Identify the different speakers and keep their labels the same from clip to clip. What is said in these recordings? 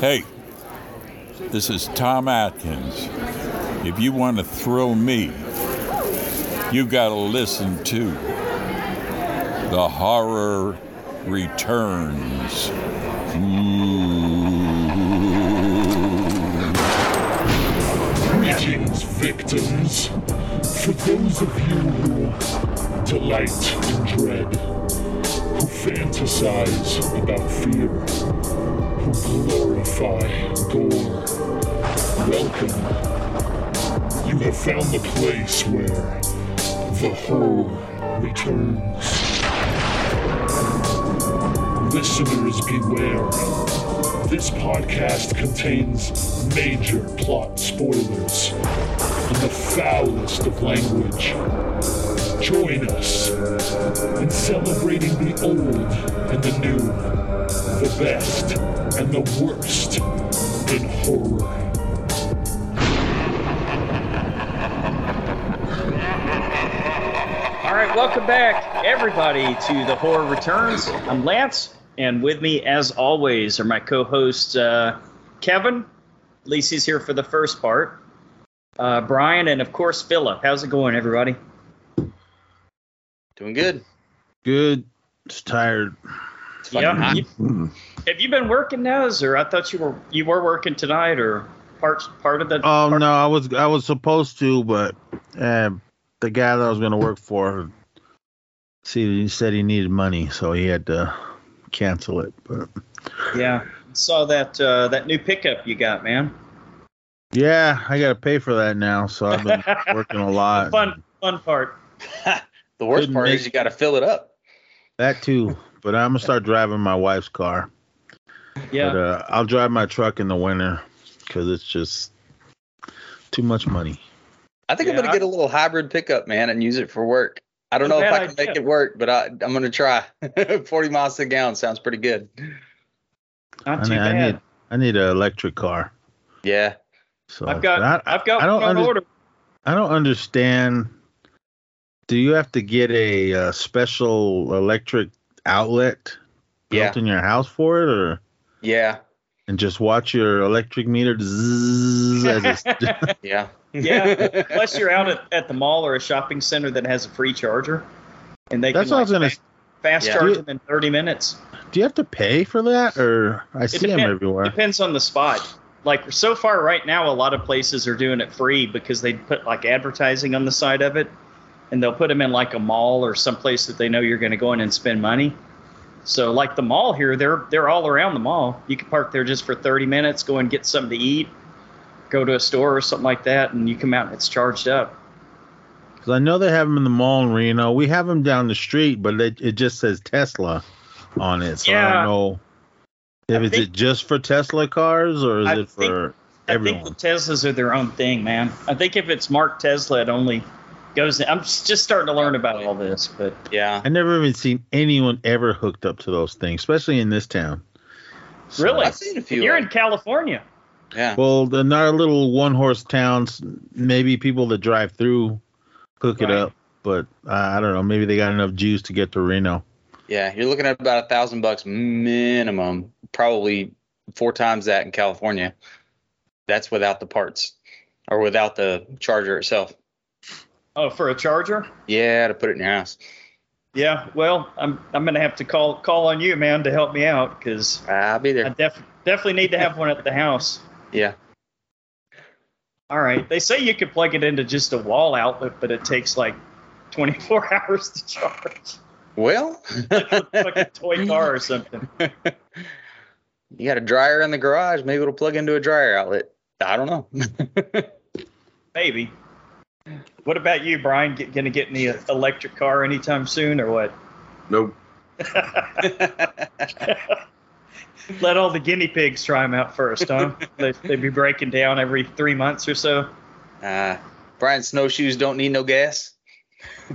Speaker 1: Hey, this is Tom Atkins. If you want to thrill me, you got to listen to The Horror Returns. Ooh.
Speaker 2: Greetings, victims. For those of you who delight in dread, who fantasize about fear, who glorify gore, welcome. You have found the place where the horror returns. Listeners, beware. This podcast contains major plot spoilers and the foulest of language. Join us in celebrating the old and the new, the best and the worst in horror.
Speaker 3: All right, welcome back, everybody, to the Horror Returns. I'm Lance, and with me, as always, are my co-hosts uh, Kevin. Lisi's here for the first part. Uh, Brian, and of course Philip. How's it going, everybody?
Speaker 4: Doing good.
Speaker 5: Good. Just tired.
Speaker 4: It's fucking hot.
Speaker 3: You-
Speaker 5: Mm-hmm.
Speaker 3: have you been working now, or I thought you were you were working tonight, or part part of the?
Speaker 5: Oh no, I was I was supposed to, but uh, the guy that I was gonna work for, see, he said he needed money, so he had to cancel it. But Oh.
Speaker 3: Yeah, saw that uh, that new pickup you got, man.
Speaker 5: yeah, I gotta pay for that now, so I've been working a lot.
Speaker 3: Fun fun part.
Speaker 4: the worst
Speaker 5: Couldn't
Speaker 4: part
Speaker 5: make-
Speaker 4: is you got to fill it up.
Speaker 5: That too, but I'm gonna start driving my wife's car. But
Speaker 3: Yeah,
Speaker 5: uh, I'll drive my truck in the winter because it's just too much money.
Speaker 4: I think I'm
Speaker 3: Yeah,
Speaker 4: gonna get a little hybrid pickup, man, and use it for work. I don't
Speaker 3: Not
Speaker 4: know if
Speaker 3: a bad
Speaker 4: I can
Speaker 3: idea.
Speaker 4: make it work, but I, I'm gonna try. 40 miles to the gallon sounds pretty good.
Speaker 3: not
Speaker 5: I
Speaker 3: too
Speaker 5: need, I
Speaker 3: bad.
Speaker 5: need I need an electric car.
Speaker 4: Yeah,
Speaker 5: So
Speaker 3: I've got
Speaker 5: but uh, I-
Speaker 3: I've got
Speaker 5: I don't
Speaker 3: one on
Speaker 5: under-
Speaker 3: order.
Speaker 5: I don't understand. Do you have to get a, uh special electric outlet
Speaker 4: yeah,
Speaker 5: built in your house for it, or
Speaker 4: yeah,
Speaker 5: and just watch your electric meter zzz as it's,
Speaker 4: yeah.
Speaker 3: Yeah, Unless you're out at, at the mall or a shopping center that has a free charger, and they
Speaker 5: That's
Speaker 3: can like,
Speaker 5: what I was gonna.
Speaker 3: fa- fast
Speaker 4: Yeah.
Speaker 3: charge them in 30 minutes.
Speaker 5: Do you have to pay for that, or I see them
Speaker 3: depends.
Speaker 5: everywhere?
Speaker 3: Depends on the spot. Like so far, right now, a lot of places are doing it free because they put like advertising on the side of it, and they'll put them in like a mall or someplace that they know you're going to go in and spend money. So like the mall here, they're they're all around the mall. You can park there just for 30 minutes, go and get something to eat, go to a store or something like that, and you come out and it's charged up.
Speaker 5: Because I know they have them in the mall in Reno. We have them down the street, but it, it just says Tesla on it, so I
Speaker 3: Yeah.
Speaker 5: don't know. If
Speaker 3: I
Speaker 5: is
Speaker 3: think-
Speaker 5: it just for Tesla cars, or is
Speaker 3: I
Speaker 5: it
Speaker 3: think-
Speaker 5: for
Speaker 3: I
Speaker 5: everyone?
Speaker 3: think the Teslas are their own thing, man. I think if it's Mark Tesla, it only goes. I'm s- just starting to learn about all this, but
Speaker 4: yeah.
Speaker 5: I never even seen anyone ever hooked up to those things, especially in this town. So-
Speaker 3: Really?
Speaker 4: I've seen a few.
Speaker 3: you're
Speaker 4: of
Speaker 3: in California.
Speaker 4: them. yeah.
Speaker 5: Well, in our little one horse towns, maybe people that drive through hook
Speaker 3: Right.
Speaker 5: it up, but uh, I don't know. Maybe they got enough juice to get to Reno.
Speaker 4: Yeah, you're looking at about a thousand bucks minimum, probably four times that in California. That's without the parts or without the charger itself.
Speaker 3: Oh, for a charger?
Speaker 4: Yeah, to put it in your house.
Speaker 3: Yeah. Well, I'm I'm gonna have to call call on you, man, to help me out because
Speaker 4: I'll be
Speaker 3: I
Speaker 4: there.
Speaker 3: def- definitely need to have one at the house.
Speaker 4: Yeah.
Speaker 3: All right. They say you could plug it into just a wall outlet, but it takes like 24 hours to charge.
Speaker 4: Well,
Speaker 3: Like a toy car or something.
Speaker 4: you got a dryer in the garage. Maybe it'll plug into a dryer outlet. I don't know.
Speaker 3: Maybe. What about you, Brian? Get, gonna get in the electric car anytime soon, or what?
Speaker 6: Nope.
Speaker 3: Let all the guinea pigs try them out first, huh? they, they'd be breaking down every three months or so.
Speaker 4: uh, Brian's snowshoes don't need no gas.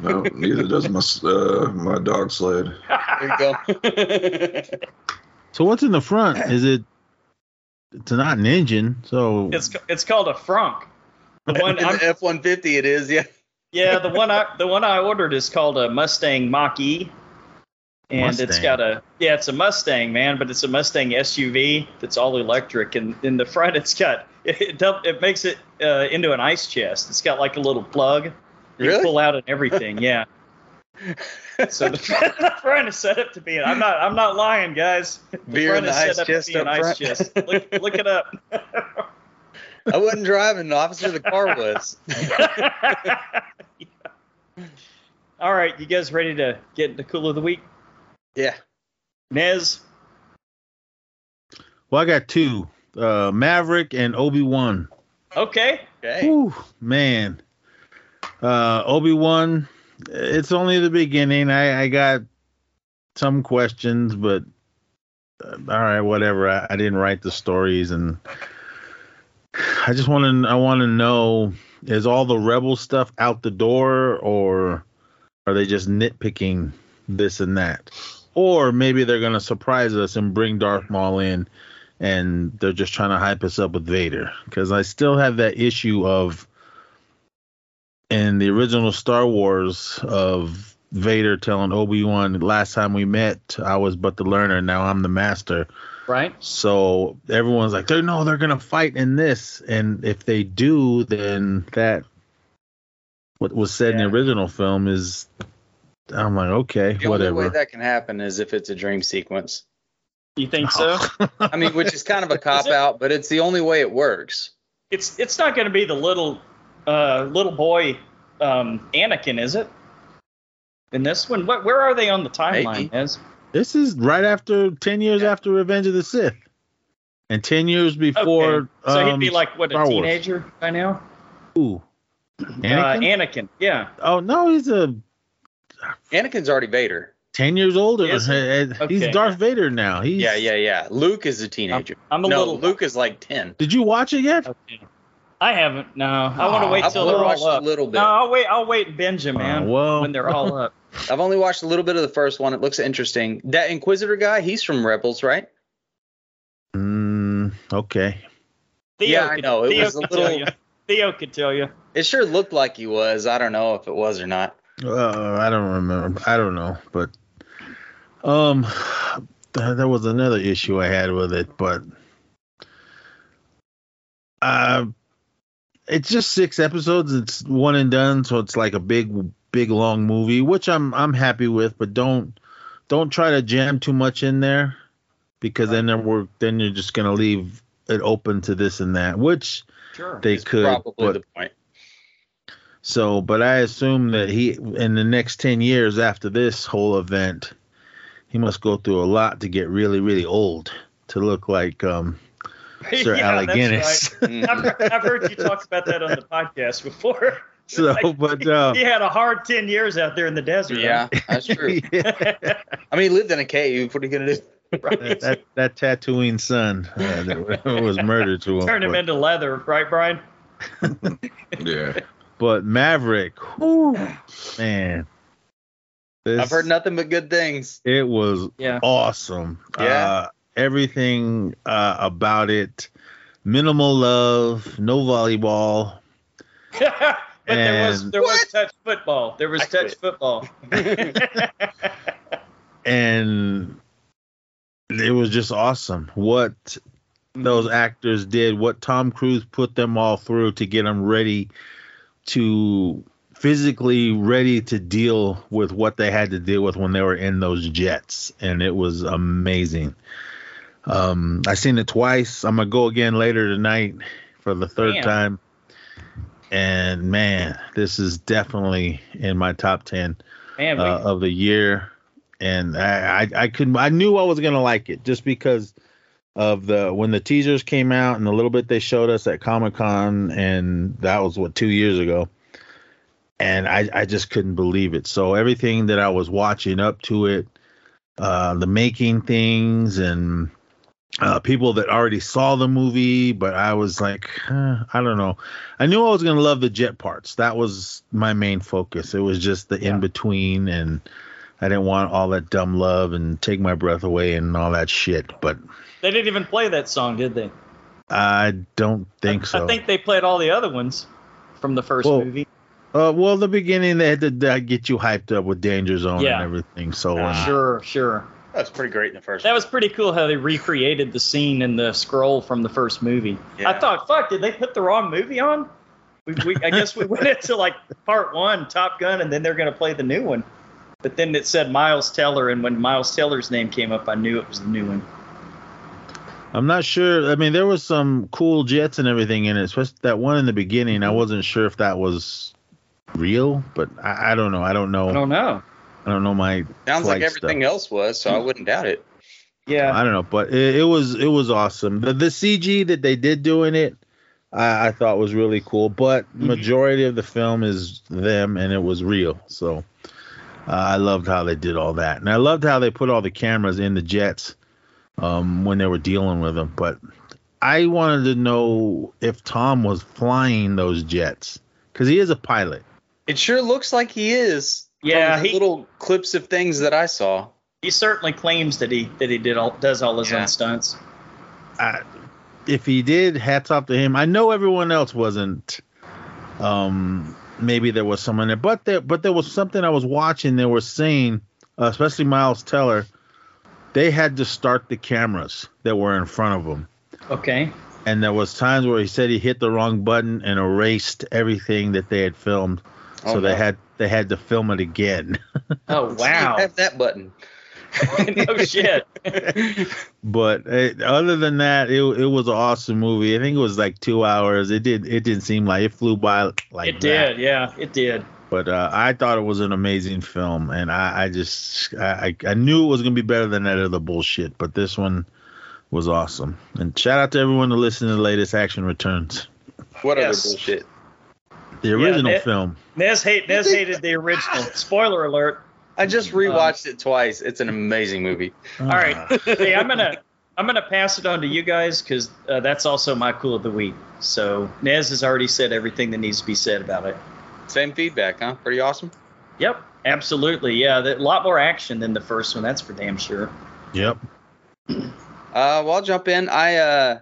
Speaker 6: No, neither does my s- uh, my dog sled.
Speaker 4: There you go.
Speaker 5: So what's in the front? Is it? It's not an engine, so
Speaker 3: It's it's called a frunk. The one
Speaker 4: In
Speaker 3: I'm,
Speaker 4: the F one fifty, it is. Yeah.
Speaker 3: yeah, the one I the one I ordered is called a Mustang Mach E, and it's
Speaker 5: Mustang.
Speaker 3: got a yeah, it's a Mustang, man, but it's a Mustang SUV that's all electric, and in the front it's got it it, dump- it makes it uh, into an ice chest. It's got like a little plug you
Speaker 4: Really?
Speaker 3: pull out and everything, yeah. so the, the front is set up to be. I'm not. I'm not lying, guys. The
Speaker 4: Beer in
Speaker 3: front
Speaker 4: the
Speaker 3: is set
Speaker 4: ice
Speaker 3: up to
Speaker 4: chest
Speaker 3: be an
Speaker 4: up
Speaker 3: ice
Speaker 4: front.
Speaker 3: chest. Look, look it up.
Speaker 4: I wasn't driving. The officer of the car was.
Speaker 3: All right, you guys ready to get into cool of the week?
Speaker 4: Yeah.
Speaker 3: Nez,
Speaker 5: Well, I got two uh, Maverick and Obi Wan.
Speaker 3: okay.
Speaker 4: Okay.
Speaker 5: Whew, man. Uh, Obi Wan, it's only the beginning. I, I got some questions, but uh, all right, whatever. I, I didn't write the stories, and I just want to. I want to know: is all the rebel stuff out the door, or are they just nitpicking this and that? Or maybe they're gonna surprise us and bring Darth Maul in and they're just trying to hype us up with Vader because I still have that issue of in the original Star Wars of Vader telling Obi Wan, "Last time we met, I was but the learner. Now I'm the master."
Speaker 3: Right.
Speaker 5: So everyone's like, "They're no, they're gonna fight in this," and if they do, then that what was said in
Speaker 3: Yeah.
Speaker 5: the original film is. I'm like, okay,
Speaker 4: The
Speaker 5: whatever.
Speaker 4: only way that can happen is if it's a dream sequence.
Speaker 3: You think so?
Speaker 5: Oh.
Speaker 4: I mean, which is kind of a cop out, but it's the only way it works.
Speaker 3: It's it's not going to be the little uh, little boy um, Anakin, is it? In this one, what? Where are they on the timeline?
Speaker 4: Maybe.
Speaker 3: Nez?
Speaker 5: This is right after ten years
Speaker 4: Yeah.
Speaker 5: after Revenge of the Sith, and ten years
Speaker 3: Okay.
Speaker 5: before.
Speaker 3: so he'd
Speaker 5: um,
Speaker 3: be like what
Speaker 5: Star
Speaker 3: a
Speaker 5: Wars.
Speaker 3: teenager by now.
Speaker 5: who?
Speaker 3: Uh,
Speaker 5: Anakin?
Speaker 3: Anakin, yeah.
Speaker 5: oh no, he's a
Speaker 4: Anakin's already Vader.
Speaker 5: ten years older.
Speaker 3: Is he?
Speaker 5: He's
Speaker 3: Okay.
Speaker 5: Darth Vader now. He's,
Speaker 4: Yeah, yeah, yeah. Luke is a teenager.
Speaker 3: I'm a
Speaker 4: no,
Speaker 3: little.
Speaker 4: Luke is like ten.
Speaker 5: Did you watch it yet?
Speaker 3: Okay. I haven't. No, I want to
Speaker 5: Aw,
Speaker 3: wait
Speaker 4: I've
Speaker 3: till
Speaker 4: only
Speaker 3: they're
Speaker 4: watched
Speaker 3: all
Speaker 4: a
Speaker 3: up.
Speaker 4: little bit.
Speaker 3: No, I'll wait. I'll wait and binge them, man.
Speaker 5: Uh, well,
Speaker 3: when they're all up.
Speaker 4: I've only watched a little bit of the first one. It looks interesting. That Inquisitor guy, he's from Rebels, right?
Speaker 5: Mm, okay.
Speaker 3: Theo
Speaker 4: Yeah, I
Speaker 3: could-
Speaker 4: know, it
Speaker 3: Theo
Speaker 4: was a
Speaker 3: could
Speaker 4: little-
Speaker 3: Tell you. Theo could tell you.
Speaker 4: It sure looked like he was. I don't know if it was or not.
Speaker 5: Uh, I don't remember. I don't know, but um, th- there was another issue I had with it, but uh, it's just six episodes. It's one and done, so it's like a big, big long movie, which I'm I'm happy with. But don't don't try to jam too much in there, because then there we're then you're just gonna leave it open to this and that, which
Speaker 3: Sure.
Speaker 5: they
Speaker 4: It's
Speaker 5: could.
Speaker 4: probably
Speaker 5: but-
Speaker 4: the point.
Speaker 5: so, but I assume that he, in the next 10 years after this whole event, he must go through a lot to get really, really old to look like um, Sir
Speaker 3: yeah,
Speaker 5: Alec
Speaker 3: that's
Speaker 5: Guinness.
Speaker 4: Mm.
Speaker 3: right. I've, heard- I've heard you talk about that on the podcast before.
Speaker 5: So, but uh,
Speaker 3: he had a hard ten years out there in the desert.
Speaker 4: yeah, that's true.
Speaker 5: yeah,
Speaker 4: I mean, he lived in a cave. What are you gonna do?
Speaker 5: that, that, that Tatooine son uh, that was murdered to him.
Speaker 3: Turn him
Speaker 5: but,
Speaker 3: into leather, right, Brian?
Speaker 6: Yeah.
Speaker 5: but Maverick, whew, man, this,
Speaker 4: I've heard nothing but good things.
Speaker 5: it was
Speaker 3: Yeah.
Speaker 5: awesome.
Speaker 4: Yeah.
Speaker 5: Uh, everything uh, about it. Minimal love, no volleyball.
Speaker 3: but there was
Speaker 5: And-
Speaker 3: there was touch football. There was
Speaker 4: I
Speaker 3: touch football.
Speaker 5: and it was just awesome what those actors did what tom cruise put them all through to get them ready to physically ready to deal with what they had to deal with when they were in those jets and it was amazing um i seen it twice i'm gonna go again later tonight for the third
Speaker 3: Damn.
Speaker 5: time and man this is definitely in my top 10
Speaker 3: Man, we,
Speaker 5: uh, of the year, and I, I I could I knew I was gonna like it just because of the when the teasers came out and the little bit they showed us at Comic Con, and that was what two years ago, and I I just couldn't believe it. So everything that I was watching up to it, uh, the making things and. Uh, people that already saw the movie, but I was like, huh, I don't know. I knew I was gonna love the jet parts. That was my main focus. It was just the in between, and I didn't want all that dumb love and take my breath away and all that shit. But
Speaker 3: they didn't even play that song, did they?
Speaker 5: I don't think
Speaker 3: I,
Speaker 5: so.
Speaker 3: I think they played all the other ones from the first
Speaker 5: Well,
Speaker 3: movie.
Speaker 5: Uh, well, the beginning they had to uh, get you hyped up with Danger Zone
Speaker 3: Yeah.
Speaker 5: and everything. So
Speaker 4: Ah.
Speaker 5: uh,
Speaker 3: Sure, sure.
Speaker 4: That was pretty great in the first.
Speaker 3: That was pretty cool how they recreated the scene in the scroll from the first movie.
Speaker 4: Yeah.
Speaker 3: I thought, fuck, did they put the wrong movie on? We, we, I guess we went into like part one, Top Gun, and then they're going to play the new one. But then it said Miles Teller, and when Miles Teller's name came up, I knew it was the new one.
Speaker 5: I'm not sure. I mean, there was some cool jets and everything in it, especially that one in the beginning.
Speaker 3: Mm-hmm.
Speaker 5: I wasn't sure if that was real, but I, I don't know. I don't know.
Speaker 3: I
Speaker 5: I don't,
Speaker 3: don't know.
Speaker 5: know my.
Speaker 4: Sounds like
Speaker 5: flight
Speaker 4: everything else was, so I wouldn't doubt it.
Speaker 3: Yeah.
Speaker 5: I don't know, but it, it was it was awesome. The, the CG that they did do in it, I, I thought was really cool. But majority of the film is them, and it was real. So uh, I loved how they did all that, and I loved how they put all the cameras in the jets um, when they were dealing with them. But I wanted to know if Tom was flying those jets because he is a pilot.
Speaker 4: It sure looks like he is. from
Speaker 3: Yeah,
Speaker 4: the
Speaker 3: he-
Speaker 4: little clips of things that I saw.
Speaker 3: He certainly claims that he that he did all does all his
Speaker 4: Yeah.
Speaker 3: own stunts.
Speaker 5: I, if he did, hats off to him. I know everyone else wasn't. Um, maybe there was someone there, but there, but there was something I was watching. They were saying, uh, especially Miles Teller, they had to start the cameras that were in front of him,
Speaker 3: Okay.
Speaker 5: and there was times where he said he hit the wrong button and erased everything that they had filmed. So
Speaker 4: Oh,
Speaker 5: they
Speaker 4: no.
Speaker 5: had they had to film it again.
Speaker 3: Oh wow.
Speaker 4: Have that button.
Speaker 3: no shit.
Speaker 5: but it, other than that, it it was an awesome movie. I think it was like two hours. It did it didn't seem like it flew by like
Speaker 3: it
Speaker 5: that.
Speaker 3: did. Yeah, it did.
Speaker 5: But uh, I thought it was an amazing film, and I, I just I, I I knew it was gonna be better than that other bullshit. But this one was awesome. And shout out to everyone to listen to the latest Action Returns,
Speaker 4: What
Speaker 3: Yes.
Speaker 4: other bullshit?
Speaker 5: the original
Speaker 3: that-
Speaker 5: film.
Speaker 3: Nez hate Nez hated the original. Spoiler alert.
Speaker 4: I just
Speaker 3: Um,
Speaker 4: rewatched it twice. It's an amazing movie.
Speaker 5: Uh-huh.
Speaker 3: All right.
Speaker 5: Uh,
Speaker 3: hey, I'm gonna I'm gonna pass it on to you guys because uh, that's also my cool of the week. So Nez has already said everything that needs to be said about it.
Speaker 4: Same feedback, huh? Pretty awesome.
Speaker 3: Yep, absolutely. Yeah, that- a lot more action than the first one. That's for damn sure.
Speaker 5: Yep.
Speaker 4: Uh, well, I'll jump in. I uh,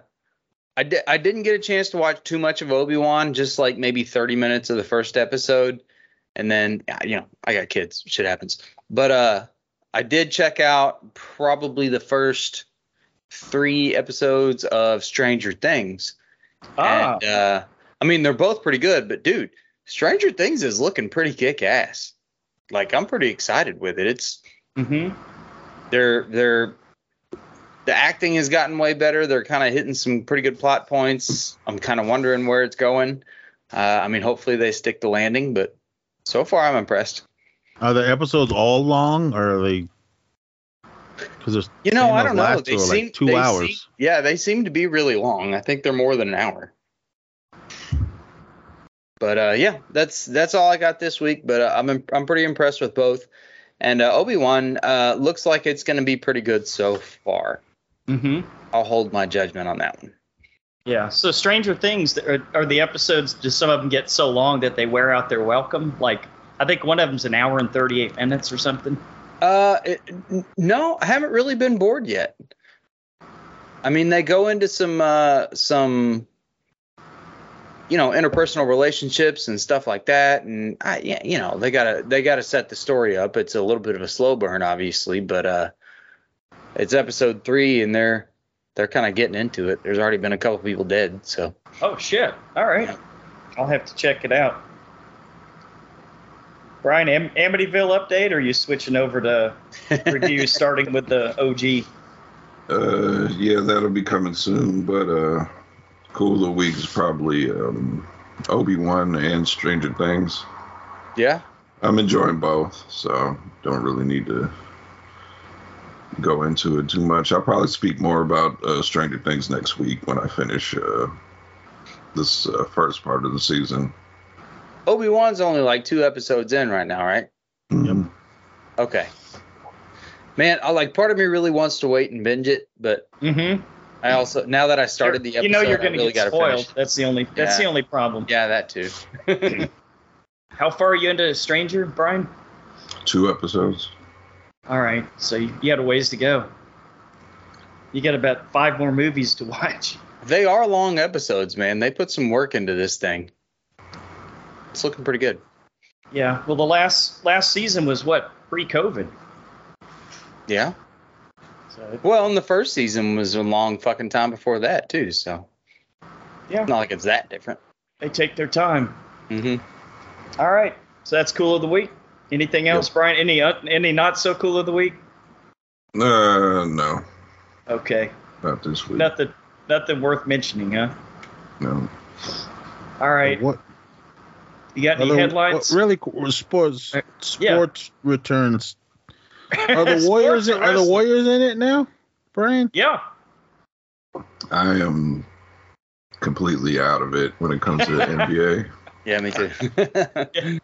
Speaker 4: I di- I didn't get a chance to watch too much of Obi Wan, just like maybe 30 minutes of the first episode, and then yeah, you know I got kids, shit happens. But uh, I did check out probably the first three episodes of Stranger Things.
Speaker 3: Ah,
Speaker 4: And, uh, I mean, they're both pretty good, but dude, Stranger Things is looking pretty kick ass. Like I'm pretty excited with it. It's
Speaker 3: mm-hmm.
Speaker 4: they're they're the acting has gotten way better. They're kind of hitting some pretty good plot points. I'm kind of wondering where it's going. Uh, I mean, hopefully they stick the landing, but so far I'm impressed.
Speaker 5: Are the episodes all long, or are they? Because there's
Speaker 4: You know,
Speaker 5: Same
Speaker 4: I
Speaker 5: as
Speaker 4: don't know.
Speaker 5: last
Speaker 4: They
Speaker 5: two, like
Speaker 4: seem
Speaker 5: two
Speaker 4: they
Speaker 5: hours.
Speaker 4: seem- yeah, they seem to be really long. I think they're more than an hour. But uh, yeah, that's that's all I got this week. But uh, I'm I'm pretty impressed with both, and uh, Obi Wan uh, looks like it's going to be pretty good so far.
Speaker 3: Mm-hmm.
Speaker 4: I'll hold my judgment on that one.
Speaker 3: Yeah. So Stranger Things th- are, are the episodes. Do some of them get so long that they wear out their welcome? Like I think one of them's an hour and thirty eight minutes or something.
Speaker 4: Uh, it, n- no, I haven't really been bored yet. I mean, they go into some uh, some you know interpersonal relationships and stuff like that, and I yeah, you know they gotta they gotta set the story up. It's a little bit of a slow burn, obviously, but uh, it's episode three, and they're they're kind of getting into it. There's already been a couple people dead, so
Speaker 3: Oh shit! All right, I'll have to check it out. Brian, Am- Amityville update? Or are you switching over to review, starting with the OG?
Speaker 6: Uh, yeah, that'll be coming soon. But uh, cool of the week is probably um, Obi Wan and Stranger Things.
Speaker 4: yeah,
Speaker 6: I'm enjoying both, so don't really need to go into it too much. I'll probably speak more about uh, Stranger Things next week when I finish uh, this uh, first part of the season.
Speaker 4: Obi Wan's only like two episodes in right now, right?
Speaker 6: Mhm.
Speaker 4: Okay. Man, I like part of me really wants to wait and binge it, but
Speaker 3: Mm-hmm.
Speaker 4: I also now that I started the episode,
Speaker 3: you know you're
Speaker 4: I
Speaker 3: going to
Speaker 4: really
Speaker 3: get
Speaker 4: gotta
Speaker 3: spoiled.
Speaker 4: finish.
Speaker 3: That's the only. That's the
Speaker 4: Yeah.
Speaker 3: only problem.
Speaker 4: Yeah, that too.
Speaker 3: How far are you into Stranger, Brian?
Speaker 6: Two episodes.
Speaker 3: All right, so you, you got a ways to go. You got about five more movies to watch.
Speaker 4: They are long episodes, man. They put some work into this thing. It's looking pretty good.
Speaker 3: Yeah. Well, the last last season was what pre-COVID.
Speaker 4: Yeah.
Speaker 3: So
Speaker 4: Well, and the first season was a long fucking time before that too. So
Speaker 3: Yeah.
Speaker 4: not like it's that different.
Speaker 3: they take their time.
Speaker 4: hmm
Speaker 3: All right. So that's cool of the week. Anything else, Brian? Any uh, any not so cool of the week?
Speaker 6: Uh, no,
Speaker 3: Okay.
Speaker 6: not this week.
Speaker 3: Nothing nothing worth mentioning, huh?
Speaker 6: No.
Speaker 3: All right.
Speaker 5: What
Speaker 3: You got any
Speaker 5: other-
Speaker 3: headlines?
Speaker 5: what really cool- sports
Speaker 3: Uh, yeah.
Speaker 5: sports returns. Are the Warriors
Speaker 3: Sports
Speaker 5: are the
Speaker 3: arrest-
Speaker 5: Warriors in it now, Brian?
Speaker 3: Yeah.
Speaker 6: I am completely out of it when it comes to the NBA.
Speaker 4: Yeah, me too. I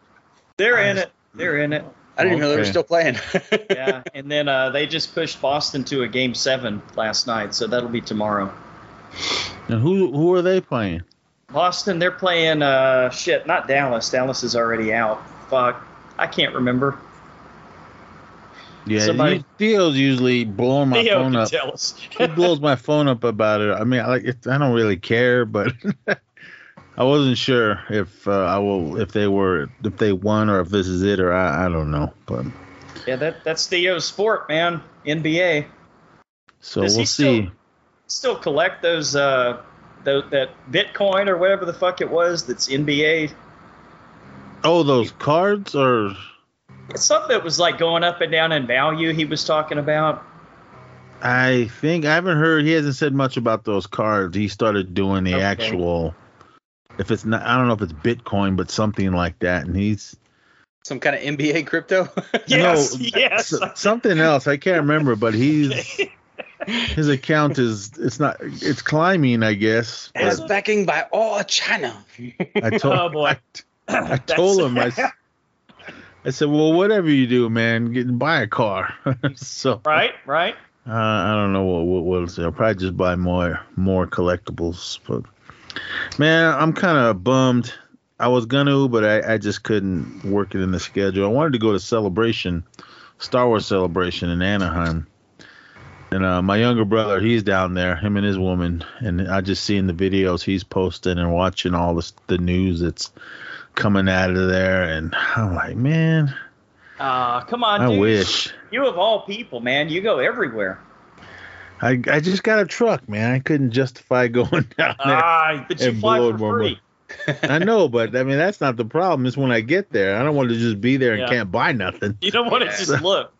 Speaker 3: They're in it. They're in it.
Speaker 4: didn't even know they were
Speaker 5: Okay.
Speaker 4: still playing.
Speaker 3: Yeah. And then uh, they just pushed Boston to a game seven last night, so that'll be tomorrow.
Speaker 5: And who who are they playing?
Speaker 3: Boston, they're playing uh shit, not Dallas. Dallas is already out. Fuck. I can't remember.
Speaker 5: Yeah,
Speaker 3: Somebody-
Speaker 5: you, Theo's usually blowing my
Speaker 3: Theo
Speaker 5: phone
Speaker 3: can
Speaker 5: up.
Speaker 3: tell us.
Speaker 5: he blows my phone up about it. I mean, I, it, I don't really care, but I wasn't sure if uh, I will if they were if they won or if this is it or I, I don't know. But
Speaker 3: yeah, that that's Theo's sport, man. NBA.
Speaker 5: so
Speaker 3: Does he
Speaker 5: we'll
Speaker 3: still-
Speaker 5: see.
Speaker 3: Still collect those uh tho- that Bitcoin or whatever the fuck it was that's NBA.
Speaker 5: oh, those cards or
Speaker 3: It's something that was like going up and down in value he was talking about.
Speaker 5: I think I haven't heard. He hasn't said much about those cards. He started doing the
Speaker 3: Okay.
Speaker 5: actual. If it's not, I don't know if it's Bitcoin, but something like that, and he's
Speaker 4: Some kind of NBA crypto.
Speaker 3: Yes,
Speaker 5: No,
Speaker 3: yes.
Speaker 5: so- something else. I can't remember, but he's his account is it's not it's climbing, I guess. but-
Speaker 4: As backing by all China.
Speaker 5: I told,
Speaker 3: Oh, boy.
Speaker 5: I, I told him. I, s- I said, well, whatever you do, man, get buy a car. so
Speaker 3: right, right.
Speaker 5: uh, I don't know what what what else. I'll probably just buy more more collectibles. But man, I'm kind of bummed. I was gonna, but I, I just couldn't work it in the schedule. I wanted to go to Celebration, Star Wars Celebration in Anaheim. And uh, my younger brother, he's down there, him and his woman, and I just seeing the videos he's posting and watching all this, the news that's coming out of there, and I'm like, man,
Speaker 3: Uh, come on,
Speaker 5: I
Speaker 3: dude.
Speaker 5: wish.
Speaker 3: You of all people, man, you go everywhere.
Speaker 5: I, I just got a truck, man. I couldn't justify going down there.
Speaker 3: Ah, but you
Speaker 5: and
Speaker 3: fly
Speaker 5: blow
Speaker 3: for
Speaker 5: it more
Speaker 3: free.
Speaker 5: I know, but I mean that's not the problem. It's when I get there. I don't want to just be there and
Speaker 3: Yeah.
Speaker 5: can't buy nothing.
Speaker 3: You don't want to
Speaker 4: Yeah.
Speaker 3: just look.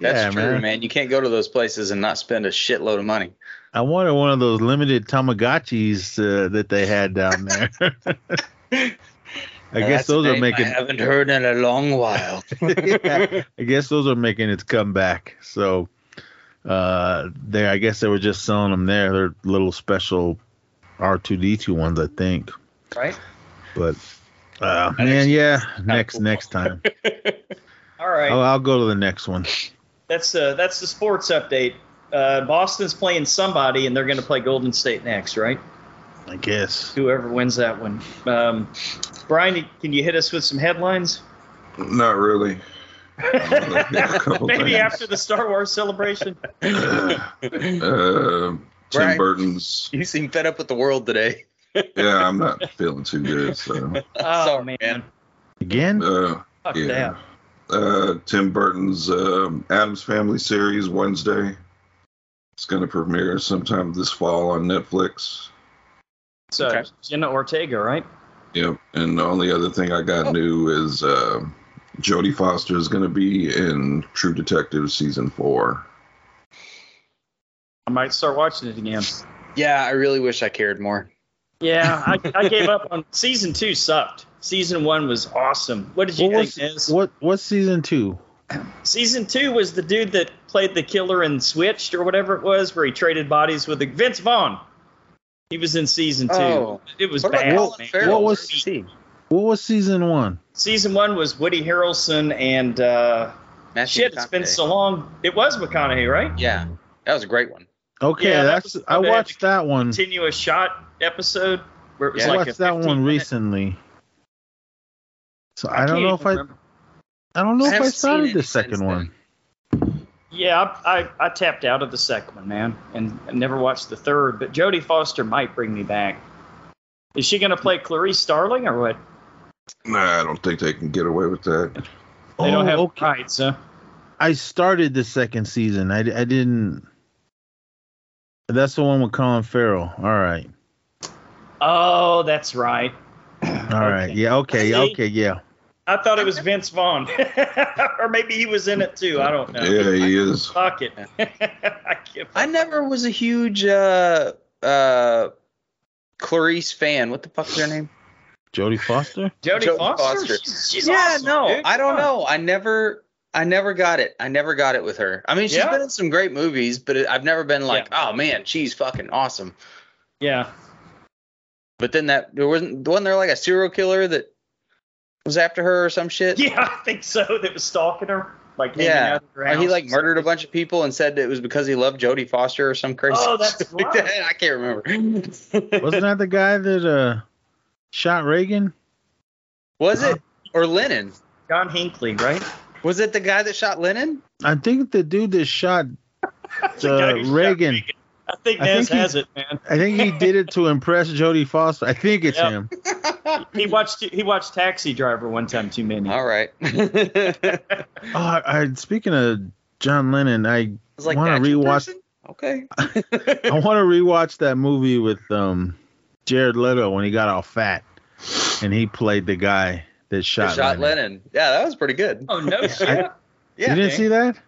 Speaker 4: That's
Speaker 5: Yeah,
Speaker 4: true, man.
Speaker 5: man.
Speaker 4: You can't go to those places and not spend a shitload of money.
Speaker 5: I wanted one of those limited Tamagotchis uh, that they had down there. I guess
Speaker 4: That's a
Speaker 5: those are
Speaker 4: name
Speaker 5: making.
Speaker 4: I haven't heard in a long while.
Speaker 5: Yeah, I guess those are making its comeback. So, uh, they I guess they were just selling them there. They're little special R2D2 ones, I think.
Speaker 3: Right.
Speaker 5: But uh, man, yeah, next
Speaker 4: cool.
Speaker 5: next time
Speaker 3: All right.
Speaker 5: Oh, I'll, I'll go to the next one.
Speaker 3: That's uh, that's the sports update. Uh, Boston's playing somebody, and they're going to play Golden State next, right?
Speaker 5: I guess.
Speaker 3: Whoever wins that one. Um, Brian, can you hit us with some headlines?
Speaker 6: Not really. a couple
Speaker 3: Maybe
Speaker 6: things.
Speaker 3: after the Star Wars celebration.
Speaker 6: Uh, Tim
Speaker 4: Right.
Speaker 6: Burton's.
Speaker 4: you seem fed up with the world today.
Speaker 6: Yeah, I'm not feeling too good. So,
Speaker 3: Oh
Speaker 4: Sorry,
Speaker 3: man,
Speaker 4: man.
Speaker 5: Again?
Speaker 6: uh,
Speaker 3: fuck
Speaker 6: yeah. Uh, Tim Burton's um, Adam's Family series Wednesday. It's going to premiere sometime this fall on Netflix.
Speaker 3: that. So
Speaker 4: Okay.
Speaker 3: Jenna Ortega, right?
Speaker 6: Yep. And the only other thing I got new is uh, Jodie Foster is going to be in True Detective season four.
Speaker 3: I might start watching it again.
Speaker 4: Yeah, I really wish I cared more.
Speaker 3: Yeah, I, I gave up on season two. Sucked. Season one was awesome. What did you
Speaker 5: What was
Speaker 3: think? Nez?
Speaker 5: what what's season two?
Speaker 3: Season two was the dude that played the killer and switched or whatever it was, where he traded bodies with the, Vince Vaughn. He was in season two.
Speaker 4: Oh.
Speaker 3: it was
Speaker 4: What about
Speaker 3: bad.
Speaker 4: Colin
Speaker 3: man.
Speaker 4: Farrell?
Speaker 5: What was-
Speaker 4: Where's he?
Speaker 5: What was season one?
Speaker 3: Season one was Woody Harrelson and uh,
Speaker 4: Matthew
Speaker 3: shit. It's been
Speaker 4: McConaughey.
Speaker 3: so long. It was McConaughey, right?
Speaker 5: Hmm.
Speaker 4: Yeah, that was a great one.
Speaker 5: Okay,
Speaker 3: Yeah, that
Speaker 5: that's
Speaker 3: was-
Speaker 5: I
Speaker 3: okay.
Speaker 5: watched that one.
Speaker 3: Continuous shot episode where it was
Speaker 5: I
Speaker 4: Yeah.
Speaker 3: like a
Speaker 5: watched that
Speaker 3: 15
Speaker 5: one
Speaker 3: minute-
Speaker 5: recently. So I, don't
Speaker 3: can't
Speaker 5: know
Speaker 3: even
Speaker 5: if I
Speaker 3: remember.
Speaker 5: I don't know
Speaker 4: I
Speaker 5: if I
Speaker 4: haven't seen
Speaker 5: started
Speaker 4: it
Speaker 5: the
Speaker 4: since
Speaker 5: second
Speaker 4: then.
Speaker 5: one.
Speaker 3: Yeah, I, I, I tapped out of the second one, man, and I never watched the third. But Jodie Foster might bring me back. Is she going to play Clarice Starling or what?
Speaker 6: Nah, I don't think they can get away with that.
Speaker 3: They don't
Speaker 5: Oh,
Speaker 3: have
Speaker 5: okay.
Speaker 3: rights, so
Speaker 5: I started the second season. I, I didn't. That's the one with Colin Farrell. All right.
Speaker 3: Oh, that's right.
Speaker 5: all right. Yeah. Okay.
Speaker 3: See?
Speaker 5: Okay. Yeah.
Speaker 3: I thought it was Vince Vaughn, or maybe he was in it too. I don't know.
Speaker 6: Yeah, he is.
Speaker 3: Fuck it. I can't-
Speaker 4: I never was a huge uh uh Clarice fan. What the fuck's her name?
Speaker 5: Jodie Foster.
Speaker 3: Jodie
Speaker 4: Jodie
Speaker 3: Foster.
Speaker 4: Foster.
Speaker 3: She's, she's
Speaker 4: yeah,
Speaker 3: awesome,
Speaker 4: no,
Speaker 3: dude.
Speaker 4: I
Speaker 3: Come
Speaker 4: don't
Speaker 3: on.
Speaker 4: know. I never, I never got it. I never got it with her. I mean, she's
Speaker 3: Yeah.
Speaker 4: been in some great movies, but it, I've never been like, oh man, she's fucking awesome.
Speaker 3: Yeah,
Speaker 4: But then that there wasn't wasn't there like a serial killer that was after her or some shit?
Speaker 3: yeah, I think so. That was stalking her, like hanging
Speaker 4: Yeah.
Speaker 3: out at her
Speaker 4: Or he
Speaker 3: house.
Speaker 4: like murdered a bunch of people and said it was because he loved Jodie Foster or some crazy.
Speaker 3: Oh, that's
Speaker 4: shit like
Speaker 3: right.
Speaker 4: that. I can't remember.
Speaker 5: Wasn't that the guy that uh shot Reagan?
Speaker 4: Was it or Lennon?
Speaker 3: John Hinckley, right?
Speaker 4: Was it the guy that shot Lennon?
Speaker 5: I think the dude that shot
Speaker 3: The guy
Speaker 5: uh,
Speaker 3: who shot
Speaker 5: Reagan.
Speaker 3: I think
Speaker 5: I
Speaker 3: Nez
Speaker 5: think he-
Speaker 3: has it, man.
Speaker 5: I think he did it to impress Jodie Foster. I think it's
Speaker 3: Yep.
Speaker 5: him.
Speaker 3: He watched he watched Taxi Driver one time too many.
Speaker 4: All right. I
Speaker 5: Oh, I, I speaking of John Lennon, I
Speaker 4: was like,
Speaker 5: Wanna
Speaker 4: "That's your
Speaker 5: rewatch-
Speaker 4: person? Okay.
Speaker 5: I want to rewatch that movie with um Jared Leto when he got all fat and he played the guy that shot,
Speaker 4: Shot, Lennon. Yeah, that was pretty good.
Speaker 3: Oh no shit.
Speaker 4: Yeah,
Speaker 5: you didn't
Speaker 4: man.
Speaker 5: see that?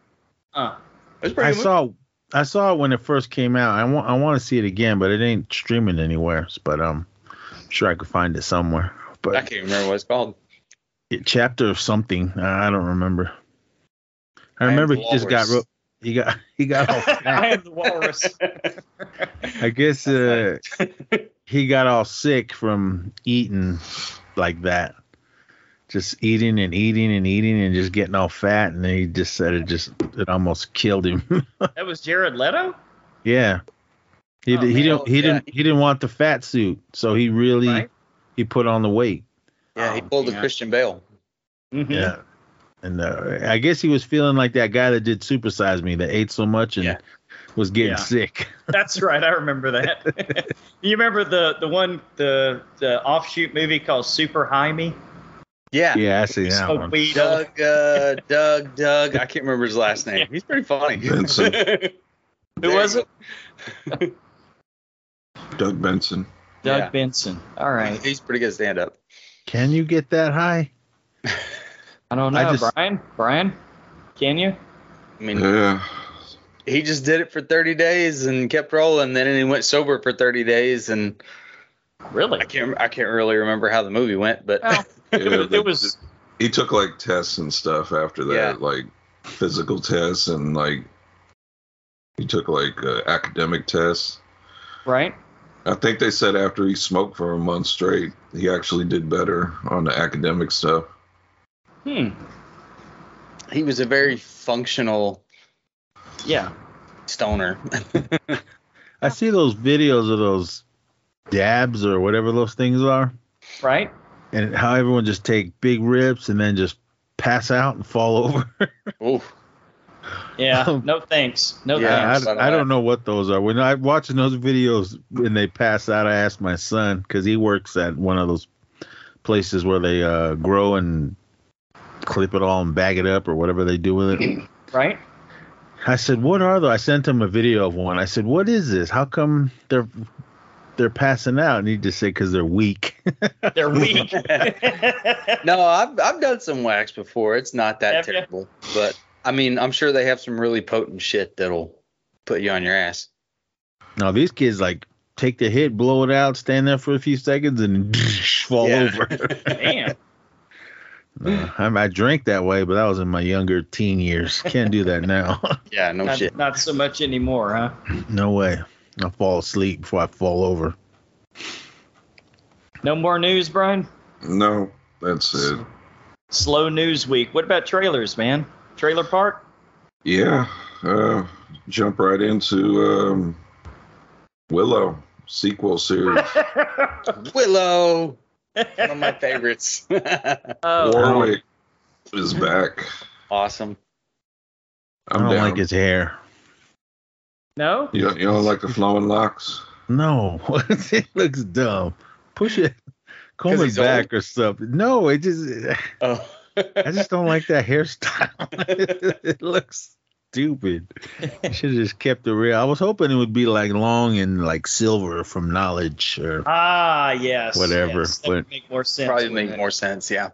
Speaker 3: Uh,
Speaker 4: It was pretty
Speaker 5: I
Speaker 4: good.
Speaker 5: saw I saw it when it first came out. I want I want to see it again, but it ain't streaming anywhere. But um, I'm sure I could find it somewhere.
Speaker 4: I
Speaker 5: But
Speaker 4: can't even remember what it's called.
Speaker 5: it- chapter of something, I I don't remember.
Speaker 4: I
Speaker 5: I
Speaker 4: am
Speaker 5: remember
Speaker 4: the
Speaker 5: he just got
Speaker 4: walrus.
Speaker 5: real. He got he got all fat.
Speaker 3: I am the walrus.
Speaker 5: I guess uh, he got all sick from eating like that. Just eating and eating and eating and just getting all fat, and then he just said it just it almost killed him.
Speaker 3: That was Jared Leto.
Speaker 5: yeah, he
Speaker 3: Oh,
Speaker 5: di- he
Speaker 3: man.
Speaker 5: didn't he
Speaker 4: Yeah.
Speaker 5: didn't he didn't want the fat suit, so he really
Speaker 3: Right.
Speaker 5: he put on the weight.
Speaker 4: Yeah, he
Speaker 3: Oh,
Speaker 4: pulled a
Speaker 3: man.
Speaker 4: Christian Bale.
Speaker 3: Mhm.
Speaker 5: Yeah, and uh, I guess he was feeling like that guy that did Supersize Me that ate so much and
Speaker 4: Yeah.
Speaker 5: was getting
Speaker 3: Yeah.
Speaker 5: sick.
Speaker 3: That's right. I remember that. you remember the the one the the offshoot movie called Super High Me?
Speaker 4: Yeah.
Speaker 5: Yeah, I see
Speaker 3: He
Speaker 5: that
Speaker 3: smoked
Speaker 5: one.
Speaker 3: weed all-
Speaker 4: Doug, uh, Doug, Doug. I can't remember his last name. He's pretty funny.
Speaker 6: Benson.
Speaker 3: Who was it?
Speaker 6: Doug Benson.
Speaker 3: Doug
Speaker 4: Yeah.
Speaker 3: Benson. All right.
Speaker 4: He's pretty good stand up.
Speaker 5: Can you get that high?
Speaker 3: I don't know,
Speaker 5: I just-
Speaker 3: Brian. Brian, can you?
Speaker 4: I mean,
Speaker 3: Uh-huh.
Speaker 6: Yeah.
Speaker 4: he just did it for 30 days and kept rolling. Then he went sober for 30 days, and
Speaker 3: Really?
Speaker 4: I can't I can't really remember how the movie went, but
Speaker 3: Well, it,
Speaker 6: Yeah,
Speaker 3: was,
Speaker 6: the-
Speaker 3: it was
Speaker 6: He took like tests and stuff after that,
Speaker 4: Yeah.
Speaker 6: like physical tests and like he took like uh, academic tests.
Speaker 3: right.
Speaker 6: I think they said after he smoked for a month straight, he actually did better on the academic stuff.
Speaker 3: Hmm.
Speaker 4: he was a very functional
Speaker 3: Yeah.
Speaker 4: stoner.
Speaker 5: I see those videos of those dabs or whatever those things are,
Speaker 3: Right.
Speaker 5: and how everyone just take big rips and then just pass out and fall over.
Speaker 4: Ooh,
Speaker 3: Yeah.
Speaker 5: Um,
Speaker 3: No thanks. No
Speaker 4: Yeah,
Speaker 5: I,
Speaker 3: thanks.
Speaker 4: some of
Speaker 5: I
Speaker 4: that.
Speaker 5: don't know what those are. When I'm watching those videos when they pass out, I ask my son because he works at one of those places where they uh, grow and clip it all and bag it up or whatever they do with
Speaker 4: Mm-hmm.
Speaker 5: it.
Speaker 3: Right.
Speaker 5: I said, "What are those?" I sent him a video of one. I said, "What is this? How come they're they're passing out?" And he just said, "Cause they're weak."
Speaker 3: They're weak.
Speaker 4: no, I've I've done some wax before. It's not that
Speaker 3: Have ya?
Speaker 4: terrible, but I mean, I'm sure they have some really potent shit that'll put you on your ass.
Speaker 5: Now these kids like take the hit, blow it out, stand there for a few seconds, and fall
Speaker 4: Yeah.
Speaker 5: over.
Speaker 3: Damn.
Speaker 5: Uh, I, I drank that way, but that was in my younger teen years. Can't do that now.
Speaker 4: Yeah, no
Speaker 3: Not,
Speaker 4: shit.
Speaker 3: not so much anymore, huh?
Speaker 5: no way. I'll fall asleep before I fall over.
Speaker 3: No more news, Brian.
Speaker 6: No, that's it.
Speaker 3: Slow news week. What about trailers, man? Trailer park?
Speaker 6: Yeah. Uh, jump right into um, Willow sequel series.
Speaker 4: Willow, one of my favorites.
Speaker 3: oh,
Speaker 6: Warwick is back.
Speaker 4: awesome.
Speaker 5: I
Speaker 6: I'm
Speaker 5: don't
Speaker 6: down.
Speaker 5: like his hair.
Speaker 3: no?
Speaker 6: You don't, you don't like the flowing locks?
Speaker 5: No, it looks dumb. Push it. combing
Speaker 4: he's old?
Speaker 5: back or something. No, it just
Speaker 4: Oh.
Speaker 5: I just don't like that hairstyle. it looks stupid. Should have just kept it real. I was hoping it would be like long and like silver from knowledge or
Speaker 3: Ah, yes.
Speaker 5: Whatever,
Speaker 3: yes, that
Speaker 5: but-
Speaker 3: would make more sense.
Speaker 4: Probably
Speaker 3: wouldn't
Speaker 4: make
Speaker 3: it?
Speaker 4: more sense. Yeah.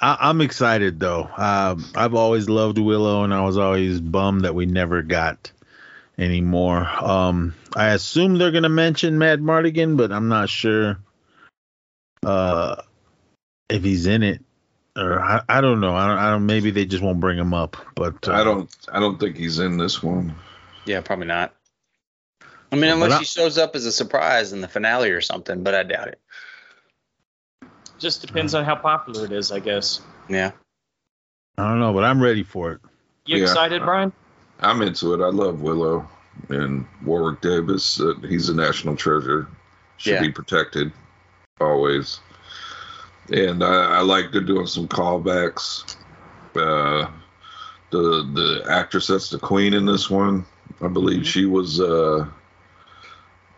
Speaker 5: I, I'm excited though. Um, I've always loved Willow, and I was always bummed that we never got any more. Um, I assume they're gonna mention Mad Mardigan, but I'm not sure uh, if he's in it, or I, I don't know. I don't, I don't. Maybe they just won't bring him up. But uh,
Speaker 6: I don't. I don't think he's in this one.
Speaker 4: Yeah, probably not. I mean,
Speaker 5: Well,
Speaker 4: unless
Speaker 5: not-
Speaker 4: he shows up as a surprise in the finale or something, but I doubt it.
Speaker 3: Just depends on how popular it is, I guess.
Speaker 4: Yeah.
Speaker 5: I don't know. But I'm ready for it.
Speaker 3: You
Speaker 6: Yeah.
Speaker 3: excited, Brian?
Speaker 6: I'm into it. I love Willow and Warwick Davis. Uh, he's a national treasure. Should
Speaker 4: Yeah.
Speaker 6: be protected always. And I, I like they're doing some callbacks. Uh, the the actress that's the queen in this one, I believe
Speaker 4: Mm-hmm.
Speaker 6: she was uh,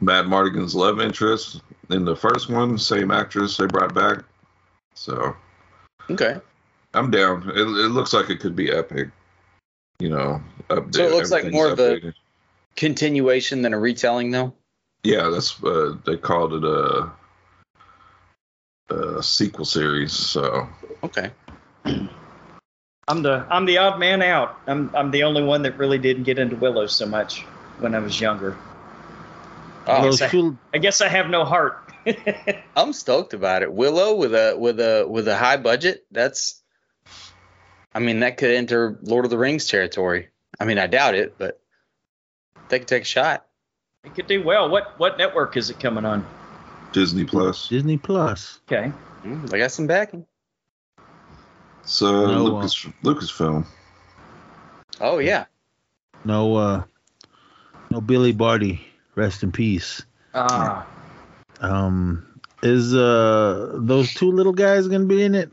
Speaker 6: Matt Mardigan's love interest in the first one. Same actress they brought back. So
Speaker 4: Okay.
Speaker 6: I'm down. It, it looks like it could be epic. You know, up
Speaker 4: So it
Speaker 6: there,
Speaker 4: looks like
Speaker 6: everything's
Speaker 4: more of a-
Speaker 6: updated.
Speaker 4: Continuation than a retelling, though.
Speaker 6: Yeah, that's uh, they called it a, a sequel series. So
Speaker 4: Okay.
Speaker 3: I'm the I'm the odd man out. I'm I'm the only one that really didn't get into Willow so much when I was younger.
Speaker 4: Oh,
Speaker 5: Willow's
Speaker 4: so-
Speaker 5: too-
Speaker 3: I guess I have no heart.
Speaker 4: I'm stoked about it. Willow with a with a with a high budget. That's, I mean, that could enter Lord of the Rings territory. I mean, I doubt it, but they could take a shot.
Speaker 3: It could do well. What what network is it coming on?
Speaker 6: Disney Plus.
Speaker 5: Disney Plus.
Speaker 3: Okay.
Speaker 4: Mm, they got some backing.
Speaker 6: So
Speaker 5: No, uh,
Speaker 6: Lucas Lucasfilm.
Speaker 4: Oh yeah.
Speaker 5: No, uh, no Billy Barty. Rest in peace.
Speaker 3: Ah,
Speaker 5: Um, is uh those two little guys gonna be in it?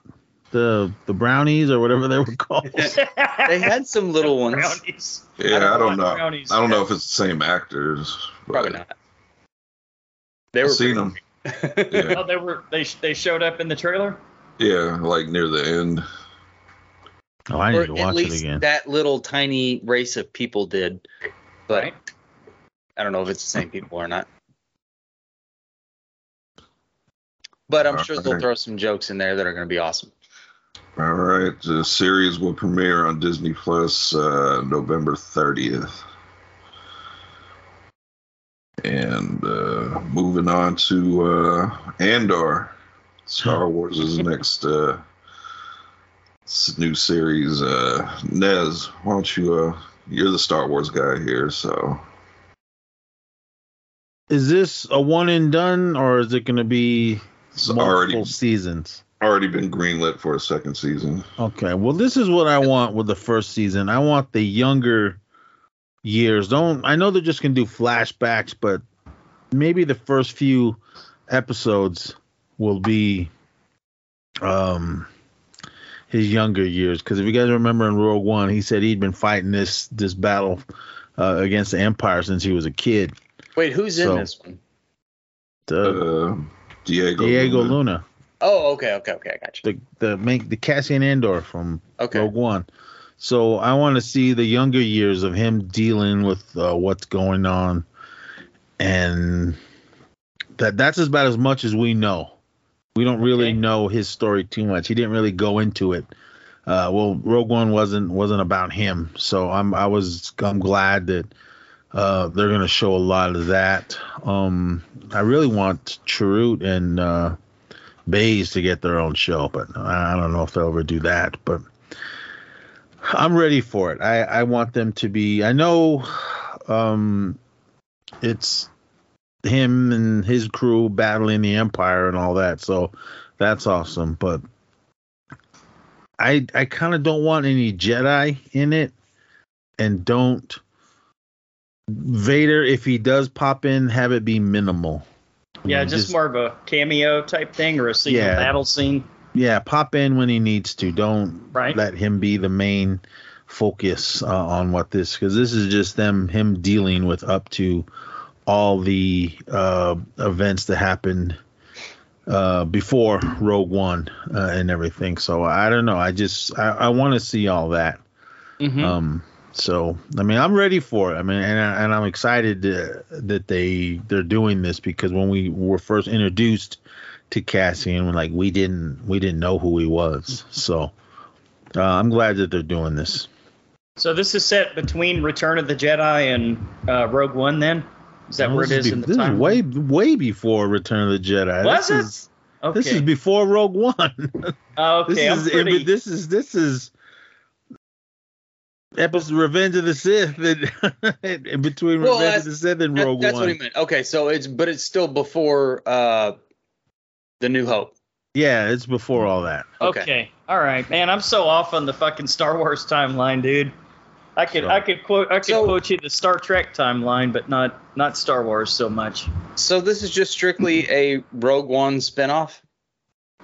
Speaker 5: The the brownies or whatever they were called.
Speaker 4: They had some little ones.
Speaker 3: brownies.
Speaker 6: Yeah, I don't know.
Speaker 3: about
Speaker 6: I don't
Speaker 3: brownies.
Speaker 6: know, if it's the same actors. But
Speaker 4: Probably not. They
Speaker 6: I've
Speaker 4: were
Speaker 6: seen them.
Speaker 4: pretty-
Speaker 6: Yeah.
Speaker 3: Oh, they were they sh- they showed up in the trailer.
Speaker 6: yeah, like near the end.
Speaker 5: Oh, I
Speaker 4: or
Speaker 5: need to
Speaker 4: at
Speaker 5: watch it
Speaker 4: least
Speaker 5: again.
Speaker 4: that little tiny race of people did. But
Speaker 3: Right.
Speaker 4: I don't know if it's the same people or not. But I'm sure they'll
Speaker 6: Alright.
Speaker 4: throw some jokes in there that are going to be awesome.
Speaker 6: All right, the series will premiere on Disney Plus uh, November 30th. And uh, moving on to uh, Andor, Star Wars' next uh, s- new series. Uh, Nez, why don't you? Uh, you're the Star Wars guy here, so
Speaker 5: Is this a one and done or is it gonna be
Speaker 6: it's
Speaker 5: multiple
Speaker 6: already
Speaker 5: seasons?
Speaker 6: already been greenlit for a second season.
Speaker 5: Okay. Well, this is what I want with the first season. I want the younger years. Don't I know they're just gonna do flashbacks, but maybe the first few episodes will be um his younger years. Because if you guys remember in Rogue One, he said he'd been fighting this this battle uh, against the Empire since he was a kid.
Speaker 4: Wait, who's in
Speaker 5: So-
Speaker 4: this one?
Speaker 5: The
Speaker 6: Uh, Diego.
Speaker 5: Diego
Speaker 6: Luna.
Speaker 5: Luna,
Speaker 4: Oh, okay, okay, okay, I got you.
Speaker 5: the the make the Cassian Andor from
Speaker 4: Okay.
Speaker 5: Rogue One. So I want to see the younger years of him dealing with uh, what's going on, and that that's about as much as we know. We don't really
Speaker 3: Okay.
Speaker 5: know his story too much. He didn't really go into it. Uh, well, Rogue One wasn't wasn't about him, so I'm I was I'm glad that uh, they're gonna show a lot of that. Um, I really want Chirrut and uh, Bays to get their own show, but I I don't know if they'll ever do that. But I'm ready for it. I, I want them to be. I know um, it's him and his crew battling the Empire and all that, so that's awesome. But I I kind of don't want any Jedi in it, and don't Vader if he does pop in, have it be minimal. Mm,
Speaker 3: Yeah, just, more of a cameo type thing or a single
Speaker 5: Yeah.
Speaker 3: battle scene.
Speaker 5: Yeah, pop in when he needs to. Don't
Speaker 3: Right.
Speaker 5: let him be the main focus uh, on what this because this is just them him dealing with up to all the uh, events that happened uh, before Rogue One uh, and everything. So I don't know. I just I, I want to see all that.
Speaker 3: Mhm.
Speaker 5: Um, so I mean, I'm ready for it. I mean, and I, and I'm excited uh that they they're doing this because when we were first introduced to Cassian, like we didn't we didn't know who he was. So uh, I'm glad that they're doing this.
Speaker 3: So this is set between Return of the Jedi and uh, Rogue One. Then is that
Speaker 5: No,
Speaker 3: where it
Speaker 5: this
Speaker 3: is
Speaker 5: be-
Speaker 3: in the
Speaker 5: this
Speaker 3: time?
Speaker 5: is way way before Return of the Jedi.
Speaker 3: Was
Speaker 5: this
Speaker 3: it?
Speaker 5: is
Speaker 3: okay.
Speaker 5: this is before Rogue One.
Speaker 3: Oh, okay.
Speaker 5: this
Speaker 3: I'm
Speaker 5: is
Speaker 3: pretty-
Speaker 5: this is this is episode Revenge of the Sith and between
Speaker 4: Well,
Speaker 5: Revenge
Speaker 4: that's-
Speaker 5: of the Sith and
Speaker 4: That-
Speaker 5: Rogue
Speaker 4: that's
Speaker 5: One.
Speaker 4: what he meant. Okay, so it's but it's still before uh, the New Hope.
Speaker 5: Yeah, it's before all that.
Speaker 3: okay. All right, man. I'm so off on the fucking Star Wars timeline, dude. I could
Speaker 5: So-
Speaker 3: I could quote I could
Speaker 4: So-
Speaker 3: quote you the Star Trek timeline, but not not Star Wars so much.
Speaker 4: So this is just strictly a Rogue One spinoff.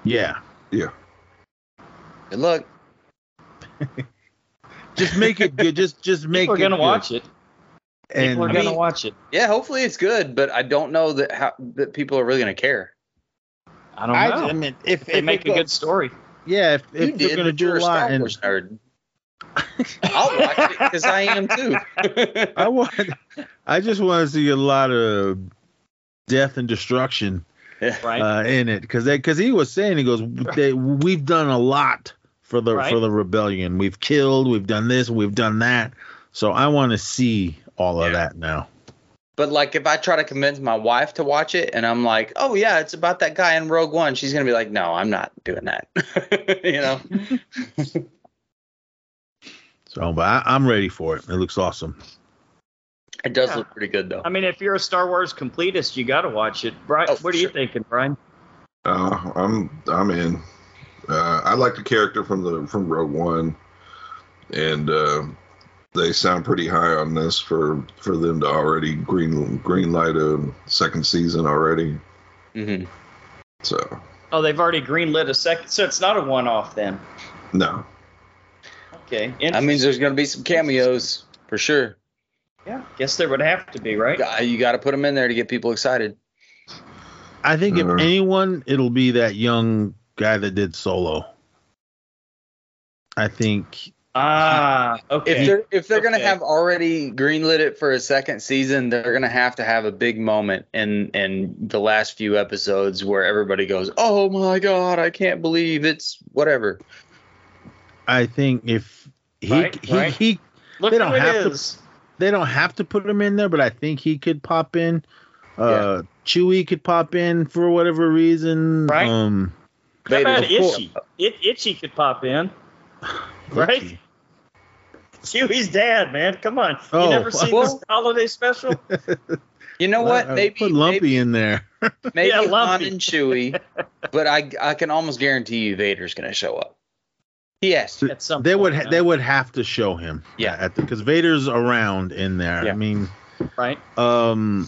Speaker 5: Yeah.
Speaker 4: Good luck.
Speaker 5: Just make it good. Just just make
Speaker 3: People are
Speaker 5: it
Speaker 3: gonna
Speaker 5: good.
Speaker 3: watch it.
Speaker 5: And
Speaker 3: People are
Speaker 5: I
Speaker 3: gonna
Speaker 5: mean,
Speaker 3: watch it.
Speaker 4: Yeah, hopefully it's good, but I don't know that how that people are really gonna care.
Speaker 3: I don't
Speaker 5: I,
Speaker 3: know.
Speaker 5: I mean, if,
Speaker 3: they
Speaker 5: if
Speaker 3: make
Speaker 5: it
Speaker 3: a
Speaker 5: go-
Speaker 3: good story.
Speaker 5: yeah, if,
Speaker 4: you
Speaker 5: if
Speaker 4: did,
Speaker 5: you're gonna
Speaker 4: but
Speaker 5: do
Speaker 4: you're
Speaker 5: a
Speaker 4: a
Speaker 5: lot,
Speaker 4: Star
Speaker 5: and
Speaker 4: Wars nerd. I'll watch it because I am too.
Speaker 5: I want, I just want to see a lot of death and destruction
Speaker 3: Right.
Speaker 5: uh, in it because because he was saying he goes they, we've done a lot for the
Speaker 3: Right.
Speaker 5: for the rebellion we've killed we've done this we've done that so I want to see all of
Speaker 4: Yeah.
Speaker 5: that now
Speaker 4: But like, if I try to convince my wife to watch it, and I'm like, "Oh yeah, it's about that guy in Rogue One," she's gonna be like, "No, I'm not doing that." you know?
Speaker 5: so but I, I'm ready for it it looks awesome
Speaker 4: It does
Speaker 3: Yeah.
Speaker 4: look pretty good though.
Speaker 3: I mean, if you're a Star Wars completist, you gotta watch it. Brian,
Speaker 4: Oh,
Speaker 3: what are you
Speaker 4: sure.
Speaker 3: thinking, Brian?
Speaker 6: Uh, I'm I'm in. Uh, I like the character from the from Rogue One, and uh, they sound pretty high on this for for them to already green green light a second season already.
Speaker 4: hmm
Speaker 6: So
Speaker 3: Oh, they've already greenlit a second, so it's not a one-off then.
Speaker 6: no,
Speaker 3: Okay.
Speaker 4: That means there's gonna be some cameos for sure.
Speaker 3: Yeah, guess there would have to be, right?
Speaker 4: Uh, You got to put them in there to get people excited.
Speaker 5: I think
Speaker 6: Mhm.
Speaker 5: if anyone it'll be that young guy that did Solo I think
Speaker 3: Ah,
Speaker 4: If
Speaker 3: okay.
Speaker 4: they're if they're
Speaker 3: Okay.
Speaker 4: gonna have already greenlit it for a second season, they're gonna have to have a big moment in in the last few episodes where everybody goes, "Oh my god, I can't believe it's whatever."
Speaker 5: I think if he
Speaker 3: Right,
Speaker 5: he,
Speaker 3: right.
Speaker 5: he
Speaker 3: Look
Speaker 5: they
Speaker 3: who
Speaker 5: don't
Speaker 3: it
Speaker 5: have to-
Speaker 3: is.
Speaker 5: they don't have to put him in there, but I think he could pop in. Uh Chewie could pop in for whatever reason.
Speaker 3: Right.
Speaker 5: Um
Speaker 3: How
Speaker 4: Vader
Speaker 3: about
Speaker 4: before-
Speaker 3: Itchy? It, Itchy could pop in. Right?
Speaker 5: Itchy.
Speaker 3: Chewie's dad, man. Come on.
Speaker 5: Oh,
Speaker 3: you never seen
Speaker 5: well-
Speaker 3: this holiday special?
Speaker 4: You know what?
Speaker 5: I- I
Speaker 4: Maybe
Speaker 5: Uh, put Lumpy
Speaker 4: maybe,
Speaker 5: in there.
Speaker 4: maybe
Speaker 3: Yeah,
Speaker 4: Han
Speaker 3: Lumpy.
Speaker 4: and Chewie, but I I can almost guarantee you Vader's gonna show up. He has to.
Speaker 3: At some
Speaker 5: They
Speaker 3: point,
Speaker 5: would
Speaker 3: huh?
Speaker 5: ha- they would have to show him.
Speaker 4: Yeah.
Speaker 5: I think because Vader's around in there.
Speaker 4: Yeah.
Speaker 5: I mean,
Speaker 3: right?
Speaker 5: um,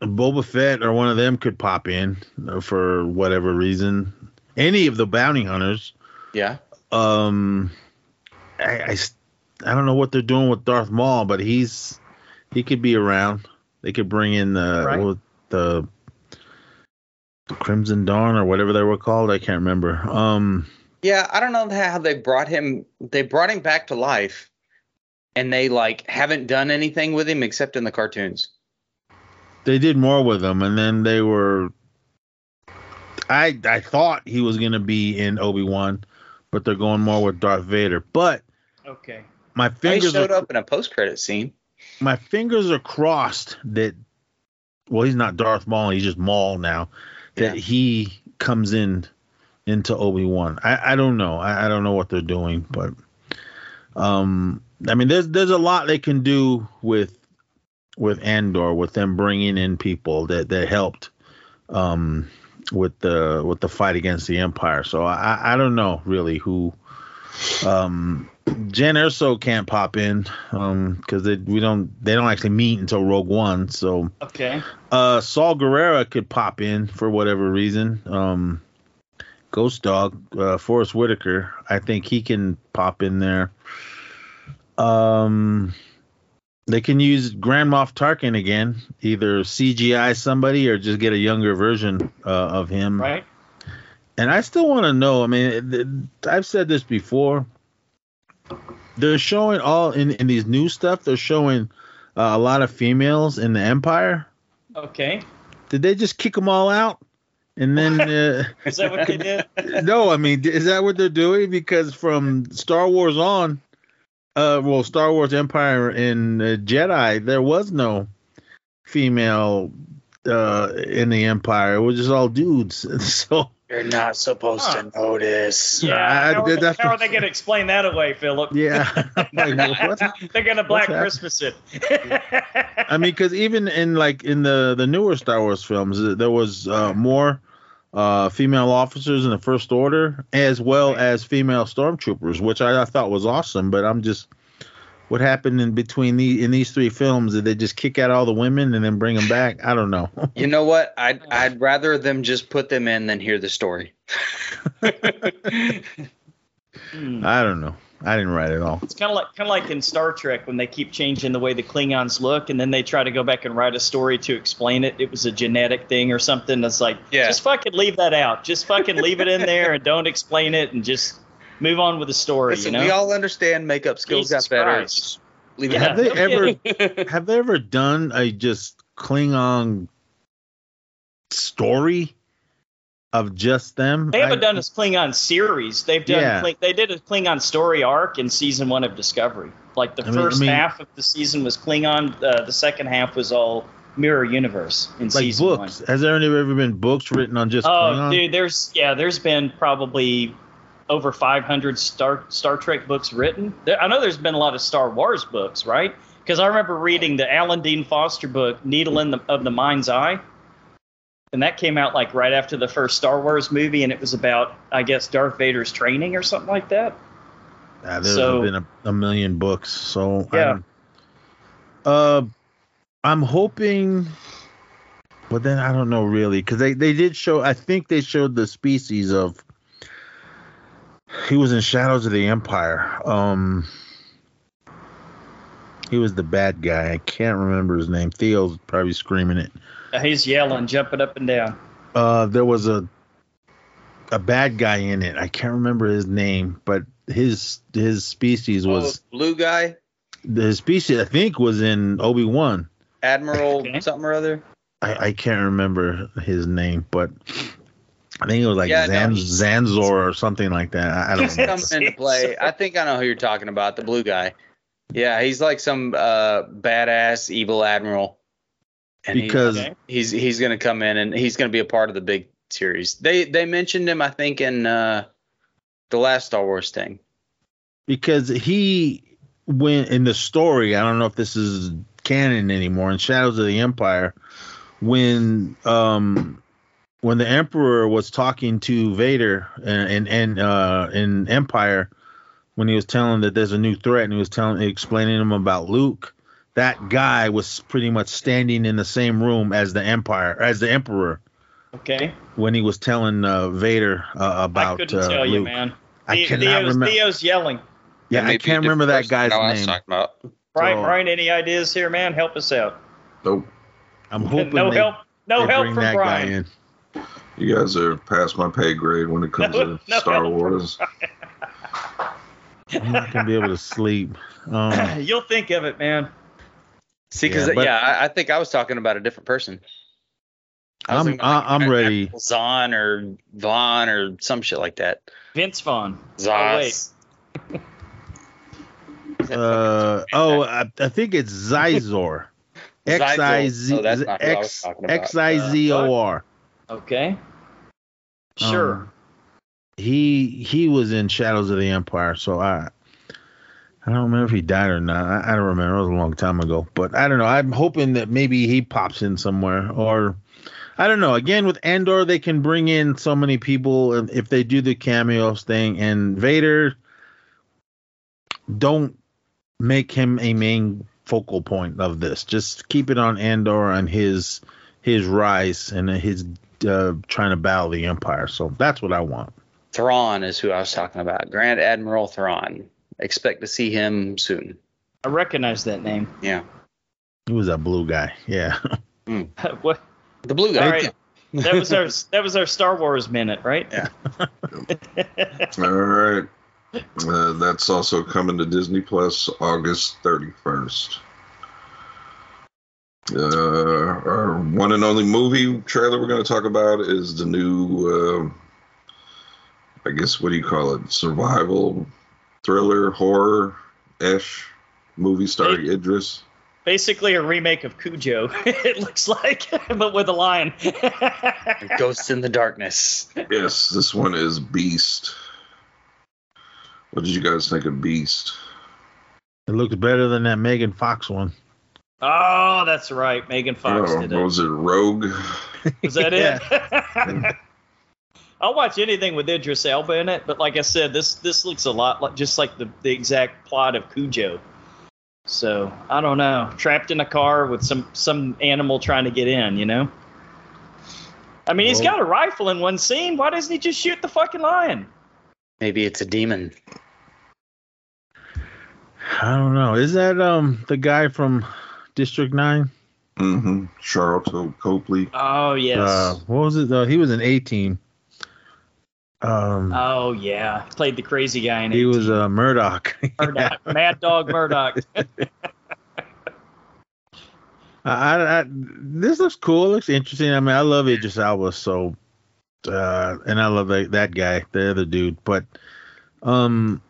Speaker 5: Boba Fett or one of them could pop in uh, for whatever reason. Any of the bounty hunters.
Speaker 4: Yeah.
Speaker 5: um I, I s- I don't know what they're doing with Darth Maul, but he's he could be around. They could bring in the
Speaker 3: Right.
Speaker 5: what- the the Crimson Dawn or whatever they were called. I can't remember. Um,
Speaker 4: Yeah, I don't know how they brought him. They brought him back to life, and they like haven't done anything with him except in the cartoons.
Speaker 5: they did more with him, and then they were. I I thought he was gonna be in Obi Wan, but they're going more with Darth Vader. But
Speaker 3: Okay.
Speaker 5: my
Speaker 4: They
Speaker 5: fingers are
Speaker 4: showed up in a post-credit scene.
Speaker 5: my fingers are crossed that well he's not Darth Maul he's just Maul now that
Speaker 4: Yeah.
Speaker 5: he comes in into Obi Wan I, I don't know I, I don't know what they're doing but um I mean there's there's a lot they can do with with Andor with them bringing in people that that helped um with the with the fight against the Empire so I I- I don't know really who um Jan Erso can't pop in um because they we don't they don't actually meet until Rogue One. So
Speaker 3: Okay.
Speaker 5: uh Saul Guerrera could pop in for whatever reason. Um Ghost Dog, uh Forrest Whitaker, I think he can pop in there. Um They can use Grand Moff Tarkin again, either CGI somebody or just get a younger version uh, of him.
Speaker 3: right?
Speaker 5: And I still want to know. I mean, th- I've said this before. They're showing all in in these new stuff. They're showing uh, a lot of females in the Empire.
Speaker 3: Okay.
Speaker 5: Did they just kick them all out? And then uh,
Speaker 3: Is that what they did?
Speaker 5: no, I mean, is that what they're doing? Because from Star Wars on, uh, well, Star Wars Empire and uh, Jedi, there was no female uh in the Empire. It was just all dudes. So
Speaker 4: You're not supposed
Speaker 3: Huh.
Speaker 4: to notice.
Speaker 5: I-
Speaker 3: Yeah. How, are
Speaker 5: that's-
Speaker 3: they, how are they going to explain that away, Philip?
Speaker 5: yeah, I'm like, what?
Speaker 3: They're going to Black
Speaker 5: happened?
Speaker 3: Christmas it.
Speaker 5: I mean, because even in like in the the newer Star Wars films, th- there was uh, more uh, female officers in the First Order, as well as female stormtroopers, which I, I thought was awesome. But I'm just, what happened in between the in these three films? Did they just kick out all the women and then bring them back? I don't know.
Speaker 4: You know what? I'd I'd rather them just put them in than hear the story.
Speaker 3: Hmm.
Speaker 5: I don't know. I didn't write it all.
Speaker 3: It's kind of like kind of like in Star Trek when they keep changing the way the Klingons look, and then they try to go back and write a story to explain it. It was a genetic thing or something. That's like,
Speaker 4: Yeah.
Speaker 3: just fucking leave that out. Just fucking leave it in there and don't explain it, and just move on with the story.
Speaker 4: Listen,
Speaker 3: you know,
Speaker 4: we all understand makeup skills
Speaker 3: Jesus
Speaker 4: got better.
Speaker 3: Christ.
Speaker 4: Just Leave
Speaker 3: Yeah.
Speaker 5: Have
Speaker 3: no
Speaker 5: they ever
Speaker 3: kidding.
Speaker 5: have they ever done a just Klingon story of just them?
Speaker 3: they haven't
Speaker 5: I-
Speaker 3: done a Klingon series. They've done
Speaker 5: Yeah.
Speaker 3: Kling- they did a Klingon story arc in season one of Discovery. Like the
Speaker 5: I mean- I
Speaker 3: first
Speaker 5: mean-
Speaker 3: half of the season was Klingon. Uh, the second half was all Mirror Universe in
Speaker 5: like
Speaker 3: season one.
Speaker 5: books. Has there ever been books written on just
Speaker 3: Oh,
Speaker 5: Klingon?
Speaker 3: dude, there's yeah, there's been probably over 500 Star Star Trek books written. There, I know there's been a lot of Star Wars books, right? Because I remember reading the Alan Dean Foster book "Needle in the of the Mind's Eye," and that came out like right after the first Star Wars movie, and it was about I guess Darth Vader's training or something like that.
Speaker 5: Ah, there's
Speaker 3: so-
Speaker 5: been a, a million books. So I
Speaker 3: Yeah.
Speaker 5: don't- uh, I'm hoping, but then I don't know really because they they did show. I think they showed the species of. He was in Shadows of the Empire. Um. He was the bad guy. I can't remember his name. Theo's probably screaming it.
Speaker 3: Uh, He's yelling, jumping up and down.
Speaker 5: uh there was a a bad guy in it. I can't remember his name, but his his species was
Speaker 4: Oh, blue guy,
Speaker 5: his species I think was in Obi Wan.
Speaker 4: Admiral
Speaker 3: Okay.
Speaker 4: something or other.
Speaker 5: I, I can't remember his name, but I think it was like
Speaker 4: Yeah, no,
Speaker 5: Zan,
Speaker 4: he-
Speaker 5: Zanzor or something like that. I, I don't know.
Speaker 4: Come into play. I think I know who you're talking about. The blue guy. Yeah, he's like some uh, badass evil admiral. And he-
Speaker 5: because
Speaker 3: okay.
Speaker 4: he's he's gonna come in and he's gonna be a part of the big series. They they mentioned him, I think, in uh, the last Star Wars thing.
Speaker 5: because he went in the story i don't know if this is canon anymore in shadows of the empire when um when the emperor was talking to vader and and, and uh in empire when he was telling him that there's a new threat and he was telling explaining him about luke that guy was pretty much standing in the same room as the empire as the emperor
Speaker 3: Okay,
Speaker 5: when he was telling uh, vader uh,
Speaker 3: I
Speaker 5: about
Speaker 3: couldn't
Speaker 5: uh,
Speaker 3: tell
Speaker 5: luke
Speaker 3: you, man.
Speaker 5: i
Speaker 3: The-
Speaker 5: cannot
Speaker 3: Theo's,
Speaker 5: remember
Speaker 3: Theo's yelling.
Speaker 5: yeah i
Speaker 4: Maybe
Speaker 5: can't
Speaker 4: a
Speaker 5: remember that
Speaker 4: different person
Speaker 5: guy's
Speaker 4: than I was
Speaker 5: name
Speaker 4: talking about.
Speaker 3: Brian,
Speaker 5: So-
Speaker 3: Brian, any ideas here, man? Help us out.
Speaker 6: Nope.
Speaker 5: I'm hoping
Speaker 3: no
Speaker 5: they,
Speaker 3: help. No
Speaker 5: they
Speaker 3: help
Speaker 5: bring
Speaker 3: from
Speaker 5: that
Speaker 3: Brian.
Speaker 5: guy in.
Speaker 6: You guys are past my pay grade when it comes
Speaker 3: No,
Speaker 6: to
Speaker 3: no.
Speaker 6: Star Wars.
Speaker 5: I'm not gonna be able to sleep. Um,
Speaker 3: You'll think of it, man.
Speaker 4: See, because
Speaker 5: Yeah,
Speaker 4: yeah,
Speaker 5: but-
Speaker 4: I, I think I was talking about a different person. I was
Speaker 5: I'm
Speaker 4: thinking
Speaker 5: I,
Speaker 4: like
Speaker 5: I'm ready.
Speaker 4: Zahn or Vaughn or some shit like that.
Speaker 3: Vince Vaughn.
Speaker 4: Zaz.
Speaker 5: Uh, oh, I, I think it's Zizor. X I
Speaker 4: Oh,
Speaker 5: Z
Speaker 4: that's not who I was
Speaker 5: X
Speaker 4: talking about.
Speaker 5: X I Z O R.
Speaker 3: Oh, Okay.
Speaker 5: Um,
Speaker 3: Sure.
Speaker 5: He he was in Shadows of the Empire, so I I don't remember if he died or not. I, I don't remember. It was a long time ago, but I don't know. I'm hoping that maybe he pops in somewhere, or I don't know. Again, with Andor, they can bring in so many people and if they do the cameos thing. And Vader, don't make him a main focal point of this. Just keep it on Andor and his his rise and his uh, trying to battle the Empire. So that's what I want.
Speaker 4: Thrawn is who I was talking about. Grand Admiral Thrawn. Expect to see him soon.
Speaker 3: I recognize that name.
Speaker 4: Yeah.
Speaker 5: Who was that blue guy? Yeah.
Speaker 3: what?
Speaker 4: The blue guy.
Speaker 3: All right. That was our that was our Star Wars minute, right?
Speaker 4: Yeah.
Speaker 6: All right. Uh, that's also coming to Disney Plus August 31st. Uh, our one and only movie trailer we're going to talk about is the new, uh, I guess, what do you call it? Survival, thriller, horror ish movie starring Idris.
Speaker 3: Basically, a remake of Cujo. it looks like, but with a lion.
Speaker 4: Ghosts in the darkness.
Speaker 6: Yes, this one is Beast. What did you guys think of Beast?
Speaker 5: It looks better than that Megan Fox one.
Speaker 3: oh, that's right. Megan Fox
Speaker 6: Oh,
Speaker 3: did
Speaker 6: what
Speaker 3: it.
Speaker 6: was it, Rogue?
Speaker 3: Was that it? I'll watch anything with Idris Elba in it, but like I said, this this looks a lot like just like the, the exact plot of Cujo. So I don't know. Trapped in a car with some some animal trying to get in, you know. I mean, he's
Speaker 5: Well-
Speaker 3: got a rifle in one scene. Why doesn't he just shoot the fucking lion?
Speaker 4: Maybe it's a demon.
Speaker 5: I don't know. Is that um the guy from District Nine?
Speaker 6: Mm-hmm. Charlton Copley.
Speaker 3: Oh yes.
Speaker 5: Uh, what was it? Uh, he was an A team. Um,
Speaker 3: oh yeah. Played the crazy guy in
Speaker 5: he
Speaker 3: it.
Speaker 5: was uh, Murdoch.
Speaker 3: Murdoch, Mad Dog Murdoch.
Speaker 5: I, I, I- this looks cool. It looks interesting. I mean, I love Idris Alba so, uh, and I love that, that guy, the other dude. But, um,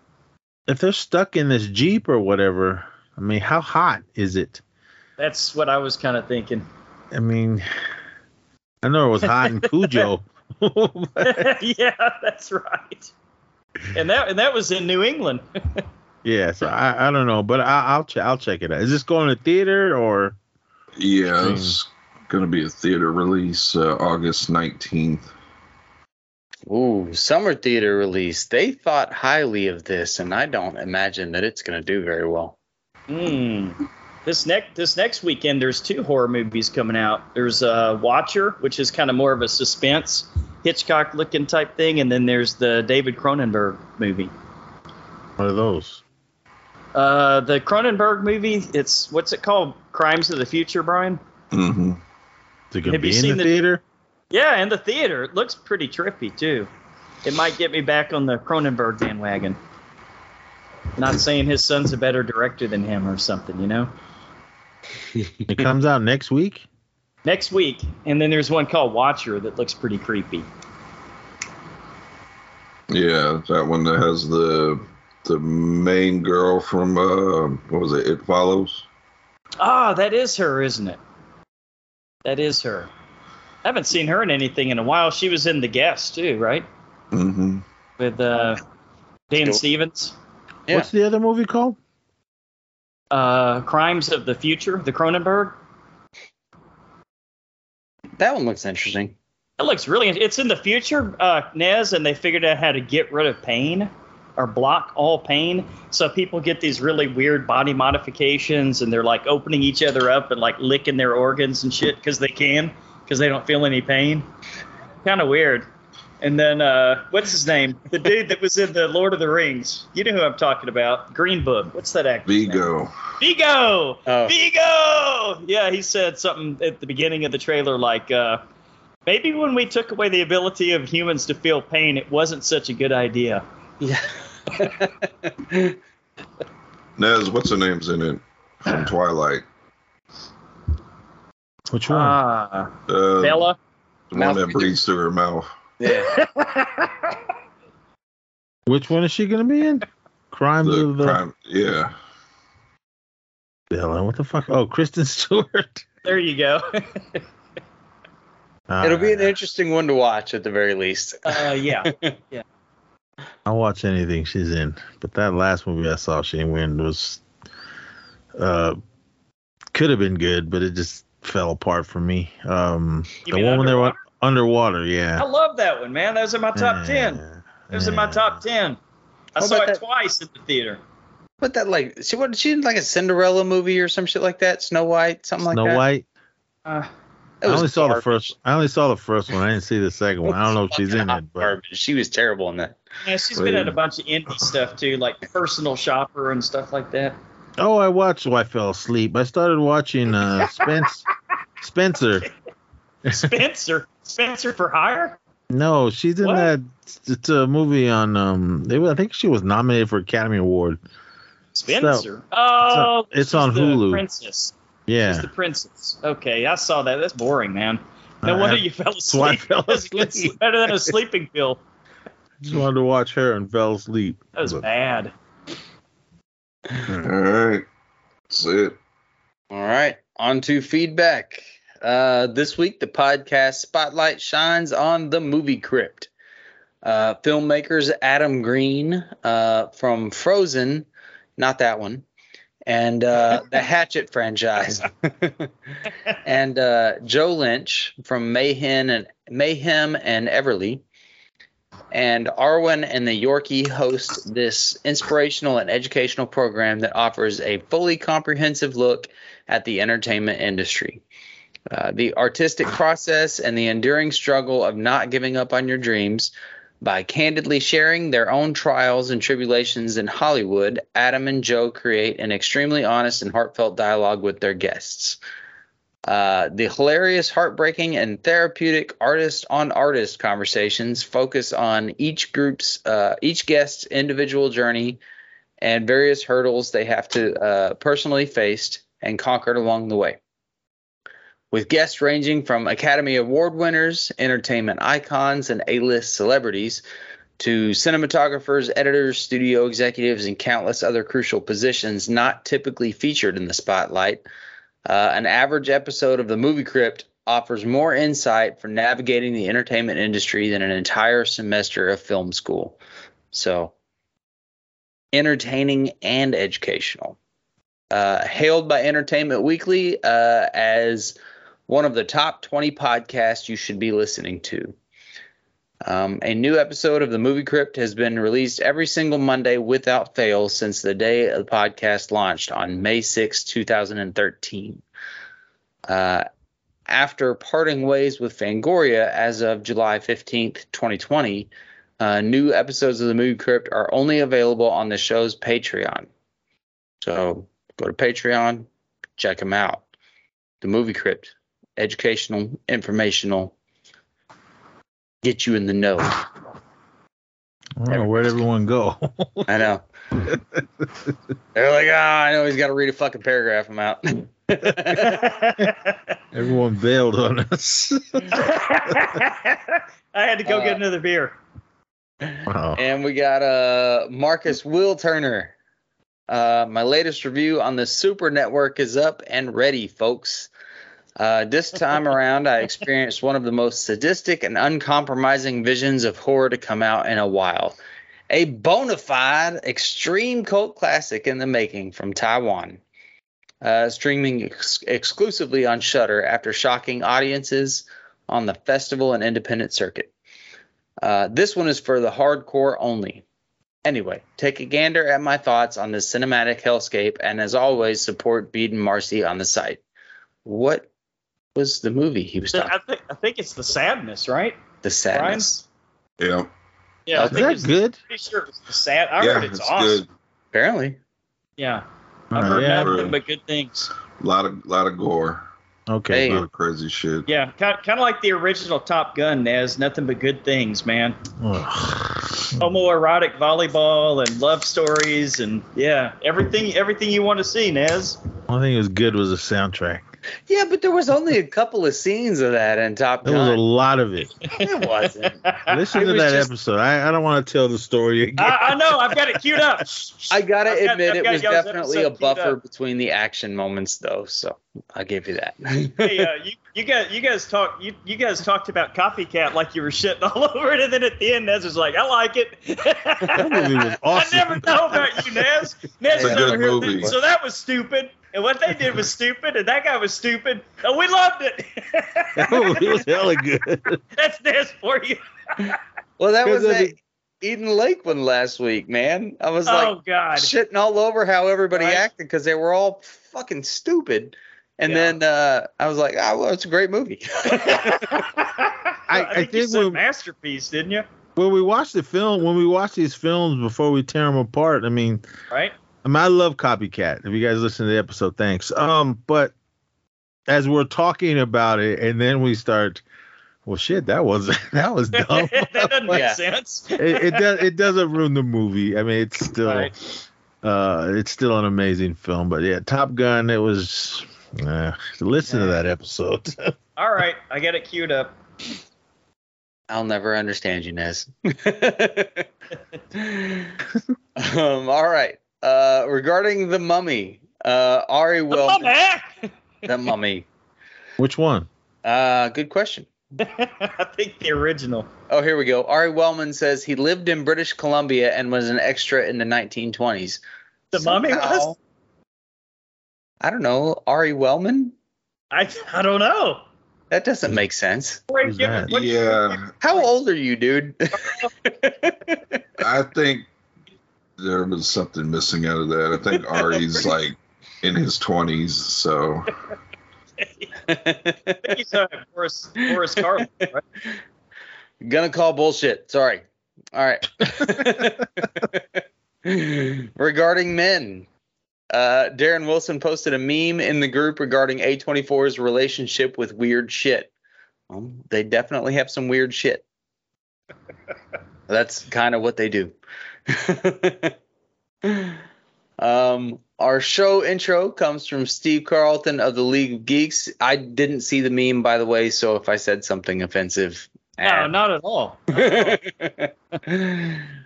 Speaker 5: if they're stuck in this jeep or whatever, I mean, how hot is it?
Speaker 3: That's what I was kind of thinking.
Speaker 5: I mean, I know it was hot in Cujo. but-
Speaker 3: yeah, that's right. And that and that was in New England.
Speaker 5: yeah, so I, I don't know, but I, I'll ch- I'll check it out. Is this going to theater or?
Speaker 6: Yeah, it's going to be a theater release uh, August 19th.
Speaker 4: Ooh, summer theater release. They thought highly of this, and I don't imagine that it's going to do very well.
Speaker 3: Hmm. This next this next weekend, there's two horror movies coming out. There's uh, Watcher, which is kind of more of a suspense Hitchcock looking type thing, and then there's the David Cronenberg movie.
Speaker 5: What are those?
Speaker 3: Uh, the Cronenberg movie, it's what's it called? Crimes of the Future, Brian.
Speaker 6: Mm-hmm.
Speaker 5: Is it gonna
Speaker 3: Have you
Speaker 5: be in
Speaker 3: seen
Speaker 5: the
Speaker 3: the-
Speaker 5: theater?
Speaker 3: Yeah, in the theater, it looks pretty trippy too. It might get me back on the Cronenberg bandwagon. Not saying his son's a better director than him or something, you know.
Speaker 5: It comes out next week.
Speaker 3: Next week, and then there's one called Watcher that looks pretty creepy.
Speaker 6: Yeah, that one that has the the main girl from uh, what was it? It Follows.
Speaker 3: Ah, that is her, isn't it? That is her. I haven't seen her in anything in a while. She was in The Guest too, right?
Speaker 6: Mm-hmm.
Speaker 3: With uh, Dan
Speaker 4: Still-
Speaker 3: Stevens.
Speaker 4: Yeah.
Speaker 5: What's the other movie called?
Speaker 3: Uh, Crimes of the Future, the Cronenberg.
Speaker 4: That one looks interesting.
Speaker 3: That looks really. It's in the future, uh, Nez, and they figured out how to get rid of pain or block all pain. So people get these really weird body modifications, and they're like opening each other up and like licking their organs and shit because they can, because they don't feel any pain. Kind of weird. And then uh, what's his name? The dude that was in the Lord of the Rings. You know who I'm talking about? Green Book. What's that actor?
Speaker 6: Vigo.
Speaker 3: Vigo.
Speaker 4: Oh.
Speaker 3: Vigo. Yeah, he said something at the beginning of the trailer like, uh, maybe when we took away the ability of humans to feel pain, it wasn't such a good idea.
Speaker 4: Yeah.
Speaker 6: Nez, what's her name's in it from Twilight?
Speaker 5: Which one?
Speaker 3: Ah,
Speaker 6: Uh,
Speaker 3: Bella.
Speaker 6: the one that
Speaker 4: Mouth-
Speaker 6: breathes through her mouth.
Speaker 4: yeah.
Speaker 5: Which one is she going to be in? Crimes
Speaker 6: The
Speaker 5: of the
Speaker 6: crime. Yeah.
Speaker 5: Bella, What the fuck? Oh, Kristen Stewart.
Speaker 3: there you go.
Speaker 4: It'll be an
Speaker 5: Alright,
Speaker 4: interesting one to watch at the very least.
Speaker 3: uh, yeah.
Speaker 5: I'll watch anything she's in, but that last movie I saw she in was uh could have been good, but it just fell apart for me. Um,
Speaker 3: You
Speaker 5: the
Speaker 3: mean
Speaker 5: one when they were underwater, yeah.
Speaker 3: I love that one, man. Those are my top 10. Those are my top 10. I
Speaker 4: How
Speaker 3: saw it
Speaker 4: about that-
Speaker 3: twice at the theater.
Speaker 4: What that like? She what? She in, like a Cinderella movie or some shit like that. Snow White, something like
Speaker 5: Snow
Speaker 4: that.
Speaker 5: White.
Speaker 3: Uh,
Speaker 4: It
Speaker 5: I
Speaker 4: was
Speaker 5: only saw the
Speaker 4: garbage.
Speaker 5: first. I only saw the first one. I didn't see the second one. I don't know if she's
Speaker 4: Fucking
Speaker 5: in
Speaker 4: hot
Speaker 5: it, but
Speaker 4: garbage. she was terrible in that.
Speaker 3: yeah, she's been at a bunch of indie stuff too, like Personal Shopper and stuff like that.
Speaker 5: Oh, I watched. Oh, I fell asleep. I started watching uh, Spence, Spencer.
Speaker 3: Spencer, Spencer for hire.
Speaker 5: No, she's in
Speaker 3: What?
Speaker 5: that. It's a movie on. Um, it was, I think she was nominated for Academy Award.
Speaker 3: Spencer. oh,
Speaker 5: it's
Speaker 3: she's
Speaker 5: on
Speaker 3: the
Speaker 5: Hulu.
Speaker 3: Princess.
Speaker 5: Yeah,
Speaker 3: She's the princess. Okay, I saw that. That's boring, man. No
Speaker 5: I-
Speaker 3: wonder
Speaker 5: I
Speaker 3: you fell asleep.
Speaker 5: why I fell
Speaker 3: That's good s-
Speaker 5: asleep.
Speaker 3: Better than a sleeping pill.
Speaker 5: just wanted to watch her and fell asleep.
Speaker 3: That was
Speaker 5: But-
Speaker 3: bad.
Speaker 6: All right. That's it.
Speaker 4: All right, on to feedback. Uh, this week, the podcast spotlight shines on the movie crypt. Uh, filmmakers Adam Green uh, from Frozen, not that one, and uh, the Hatchet franchise, and uh, Joe Lynch from Mayhem and Mayhem and Everly. And Arwen and the Yorkie host this inspirational and educational program that offers a fully comprehensive look at the entertainment industry. Uh, the artistic process and the enduring struggle of not giving up on your dreams. By candidly sharing their own trials and tribulations in Hollywood, Adam and Joe create an extremely honest and heartfelt dialogue with their guests. Uh, the hilarious, heartbreaking, and therapeutic artist-on-artist conversations focus on each group's, uh, each guest's individual journey and various hurdles they have to uh, personally face and conquered along the way. With guests ranging from Academy Award winners, entertainment icons, and A list celebrities to cinematographers, editors, studio executives, and countless other crucial positions not typically featured in the spotlight, uh, an average episode of the movie crypt offers more insight for navigating the entertainment industry than an entire semester of film school. So, entertaining and educational. Uh, hailed by Entertainment Weekly uh, as one of the top 20 podcasts you should be listening to. Um, a new episode of the Movie Crypt has been released every single Monday without fail since the day the podcast launched on May 6, 2013. Uh, after parting ways with Fangoria as of July 15th, 2020, uh, new episodes of the Movie Crypt are only available on the show's Patreon. So go to Patreon, check them out. The Movie Crypt, educational, informational, get you in the know.
Speaker 5: I don't know, where'd everyone go?
Speaker 4: I know. They're like, ah, I know he's got to read a fucking paragraph. I'm out.
Speaker 5: everyone bailed on us.
Speaker 3: I had to go
Speaker 4: Uh,
Speaker 3: get another beer.
Speaker 5: wow.
Speaker 4: And we got uh, Marcus Will Turner. Uh, my latest review on the Super Network is up and ready, folks. Uh, this time around, I experienced one of the most sadistic and uncompromising visions of horror to come out in a while. A bona fide extreme cult classic in the making from Taiwan. Uh, streaming ex- exclusively on Shudder after shocking audiences on the festival and independent circuit. Uh, this one is for the hardcore only. Anyway, take a gander at my thoughts on this cinematic hellscape, and as always, support Bede and Marcy on the site. What was the movie he was talking
Speaker 3: I think I think it's the sadness, right?
Speaker 4: The
Speaker 3: Brian?
Speaker 4: Sadness.
Speaker 6: Yeah.
Speaker 3: Yeah, I
Speaker 4: Is
Speaker 5: Is
Speaker 3: think
Speaker 5: that
Speaker 3: it's-
Speaker 5: good?
Speaker 3: Pretty sure it was the sad. I
Speaker 6: yeah,
Speaker 3: heard it's, awesome.
Speaker 4: Apparently.
Speaker 3: Yeah, I've
Speaker 5: Oh,
Speaker 3: heard
Speaker 5: yeah.
Speaker 6: that.
Speaker 3: nothing but good things.
Speaker 6: good. A lot of lot of gore.
Speaker 5: Okay.
Speaker 6: A
Speaker 4: Hey.
Speaker 6: lot of crazy shit.
Speaker 3: Yeah, kind kind of like the original Top Gun. Naz, nothing but good things, man.
Speaker 5: Ugh.
Speaker 3: Homoerotic volleyball and love stories and yeah, everything everything you want to see, Naz.
Speaker 5: One thing that was good was the soundtrack.
Speaker 4: Yeah, but there was only a couple of scenes of that in Top
Speaker 5: There was a
Speaker 4: Gun.
Speaker 5: lot of it.
Speaker 4: It wasn't.
Speaker 5: Listen
Speaker 4: It
Speaker 5: to
Speaker 4: was
Speaker 5: that
Speaker 4: just-
Speaker 5: episode. I, I don't want to tell the story again.
Speaker 3: I, I know. I've got it queued up.
Speaker 4: I gotta
Speaker 3: I've got-
Speaker 4: admit,
Speaker 3: I've
Speaker 4: it
Speaker 3: got
Speaker 4: was
Speaker 3: y'all's
Speaker 4: definitely a
Speaker 3: episode queued
Speaker 4: buffer
Speaker 3: up.
Speaker 4: between the action moments, though. So I'll give you that.
Speaker 3: Hey, uh, you, you guys, you guys talk, you, you guys talked about Copycat like you were shitting all over it, and then at the end, Nez was like, "I like it."
Speaker 5: that movie was
Speaker 3: I
Speaker 5: awesome.
Speaker 3: never know about you, Nez. Nez
Speaker 6: It's a
Speaker 3: is
Speaker 6: good
Speaker 3: over here,
Speaker 6: movie.
Speaker 3: So that was stupid, and what they did was stupid, and that guy was stupid, and we loved
Speaker 5: that movie was
Speaker 3: it.
Speaker 5: hella good.
Speaker 3: That's Nez for you.
Speaker 4: well, that was
Speaker 5: Because of
Speaker 4: that Eden Lake one last week, man. I was like,
Speaker 3: Oh God.
Speaker 4: shitting all over how everybody
Speaker 3: Right.
Speaker 4: acted because they were all fucking stupid. And
Speaker 3: Yeah.
Speaker 4: then uh, I was like, oh, well, it's a great movie.
Speaker 3: I,
Speaker 5: I
Speaker 3: think you
Speaker 5: think
Speaker 3: said
Speaker 5: we-
Speaker 3: masterpiece, didn't you?
Speaker 5: when we watch the film, when we watch these films before we tear them apart, I mean,
Speaker 3: Right?
Speaker 5: I mean, I love Copycat. If you guys listen to the episode, thanks. Um, but as we're talking about it, and then we start, well, shit, that was that was dumb.
Speaker 3: that doesn't make
Speaker 4: Yeah.
Speaker 3: sense.
Speaker 5: it, it does it doesn't ruin the movie. I mean, it's still
Speaker 3: Right.
Speaker 5: uh, it's still an amazing film. But yeah, Top Gun. It was. Uh, listen to that episode.
Speaker 3: All right, I got it queued up.
Speaker 4: I'll never understand you, Nez. um, all right. Uh, regarding the mummy, uh, Ari
Speaker 3: The
Speaker 4: Well,
Speaker 3: mummy!
Speaker 4: the mummy.
Speaker 5: Which one?
Speaker 4: Uh, good question.
Speaker 3: I think the original.
Speaker 4: Oh, here we go. Ari Wellman says he lived in British Columbia and was an extra in the 1920s.
Speaker 3: The mummy was.
Speaker 4: Somehow- I don't know. Ari Wellman?
Speaker 3: I, I don't know.
Speaker 4: That doesn't make sense.
Speaker 3: Frank,
Speaker 5: Who's
Speaker 3: give it-
Speaker 5: that?
Speaker 3: what-
Speaker 6: Yeah,
Speaker 4: How old are you, dude?
Speaker 6: I think there was something missing out of that. I think Ari's like in his twenties, so
Speaker 3: I think he's uh, Boris Boris Karloff, right?
Speaker 4: Gonna call bullshit. Sorry. All right. regarding men, uh, Darren Wilson posted a meme in the group regarding A24's relationship with weird shit. Um, they definitely have some weird shit. That's kind of what they do. um, our show intro comes from Steve Carlton of the League of Geeks. I didn't see the meme, by the way, so if I said something offensive,
Speaker 3: No,
Speaker 4: eh.
Speaker 3: not at all.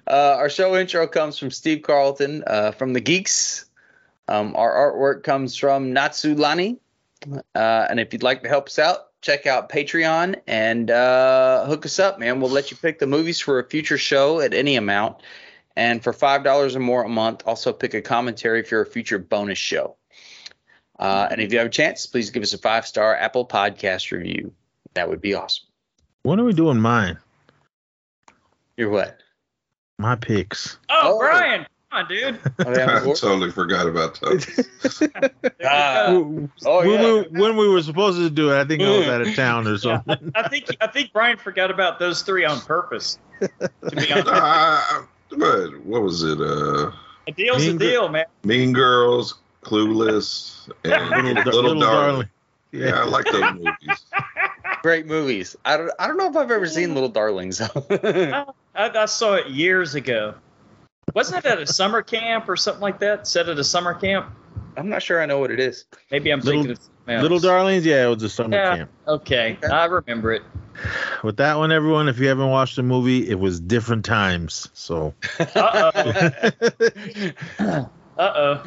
Speaker 4: uh, our show intro comes from Steve Carlton uh, from the Geeks. Um, our artwork comes from Natsu Lani. Uh, and if you'd like to help us out, check out Patreon and uh, hook us up, man. We'll let you pick the movies for a future show at any amount. And for $5 or more a month, also pick a commentary for a future bonus show. Uh, and if you have a chance, please give us a five star Apple Podcast review. That would be awesome.
Speaker 5: When are we doing mine?
Speaker 4: You're what?
Speaker 5: My picks.
Speaker 3: Oh,
Speaker 4: Oh.
Speaker 3: Brian, come on, dude.
Speaker 4: Oh,
Speaker 6: I
Speaker 4: yeah, we're-
Speaker 6: totally forgot about that.
Speaker 4: Ah.
Speaker 3: Uh,
Speaker 5: When-
Speaker 4: oh,
Speaker 5: when,
Speaker 4: yeah.
Speaker 5: we, when we were supposed to do it, I think I was out of town or
Speaker 3: yeah,
Speaker 5: something.
Speaker 3: I, I think I think Brian forgot about those three on purpose. To be honest,
Speaker 6: uh, but what was it? Uh,
Speaker 3: a deal's a
Speaker 5: Mean Gr-
Speaker 3: deal, man.
Speaker 6: mean Girls, Clueless, and Little,
Speaker 5: Little
Speaker 6: Darling.
Speaker 5: Yeah.
Speaker 6: Yeah, I like those movies.
Speaker 4: great movies. I don't, I don't know if I've ever seen Little Darlings.
Speaker 3: I, I saw it years ago. Wasn't it at a summer camp or something like that? Set at a summer camp?
Speaker 4: I'm not sure I know what it is.
Speaker 3: Maybe I'm
Speaker 5: Little-
Speaker 3: thinking of something else.
Speaker 5: Little Darlings, yeah, it was a summer
Speaker 3: Yeah.
Speaker 5: camp.
Speaker 3: Okay, I remember it.
Speaker 5: With that one, everyone, if you haven't watched the movie, it was different times. So
Speaker 3: Uh-oh.
Speaker 5: they couldn't
Speaker 3: Uh oh.
Speaker 4: Ah,
Speaker 5: do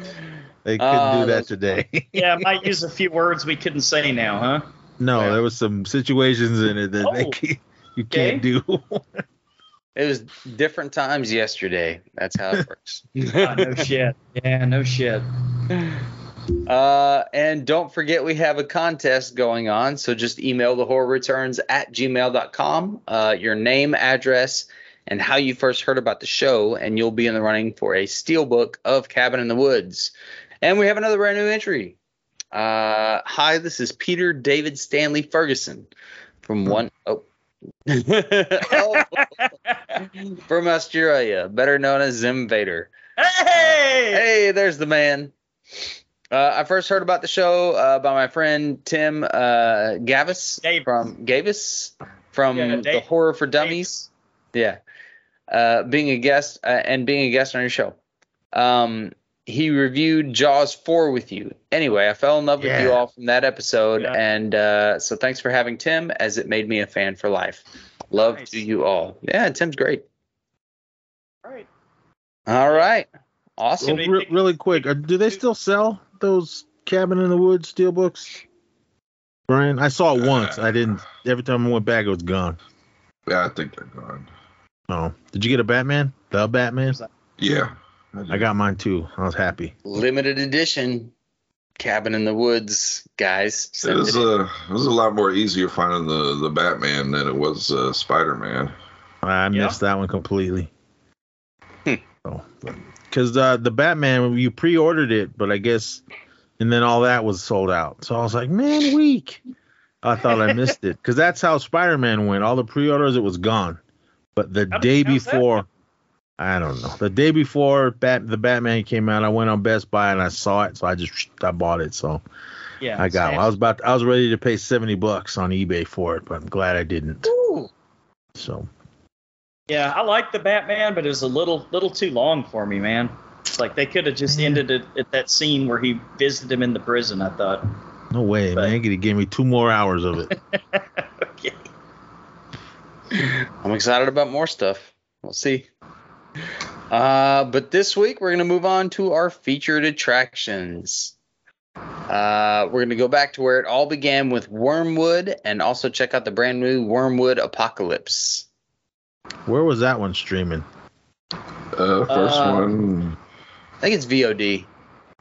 Speaker 5: that
Speaker 3: Uh,
Speaker 4: that's
Speaker 5: today.
Speaker 3: Yeah, I might use a few words we couldn't say now, huh?
Speaker 5: No,
Speaker 4: Yeah.
Speaker 5: there was some situations in it that they
Speaker 3: Oh,
Speaker 5: can't, you
Speaker 3: okay.
Speaker 5: can't do.
Speaker 4: It was different times yesterday. That's how it works.
Speaker 3: Ah, no shit. Yeah, no shit.
Speaker 4: Uh, and don't forget, we have a contest going on. So just email the horror returns at gmail.com, uh, your name, address, and how you first heard about the show, and you'll be in the running for a steelbook of Cabin in the Woods. And we have another brand new entry. Uh, hi, this is Peter David Stanley Ferguson from one oh oh, from Australia, better known as Zim Vader.
Speaker 3: Hey!
Speaker 4: Hey, there's the man. Uh, I first heard about the show uh, by my friend Tim uh, Gavis
Speaker 3: Dave.
Speaker 4: from Gavis from
Speaker 3: Yeah, Dave.
Speaker 4: the Horror for Dummies. Yeah, uh, being a guest uh, and being a guest on your show. Um, he reviewed Jaws 4 with you. Anyway, I fell in love with you
Speaker 5: Yeah.
Speaker 4: all from that episode,
Speaker 3: Yeah.
Speaker 4: and uh, so thanks for having Tim, as it made me a fan for life. Love
Speaker 3: Nice.
Speaker 4: to you all. Yeah, Tim's great.
Speaker 3: All right.
Speaker 4: All right,
Speaker 5: Well,
Speaker 4: awesome.
Speaker 3: they
Speaker 5: re-
Speaker 3: pick-
Speaker 5: really quick, uh, do they still sell those Cabin in the Woods steel books? Brian, I saw it once. I didn't. Every time I went back, it was gone.
Speaker 6: Yeah, I think they're gone.
Speaker 5: Oh, did you get a Batman? The Batman?
Speaker 6: Yeah,
Speaker 5: I got mine too. I was happy.
Speaker 4: limited edition cabin in the woods guys
Speaker 6: It
Speaker 4: Send it
Speaker 6: was, uh, it was a lot more easier finding the, the Batman than it was uh, Spider Man.
Speaker 5: I
Speaker 3: Yeah.
Speaker 5: missed that one completely.
Speaker 4: Hmm.
Speaker 5: Oh, because uh, the Batman, you pre-ordered it, but I guess, and then all that was sold out. So I was like, man, weak. I thought I missed it because that's how Spider-Man went. All the pre-orders, it was gone. But the
Speaker 3: How-
Speaker 5: day
Speaker 3: how's that?
Speaker 5: before, I don't know. The day before Bat, the Batman came out, I went on Best Buy and I saw it, so I just I bought it. So
Speaker 3: Yeah,
Speaker 5: I got.
Speaker 3: same.
Speaker 5: One. I was about. I was ready to pay seventy bucks on eBay for it, but I'm glad I didn't.
Speaker 4: Ooh.
Speaker 5: So
Speaker 3: Yeah, I like the Batman, but it was a little little too long for me, man. It's like they could have just ended it at that scene where he visited him in the prison. I thought,
Speaker 5: no way,
Speaker 3: But-
Speaker 5: man. He gave me two more hours of it.
Speaker 3: okay,
Speaker 4: I'm excited about more stuff. We'll see. Uh, but this week we're going to move on to our featured attractions. Uh, we're going to go back to where it all began with Wormwood, and also check out the brand new Wormwood Apocalypse.
Speaker 5: Where was that one streaming?
Speaker 6: Uh, first
Speaker 3: Uh,
Speaker 6: one.
Speaker 4: I think it's VOD.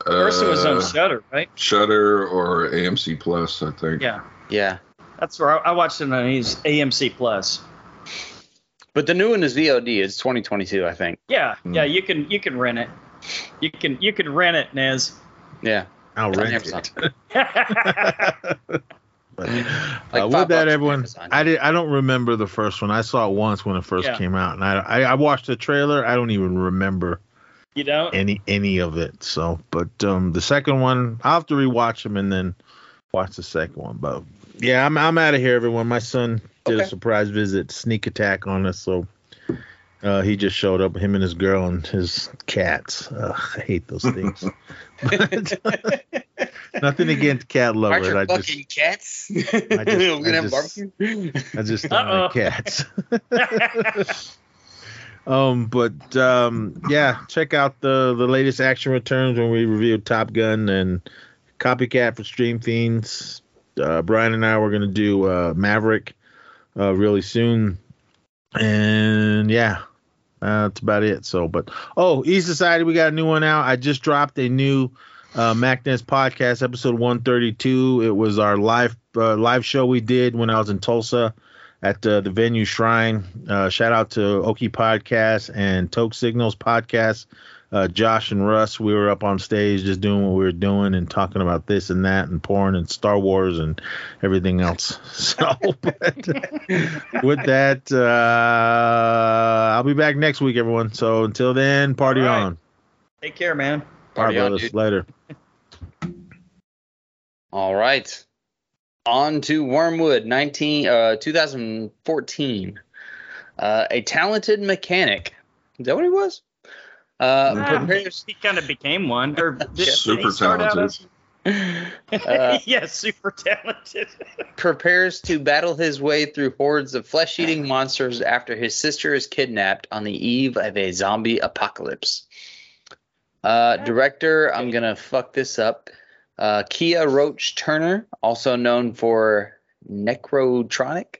Speaker 6: Uh,
Speaker 3: first it was on Shutter, right?
Speaker 6: Shutter or AMC Plus, I think.
Speaker 3: Yeah,
Speaker 4: Yeah,
Speaker 3: that's where I, I watched it on his AMC Plus.
Speaker 4: but the new one is VOD. It's 2022, I think.
Speaker 3: Yeah,
Speaker 6: Hmm.
Speaker 3: yeah, you can you can rent it. You can you can rent it, Nez.
Speaker 4: Yeah,
Speaker 5: I'll
Speaker 4: it's on
Speaker 5: rent
Speaker 4: Amazon.
Speaker 5: it.
Speaker 3: yeah,
Speaker 5: But,
Speaker 4: Like
Speaker 5: uh,
Speaker 4: five
Speaker 5: with that,
Speaker 4: bucks on
Speaker 5: everyone,
Speaker 4: Amazon.
Speaker 5: I did. I don't remember the first one. I saw it once when it first
Speaker 3: Yeah.
Speaker 5: came out, and I, I I watched the trailer. I don't even remember
Speaker 3: you know,
Speaker 5: any any of it. So, but um, the second one, I'll have to rewatch them and then watch the second one. But yeah, I'm I'm out of here, everyone. My son did a
Speaker 4: Okay.
Speaker 5: surprise visit, sneak attack on us. So uh, he just showed up, him and his girl and his cats. Uh, I hate those things. But- nothing against cat
Speaker 4: Aren't
Speaker 5: lovers.
Speaker 4: your
Speaker 5: I
Speaker 4: fucking
Speaker 5: just
Speaker 4: cats?
Speaker 5: I just-
Speaker 4: We're gonna
Speaker 5: I
Speaker 4: have
Speaker 5: just-
Speaker 4: barbecue.
Speaker 5: I just don't
Speaker 3: Uh-oh.
Speaker 5: like cats. Um, but um, yeah, check out the the latest action returns when we reviewed Top Gun and Copycat for Stream Fiends. Uh, Brian and I were gonna do uh, Maverick uh, really soon, and yeah, uh, that's about it. So, but oh, E Society, we got a new one out. I just dropped a new uh, MacNess podcast episode 132. It was our live uh, live show we did when I was in Tulsa at uh, the venue Shrine. Uh, shout out to Oki Podcast and Toke Signals Podcast. Uh, Josh and Russ, we were up on stage just doing what we were doing and talking about this and that and porn and Star Wars and everything else. So, but with that, uh, I'll be back next week, everyone. So until then, party
Speaker 3: All right.
Speaker 5: on.
Speaker 3: take care, man.
Speaker 4: Party
Speaker 5: All
Speaker 4: on,
Speaker 5: right, brothers.
Speaker 4: dude.
Speaker 5: Later.
Speaker 4: All right. On to Wormwood 19 uh 2014. Uh, a talented mechanic. Is that what he was? Uh,
Speaker 3: Ah.
Speaker 4: prepares,
Speaker 3: He kind of became one, or did- did he
Speaker 6: Super
Speaker 3: start out
Speaker 6: talented.
Speaker 3: as-
Speaker 4: Uh,
Speaker 3: yeah, super talented.
Speaker 4: prepares to battle his way through hordes of flesh eating monsters after his sister is kidnapped on the eve of a zombie apocalypse. Uh, director, I'm going to fuck this up. Uh, Kia Roach Turner, also known for Necrotronic.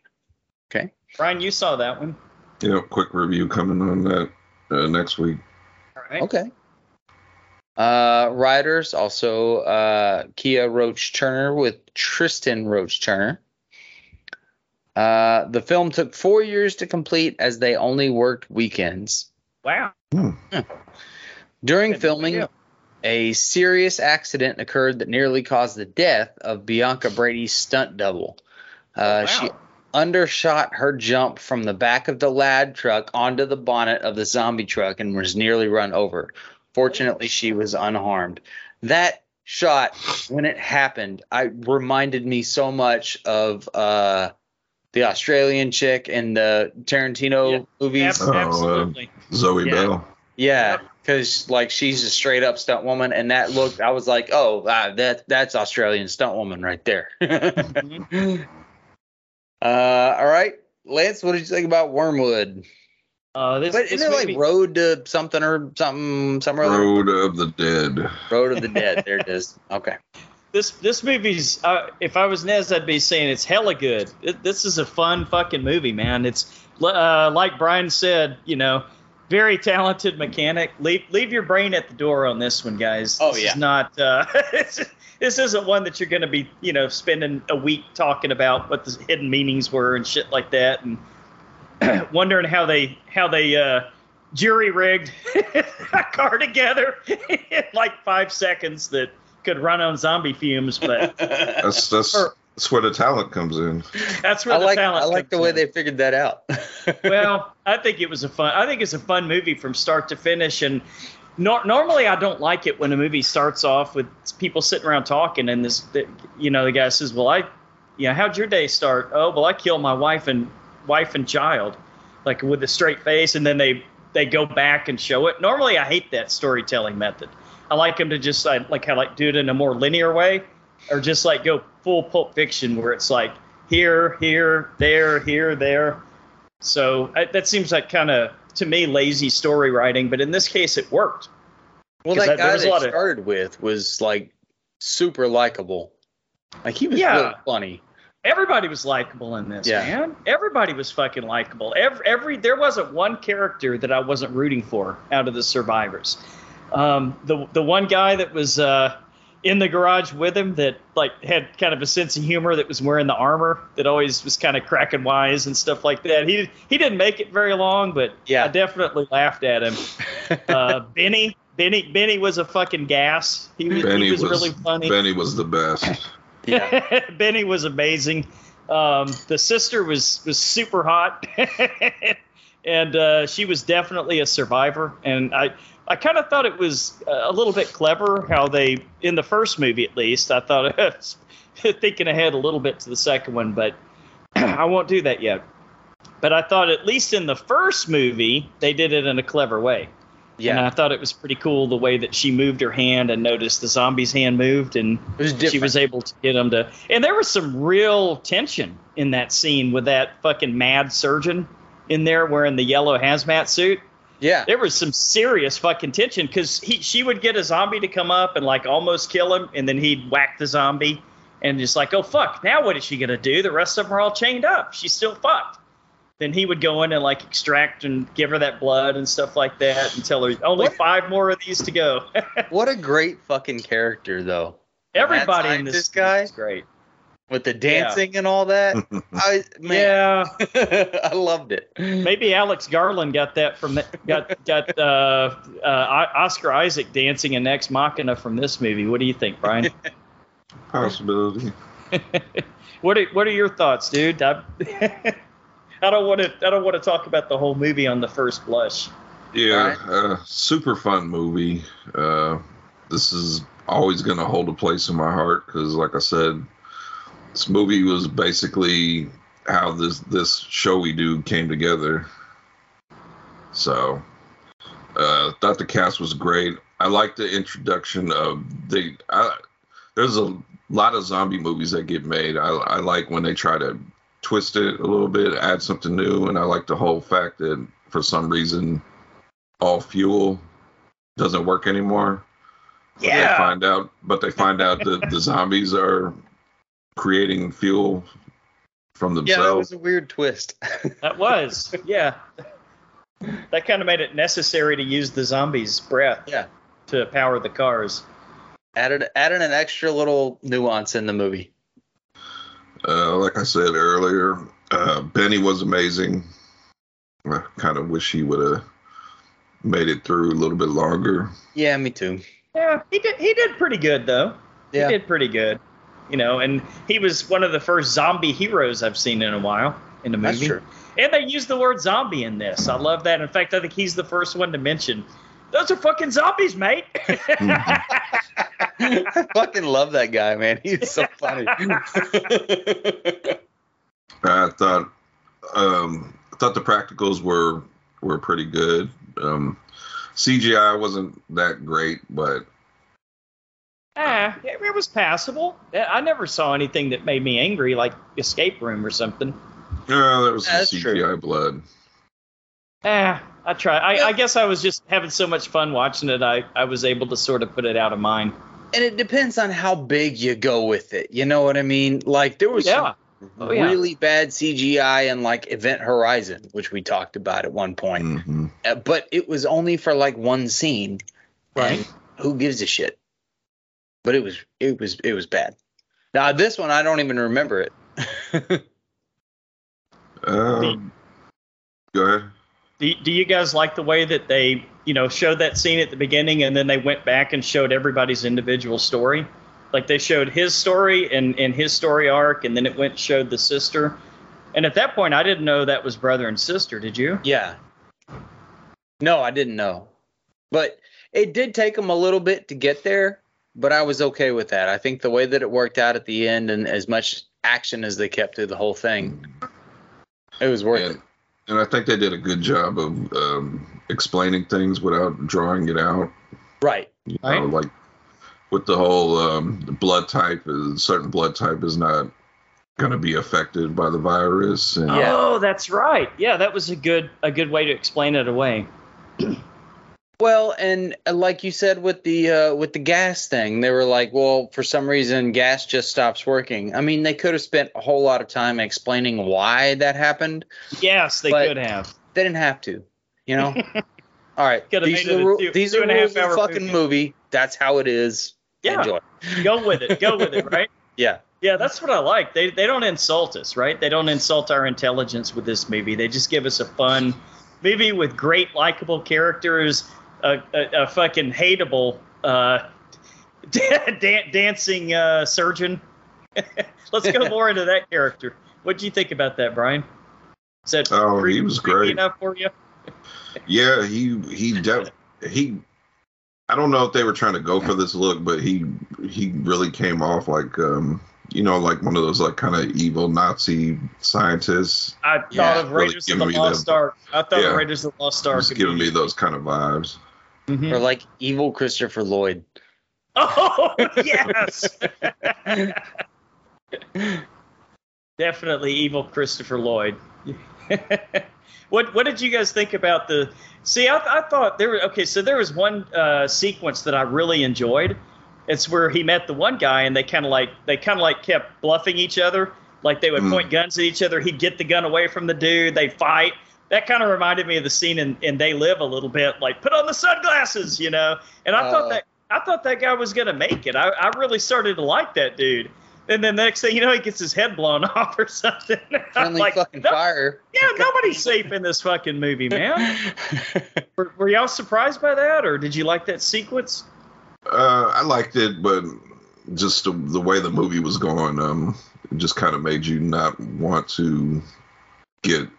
Speaker 3: Brian, you saw that one,
Speaker 6: You know, quick review coming on that uh, next week.
Speaker 3: all right?
Speaker 6: Oh.
Speaker 4: Okay. Uh, writers also uh, Kia Roach Turner with Tristan Roach Turner. Uh, the film took four years to complete as they only worked weekends.
Speaker 3: Wow.
Speaker 4: During
Speaker 3: Good
Speaker 4: filming,
Speaker 3: deal.
Speaker 4: a serious accident occurred that nearly caused the death of Bianca Brady's stunt double. Uh,
Speaker 3: Oh, wow.
Speaker 4: She undershot her jump from the back of the lad truck onto the bonnet of the zombie truck and was nearly run over. Fortunately, she was unharmed. That shot, when it happened, I reminded me so much of uh, the Australian chick in the Tarantino
Speaker 3: Yeah.
Speaker 4: movies.
Speaker 6: Oh,
Speaker 3: Ab-
Speaker 6: uh,
Speaker 3: absolutely.
Speaker 6: Zoe
Speaker 3: Yeah.
Speaker 6: Bell.
Speaker 4: Yeah,
Speaker 3: Yep.
Speaker 4: because like she's a straight up stunt woman, and that looked, I was like, oh, ah, that that's Australian stunt woman right there.
Speaker 3: Mm-hmm.
Speaker 4: uh, all right, Lance, what did you think about Wormwood?
Speaker 3: Uh, this,
Speaker 4: But
Speaker 3: this
Speaker 4: isn't it
Speaker 3: movie-
Speaker 4: like Road to something or something somewhere? Road,
Speaker 6: Road of the Dead.
Speaker 4: Road of the Dead. There it is. Okay.
Speaker 3: this this movie's uh, if I was Nez, I'd be saying it's hella good. It, this is a fun fucking movie, man. It's uh, like Brian said, you know, very talented mechanic. Leave leave your brain at the door on this one, guys.
Speaker 4: Oh,
Speaker 3: this
Speaker 4: yeah.
Speaker 3: is not uh, this isn't one that you're going to be you know spending a week talking about what the hidden meanings were and shit like that, and wondering how they how they. Uh, jury rigged a car together in like five seconds that could run on zombie fumes. But
Speaker 6: That's that's
Speaker 3: For-
Speaker 6: That's where the talent comes in.
Speaker 3: That's where
Speaker 4: I
Speaker 3: the
Speaker 4: like
Speaker 3: talent.
Speaker 4: I like the
Speaker 3: comes
Speaker 4: way
Speaker 3: in.
Speaker 4: they figured that out.
Speaker 3: well, I think it was a fun. I think it's a fun movie from start to finish. And nor- normally, I don't like it when a movie starts off with people sitting around talking, and this, th- you know, the guy says, "Well, I, you know, how'd your day start? Oh, well, I killed my wife and wife and child, like with a straight face." And then they they go back and show it. Normally, I hate that storytelling method. I like them to just I, like how like do it in a more linear way, or just like go full Pulp Fiction where it's like here, here, there, here, there. So I, that seems like kind of to me lazy story writing, but in this case it worked.
Speaker 4: well,
Speaker 3: 'Cause
Speaker 4: that,
Speaker 3: that- there
Speaker 4: guy
Speaker 3: was a
Speaker 4: they
Speaker 3: lot of-
Speaker 4: started with was like super likable. Like he was
Speaker 3: Yeah.
Speaker 4: really funny.
Speaker 3: Everybody was likable in this,
Speaker 4: Yeah.
Speaker 3: man. Everybody was fucking likable. Every, every there wasn't one character that I wasn't rooting for out of the survivors. Um, the the one guy that was uh, in the garage with him that like had kind of a sense of humor that was wearing the armor that always was kind of cracking wise and stuff like that. He he didn't make it very long, but
Speaker 4: Yeah.
Speaker 3: I definitely laughed at him. uh, Benny. Benny Benny was a fucking gas. He was,
Speaker 6: Benny
Speaker 3: he was,
Speaker 6: was,
Speaker 3: really funny.
Speaker 6: Benny was the best.
Speaker 4: Yeah.
Speaker 3: Benny was amazing. Um, the sister was was super hot, and uh, she was definitely a survivor. And I I kind of thought it was uh, a little bit clever how they in the first movie at least. I thought thinking ahead a little bit to the second one, but I won't do that yet. But I thought at least in the first movie they did it in a clever way. And I
Speaker 4: yeah.
Speaker 3: thought it was pretty cool the way that she moved her hand and noticed the zombie's hand moved and
Speaker 4: It was different.
Speaker 3: she was able to get him to. And there was some real tension in that scene with that fucking mad surgeon in there wearing the yellow hazmat suit.
Speaker 4: yeah.
Speaker 3: There was some serious fucking tension because he she would get a zombie to come up and like almost kill him, and then he'd whack the zombie and just like, oh fuck, now what is she gonna do? The rest of them are all chained up. She's still fucked. Then he would go in and like extract and give her that blood and stuff like that and tell her only
Speaker 4: What-
Speaker 3: five more of these to go.
Speaker 4: What a great fucking character though.
Speaker 3: Everybody in this
Speaker 4: scientist guy?
Speaker 3: is great.
Speaker 4: With the dancing and all that. I man,
Speaker 3: Yeah.
Speaker 4: I loved it.
Speaker 3: Maybe Alex Garland got that from the, got got uh, uh, O- Oscar Isaac dancing in Ex Machina from this movie. What do you think, Brian?
Speaker 6: Possibility.
Speaker 3: what are, What are your thoughts, dude? I, I don't want to I don't want to talk about the whole movie on the first blush.
Speaker 6: Yeah,
Speaker 4: Alright.
Speaker 6: uh, super fun movie. Uh, this is always going to hold a place in my heart because, like I said, this movie was basically how this this show we do came together. So, uh, thought the cast was great. I like the introduction of the. I, there's a lot of zombie movies that get made. I, I like when they try to twist it a little bit, add something new, and I like the whole fact that for some reason all fuel doesn't work anymore. But They find out, but they find out that the zombies are creating fuel from
Speaker 4: Yeah, that
Speaker 6: themselves.
Speaker 4: was a weird twist.
Speaker 3: that was yeah. That kind of made it necessary to use the zombies' breath
Speaker 4: Yeah.
Speaker 3: to power the cars.
Speaker 4: added added an extra little nuance in the movie.
Speaker 6: uh, like I said earlier, uh, Benny was amazing. I kind of wish he would have made it through a little bit longer.
Speaker 4: Yeah, me too.
Speaker 3: Yeah, he did. He did pretty good though.
Speaker 4: Yeah.
Speaker 3: He did pretty good. You know, and he was one of the first zombie heroes I've seen in a while in a movie.
Speaker 4: That's true.
Speaker 3: And they used the word zombie in this. I love that. In fact, I think he's the first one to mention those are fucking zombies, mate.
Speaker 4: I fucking love that guy, man. He's so funny.
Speaker 6: I thought um, I thought the practicals were were pretty good. Um, CGI wasn't that great, but
Speaker 3: ah, it, it was passable. I I never saw anything that made me angry, like Escape Room or something.
Speaker 6: yeah, there uh, was some
Speaker 4: That's
Speaker 6: CGI
Speaker 4: true.
Speaker 6: blood.
Speaker 3: Ah, I try. I, I guess I was just having so much fun watching it. I, I was able to sort of put it out of mind.
Speaker 4: and it depends on how big you go with it. You know what I mean? Like there was
Speaker 3: Yeah.
Speaker 4: some
Speaker 3: Oh, yeah.
Speaker 4: really bad CGI in like Event Horizon, which we talked about at one point.
Speaker 6: hmm
Speaker 4: Uh, But it was only for like one scene.
Speaker 3: Right.
Speaker 4: And Who gives a shit? But it was it was it was bad. Now this one I don't even remember it.
Speaker 6: Um, go ahead.
Speaker 3: Do, do you guys like the way that they, you know, showed that scene at the beginning and then they went back and showed everybody's individual story? Like they showed his story and, and his story arc, and then it went and showed the sister. And at that point, I didn't know that was brother and sister. Did you?
Speaker 4: Yeah. No, I didn't know. But it did take them a little bit to get there, but I was okay with that. I think the way that it worked out at the end and as much action as they kept through the whole thing, it was worth
Speaker 6: And,
Speaker 4: it.
Speaker 6: and I think they did a good job of um, explaining things without drawing it out.
Speaker 4: Right.
Speaker 6: You know,
Speaker 3: Right.
Speaker 6: like with the whole um, blood type is certain blood type is not going to be affected by the virus. And,
Speaker 4: Yeah.
Speaker 3: Oh, that's right. Yeah, that was a good a good way to explain it away.
Speaker 4: Well, and uh, like you said with the uh, with the gas thing, they were like, well, for some reason, gas just stops working. I mean, they could have spent a whole lot of time explaining why that happened.
Speaker 3: Yes, they
Speaker 4: But-
Speaker 3: could have.
Speaker 4: They didn't have to, you know. All right,
Speaker 3: Coulda
Speaker 4: these
Speaker 3: made
Speaker 4: are
Speaker 3: it
Speaker 4: the
Speaker 3: a
Speaker 4: ru-
Speaker 3: two-
Speaker 4: these
Speaker 3: two
Speaker 4: are
Speaker 3: and a
Speaker 4: rules
Speaker 3: half
Speaker 4: of the
Speaker 3: hour
Speaker 4: fucking
Speaker 3: movie.
Speaker 4: movie. That's how it is.
Speaker 3: Yeah,
Speaker 4: Enjoy.
Speaker 3: go with it. Go with it. Right.
Speaker 4: Yeah.
Speaker 3: Yeah, that's what I like. They they don't insult us, right? They don't insult our intelligence with this movie. They just give us a fun movie with great likable characters, a, a, a fucking hateable uh, dan- dancing uh, surgeon. Let's go more into that character. What do you think about that, Brian? Is that
Speaker 6: Oh, he
Speaker 3: creepy-
Speaker 6: was
Speaker 3: creepy
Speaker 6: great.
Speaker 3: enough for you?
Speaker 6: Yeah, he he def- he. I don't know if they were trying to go for this look, but he he really came off like um you know like one of those like kind of evil Nazi scientists.
Speaker 3: I thought
Speaker 4: Yeah,
Speaker 3: of
Speaker 6: really
Speaker 3: Raiders of
Speaker 6: giving
Speaker 3: the
Speaker 6: me that-
Speaker 3: Lost Ark. I thought
Speaker 6: Yeah.
Speaker 3: of Raiders of the Lost Ark.
Speaker 6: Just giving me those kind of vibes.
Speaker 3: Mhm.
Speaker 4: Or like evil Christopher Lloyd.
Speaker 3: Oh yes. Definitely evil Christopher Lloyd. what what did you guys think about the See, I, I thought there were okay, so there was one uh, sequence that I really enjoyed. It's where he met the one guy and they kind of like they kind of like kept bluffing each other. Like they would
Speaker 6: Mm.
Speaker 3: point guns at each other. He'd get the gun away from the dude. They fight. That kind of reminded me of the scene in, in They Live a little bit. Like put on the sunglasses, you know. And I
Speaker 4: Oh.
Speaker 3: thought that I thought that guy was gonna make it. I, I really started to like that dude. And then next thing you know, he gets his head blown off or something. I'm
Speaker 4: Friendly
Speaker 3: like,
Speaker 4: fucking
Speaker 3: "No-
Speaker 4: fire.
Speaker 3: yeah, nobody's safe in this fucking movie, man. Were, were y'all surprised by that, or did you like that sequence?
Speaker 6: Uh, I liked it, but just the, the way the movie was going, um, it just kind of made you not want to get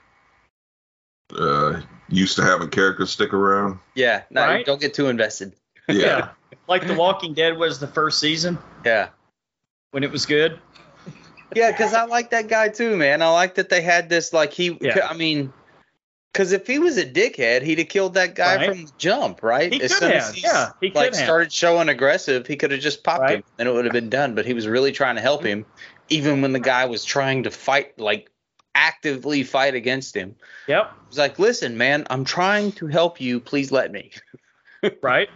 Speaker 6: uh used to having characters stick around.
Speaker 4: yeah. No,
Speaker 3: Right?
Speaker 4: don't get too invested.
Speaker 6: yeah.
Speaker 3: Like The Walking Dead was the first season
Speaker 4: Yeah.
Speaker 3: when it was good.
Speaker 4: Yeah, because I like that guy too, man. I like that they had this like he.
Speaker 3: Yeah.
Speaker 4: I mean, because if he was a dickhead, he'd have killed that guy
Speaker 3: Right.
Speaker 4: from the jump, right?
Speaker 3: He
Speaker 4: as
Speaker 3: could
Speaker 4: soon
Speaker 3: have.
Speaker 4: as he's,
Speaker 3: yeah, he
Speaker 4: like
Speaker 3: could have.
Speaker 4: started showing aggressive, he could have just popped
Speaker 3: Right. Mm-hmm.
Speaker 4: him, and it would have been done. But he was really trying to help him, even when the guy was trying to fight, like actively fight against him.
Speaker 3: yep.
Speaker 4: He's like, "Listen, man, I'm trying to help you. Please let me."
Speaker 3: Right.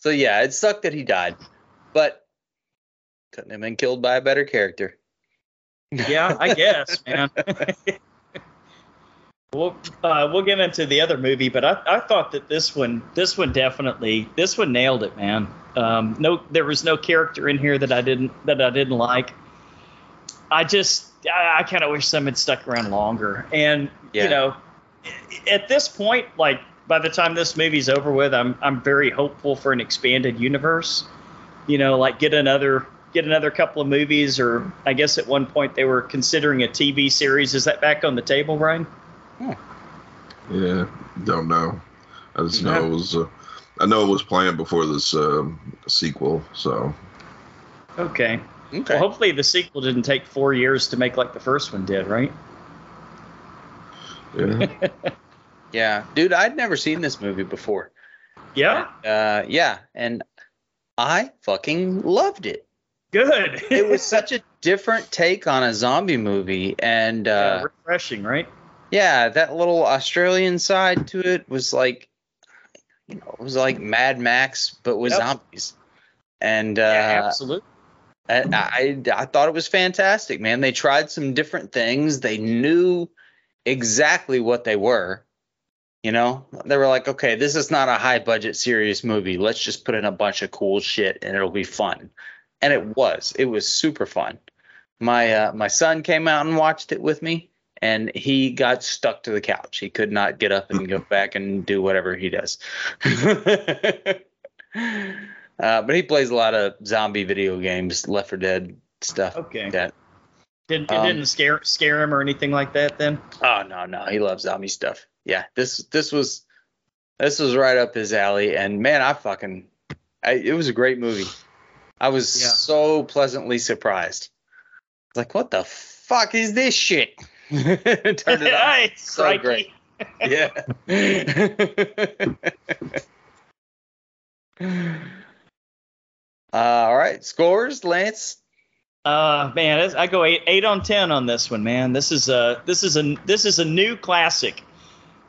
Speaker 4: So yeah, it sucked that he died, but couldn't have been killed by a better character.
Speaker 3: Yeah, I guess, man. we'll uh, we'll get into the other movie, but I, I thought that this one this one definitely this one nailed it, man. Um, no, there was no character in here that I didn't that I didn't like. I just I, I kind of wish some had stuck around longer, and
Speaker 4: Yeah.
Speaker 3: you know, at this point, like by the time this movie's over with, I'm I'm very hopeful for an expanded universe. You know, like get another get another couple of movies, or I guess at one point they were considering a TV series. Is that back on the table, Brian?
Speaker 6: Yeah, don't know. I just know it was. Uh, I know it was planned before this um sequel, so
Speaker 3: Okay.
Speaker 4: Okay.
Speaker 3: Well, hopefully the sequel didn't take four years to make like the first one did, right?
Speaker 6: yeah.
Speaker 4: Yeah, dude, I'd never seen this movie before.
Speaker 3: Yeah.
Speaker 4: Uh, yeah, and I fucking loved it.
Speaker 3: Good.
Speaker 4: It was such a different take on a zombie movie, and
Speaker 3: Yeah,
Speaker 4: uh,
Speaker 3: refreshing, right?
Speaker 4: yeah, that little Australian side to it was like, you know, it was like Mad Max but with
Speaker 3: Yep.
Speaker 4: zombies. And
Speaker 3: yeah,
Speaker 4: uh,
Speaker 3: absolutely.
Speaker 4: And I, I thought it was fantastic, man. They tried some different things. They knew exactly what they were. You know, they were like, okay, this is not a high budget serious movie. Let's just put in a bunch of cool shit and it'll be fun. And it was. It was super fun. My uh, my son came out and watched it with me, and he got stuck to the couch. He could not get up and go back and do whatever he does. Uh, but he plays a lot of zombie video games, Left 4 Dead stuff.
Speaker 3: Okay.
Speaker 4: Like that.
Speaker 3: Didn't it
Speaker 4: Um,
Speaker 3: didn't scare scare him or anything like that then?
Speaker 4: Oh no, no, he loves zombie stuff. Yeah, this this was this was right up his alley, and man, I fucking I, it was a great movie. I was
Speaker 3: Yeah.
Speaker 4: so pleasantly surprised. Like, what the fuck is this shit? Turned it on.
Speaker 3: Hey,
Speaker 4: So
Speaker 3: crikey.
Speaker 4: great. Yeah. Uh, all right, scores, Lance.
Speaker 3: Uh man, it's- I go eight, eight on ten on this one, man. This is a this is a this is a new classic,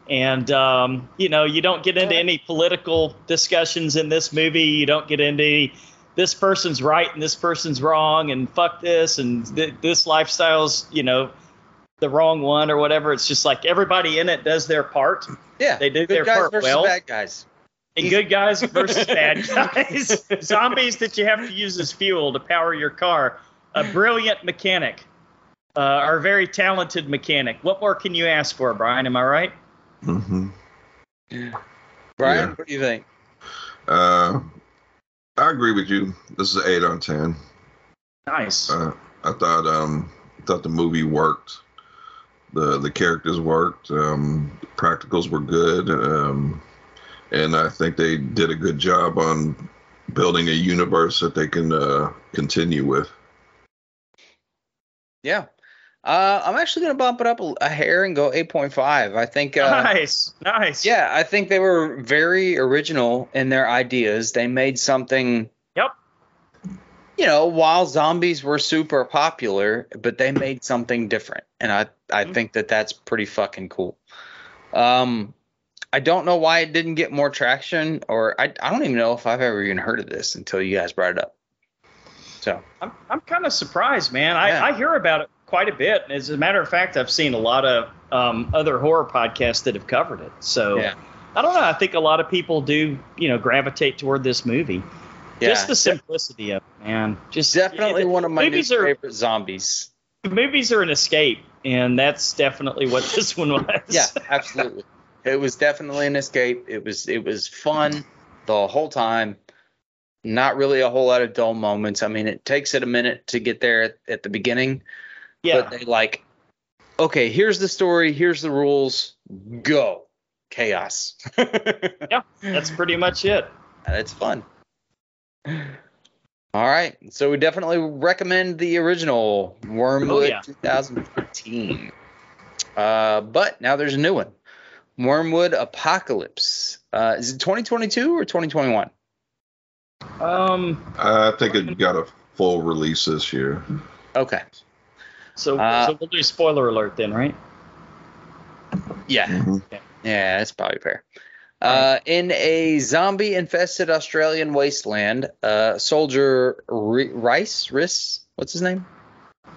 Speaker 3: and um, you know you don't get into any political discussions in this movie. You don't get into any, this person's right and this person's wrong, and fuck this and th- this lifestyle's you know the wrong one or whatever. It's just like everybody in it does their part,
Speaker 4: Yeah,
Speaker 3: They did
Speaker 4: good
Speaker 3: their
Speaker 4: guys
Speaker 3: part
Speaker 4: versus
Speaker 3: well.
Speaker 4: bad guys.
Speaker 3: and good guys versus bad guys, zombies that you have to use as fuel to power your car. A brilliant mechanic, uh, our very talented mechanic. What more can you ask for, Brian? Am I right?
Speaker 6: hmm
Speaker 4: Brian,
Speaker 6: Yeah.
Speaker 4: what do you think?
Speaker 6: Uh, I agree with you. This is an eight on ten.
Speaker 3: Nice.
Speaker 6: Uh, I thought um I thought the movie worked. The the characters worked. Um, practicals were good. Um, and I think they did a good job on building a universe that they can uh, continue with.
Speaker 4: Yeah. Uh, I'm actually going to bump it up a, a hair and go 8.5. I think, uh,
Speaker 3: nice. Nice.
Speaker 4: yeah, I think they were very original in their ideas. They made something.
Speaker 3: Yep.
Speaker 4: You know, while zombies were super popular, but they made something different, and I I
Speaker 3: Mhm.
Speaker 4: think that that's pretty fucking cool. Um, I don't know why it didn't get more traction, or I I don't even know if I've ever even heard of this until you guys brought it up. So
Speaker 3: I'm, I'm kind of surprised, man. I,
Speaker 4: Yeah.
Speaker 3: I hear about it quite a bit. As a matter of fact, I've seen a lot of um, other horror podcasts that have covered it. So
Speaker 4: Yeah.
Speaker 3: I don't know. I think a lot of people do, you know, gravitate toward this movie.
Speaker 4: yeah,
Speaker 3: Just the simplicity of it, man. Just
Speaker 4: definitely
Speaker 3: it-
Speaker 4: one of my new
Speaker 3: movies are
Speaker 4: favorite zombies.
Speaker 3: movies are an escape, and that's definitely what this one was.
Speaker 4: yeah absolutely it was definitely an escape it was it was fun the whole time not really a whole lot of dull moments i mean it takes it a minute to get there at, at the beginning
Speaker 3: yeah.
Speaker 4: but they like okay here's the story here's the rules go chaos
Speaker 3: That's pretty much it.
Speaker 4: and it's fun. All right, so we definitely recommend the original Wormwood
Speaker 3: Oh, yeah.
Speaker 4: 2015. Uh, but now there's a new one, Wormwood Apocalypse. Uh, is it 2022 or 2021?
Speaker 3: Um.
Speaker 6: I think it got a full release this year.
Speaker 4: Okay,
Speaker 3: So,
Speaker 4: Uh,
Speaker 3: so we'll do spoiler alert then, right?
Speaker 4: yeah,
Speaker 6: Mhm.
Speaker 4: Yeah, that's probably fair. Uh, in a zombie infested Australian wasteland, uh, soldier Re- Rice, Rice, what's his name? I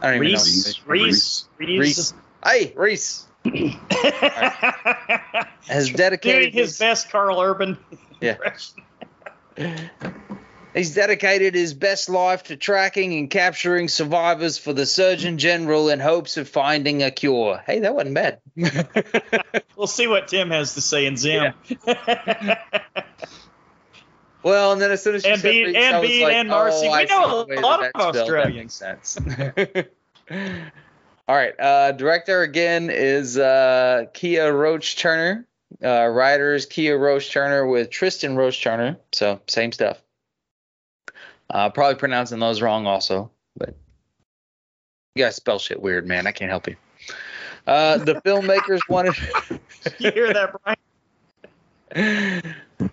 Speaker 4: don't even
Speaker 3: Reese.
Speaker 4: know.
Speaker 3: Reese. Reese.
Speaker 4: Hey, Reese has
Speaker 3: Doing
Speaker 4: dedicated
Speaker 3: his best Carl Urban.
Speaker 4: Yeah. He's dedicated his best life to tracking and capturing survivors for the Surgeon General in hopes of finding a cure. Hey, that wasn't bad.
Speaker 3: We'll see what Tim has to say in Zim.
Speaker 4: well, and then as soon as you
Speaker 3: And
Speaker 4: said
Speaker 3: Bede-
Speaker 4: Reese,
Speaker 3: and
Speaker 4: I was
Speaker 3: Bede
Speaker 4: like,
Speaker 3: and Marcy.
Speaker 4: oh,
Speaker 3: We
Speaker 4: I
Speaker 3: know
Speaker 4: see
Speaker 3: a
Speaker 4: the way
Speaker 3: lot of
Speaker 4: that that's spelled. That
Speaker 3: Australians.
Speaker 4: makes sense. All right. Uh, director again is uh, Kia Roach Turner. Uh, writer is Kia Roach Turner with Tristan Roach Turner. So same stuff. Uh, probably pronouncing those wrong also, but you guys spell shit weird, man. I can't help you. Uh, the filmmakers wanted
Speaker 3: you hear that, Brian?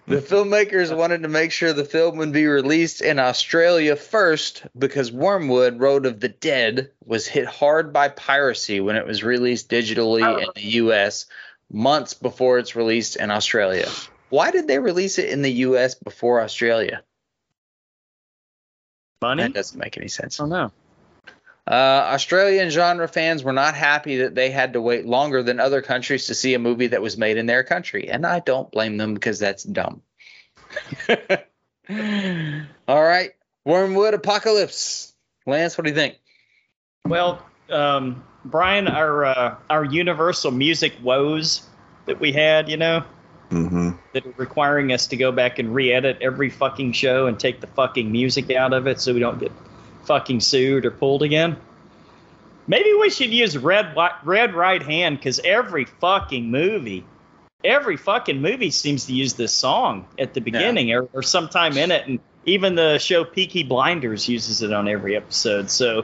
Speaker 4: the filmmakers wanted to make sure the film would be released in Australia first because Wormwood Road of the Dead was hit hard by piracy when it was released digitally in the US months before it's released in Australia. Why did they release it in the US before Australia?
Speaker 3: Money?
Speaker 4: That doesn't make any sense.
Speaker 3: know.
Speaker 4: Uh, Australian genre fans were not happy that they had to wait longer than other countries to see a movie that was made in their country, and I don't blame them because that's dumb. All right, Wormwood Apocalypse. Lance, what do you think?
Speaker 3: Well, um, Brian, our uh, our universal music woes that we had, you know,
Speaker 6: Mm-hmm.
Speaker 3: that are requiring us to go back and re-edit every fucking show and take the fucking music out of it so we don't get fucking sued or pulled again. Maybe we should use red Wi- red right hand because every fucking movie, every fucking movie seems to use this song at the beginning or, or sometime in it, and even the show Peaky Blinders uses it on every episode. So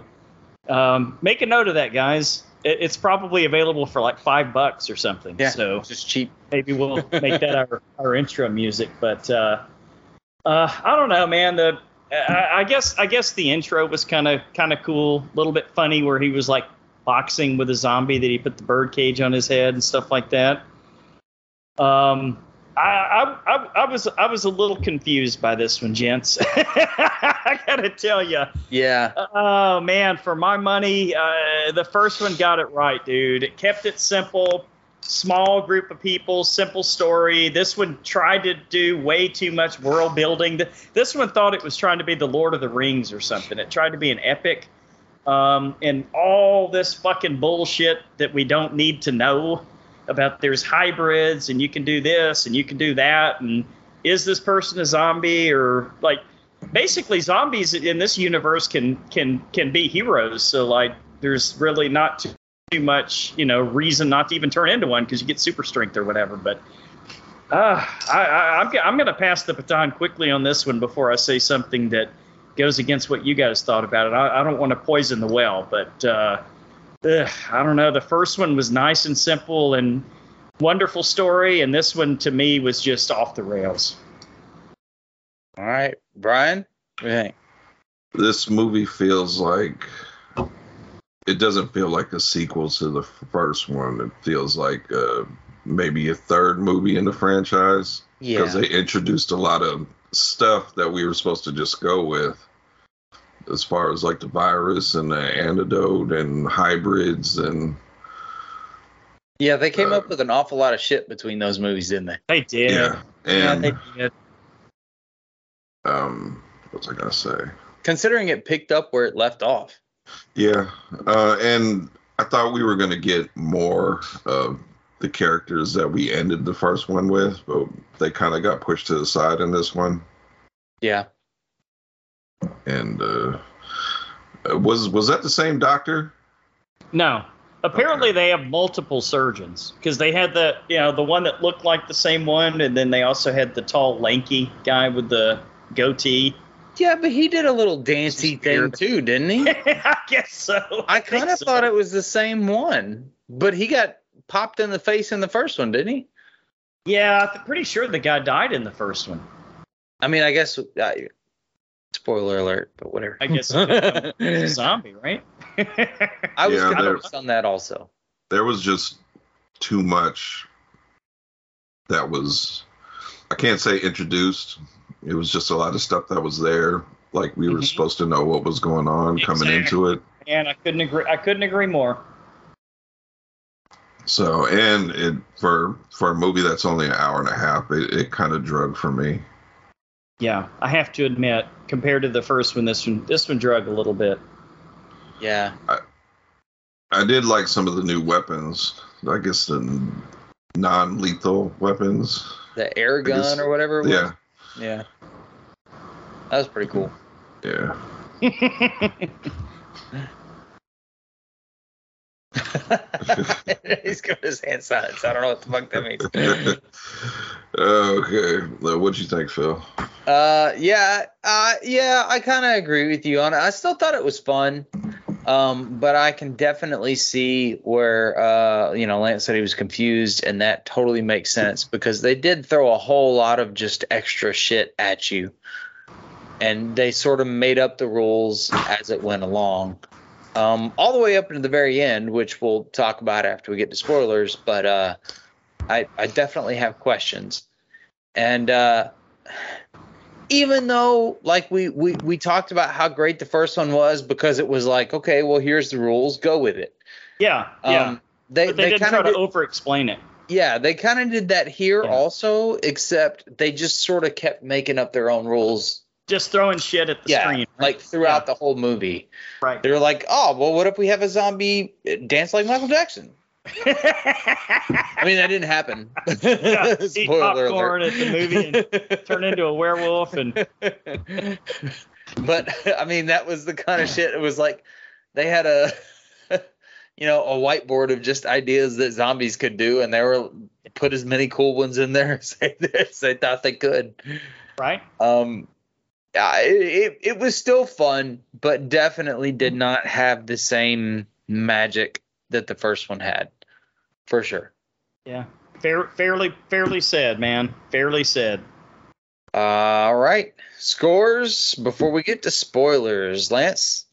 Speaker 3: um, make a note of that, guys. It, it's probably available for like five bucks or something.
Speaker 4: Yeah.
Speaker 3: So
Speaker 4: It's just cheap.
Speaker 3: maybe we'll make that our, our intro music. But uh, uh, I don't know, man. The I, I guess I guess the intro was kind of kind of cool, a little bit funny, where he was like boxing with a zombie that he put the bird cage on his head and stuff like that. Um, I I, I, I was I was a little confused by this one, gents. I gotta tell you.
Speaker 4: Yeah.
Speaker 3: Oh man, for my money, uh, the first one got it right, dude. It kept it simple, small group of people, simple story. This one tried to do way too much world building. Th- This one thought it was trying to be the Lord of the Rings or something. It tried to be an epic, um, and all this fucking bullshit that we don't need to know about. There's hybrids, and you can do this, and you can do that, and is this person a zombie or like basically zombies in this universe can can can be heroes so like there's really not too, too much you know reason not to even turn into one because you get super strength or whatever but uh, I, I, I'm, g- I'm going to pass the baton quickly on this one before I say something that goes against what you guys thought about it. I, I don't want to poison the well, but uh, ugh, I don't know. The first one was nice and simple and wonderful story, and this one to me was just off the rails.
Speaker 4: All right, Brian. What do you think?
Speaker 6: This movie feels like it doesn't feel like a sequel to the first one. It feels like uh, maybe a third movie in the franchise.
Speaker 4: Yeah.
Speaker 6: because they introduced a lot of stuff that we were supposed to just go with as far as like the virus and the antidote and hybrids and
Speaker 4: yeah, they came
Speaker 6: uh,
Speaker 4: up with an awful lot of shit between those movies, didn't they?
Speaker 3: They did.
Speaker 6: yeah,
Speaker 3: Yeah,
Speaker 6: and
Speaker 3: they did.
Speaker 6: um what was i gonna say
Speaker 4: Considering it picked up where it left off.
Speaker 6: yeah uh and i thought we were gonna get more of the characters that we ended the first one with but they kind of got pushed to the side in this one
Speaker 4: Yeah.
Speaker 6: and uh was was that the same doctor
Speaker 3: No. Apparently, they have multiple surgeons because they had the you know the one that looked like the same one, and then they also had the tall, lanky guy with the goatee.
Speaker 4: Yeah, but he did a little
Speaker 3: This
Speaker 4: dancey
Speaker 3: is
Speaker 4: thing
Speaker 3: weird.
Speaker 4: too, didn't he?
Speaker 3: I guess so.
Speaker 4: I kind of thought it was the same one, but he got popped in the face in the first one, didn't he?
Speaker 3: Yeah, I'm pretty sure the guy died in the first one.
Speaker 4: I mean, I guess. I, spoiler alert, but whatever.
Speaker 3: I guess
Speaker 4: I
Speaker 3: he's a
Speaker 4: was
Speaker 3: zombie, right?
Speaker 6: Yeah, they're-
Speaker 4: confused on that also.
Speaker 6: there was just too much that was i can't say introduced it was just a lot of stuff that was there like we were
Speaker 3: Mhm.
Speaker 6: supposed to know what was going on coming into it
Speaker 3: and I couldn't agree. I couldn't agree more.
Speaker 6: so and it for for a movie that's only an hour and a half it, it kind of drug for me
Speaker 3: Yeah, I have to admit, compared to the first one, this one this one drug a little bit.
Speaker 4: Yeah.
Speaker 6: i did like some of the new weapons i guess the non-lethal weapons
Speaker 4: The air
Speaker 6: I guess-
Speaker 4: gun or whatever it was.
Speaker 6: yeah
Speaker 4: Yeah. That was pretty cool.
Speaker 6: yeah
Speaker 4: He's giving his hand signs. I don't know what the fuck that means.
Speaker 6: okay Well, what'd you think phil
Speaker 4: Uh, yeah, uh, yeah, I kind of agree with you on it. I still thought it was fun, um, but I can definitely see where uh, you know Lance said he was confused, and that totally makes sense because they did throw a whole lot of just extra shit at you, and they sort of made up the rules as it went along, um, all the way up to the very end, which we'll talk about after we get to spoilers. But uh, I, I definitely have questions, and. Uh, even though like we, we we talked about how great the first one was because it was like okay well here's the rules go with it Um,
Speaker 3: Yeah, yeah.
Speaker 4: they,
Speaker 3: but they,
Speaker 4: they,
Speaker 3: didn't
Speaker 4: kind
Speaker 3: try
Speaker 4: of
Speaker 3: to over-explain it.
Speaker 4: yeah they kind of did that here
Speaker 3: Yeah.
Speaker 4: also except they just sort of kept making up their own rules
Speaker 3: Just throwing shit at the
Speaker 4: yeah
Speaker 3: screen.
Speaker 4: like throughout the whole movie
Speaker 3: Right.
Speaker 4: they're eh, like oh well what if we have a zombie dance like michael jackson I mean, that didn't happen.
Speaker 3: Yeah, eat
Speaker 4: Spoiler
Speaker 3: popcorn
Speaker 4: alert.
Speaker 3: at the movie and turn into a werewolf and
Speaker 4: but I mean, that was the kind of shit. It was like they had a, you know, a whiteboard of just ideas that zombies could do, and they were put as many cool ones in there as they, as they thought they could.
Speaker 3: right
Speaker 4: Um, yeah, it, it it was still fun, but definitely did not have the same magic that the first one had, for sure.
Speaker 3: yeah Fair, fairly fairly said man fairly said
Speaker 4: All right, scores before we get to spoilers, Lance.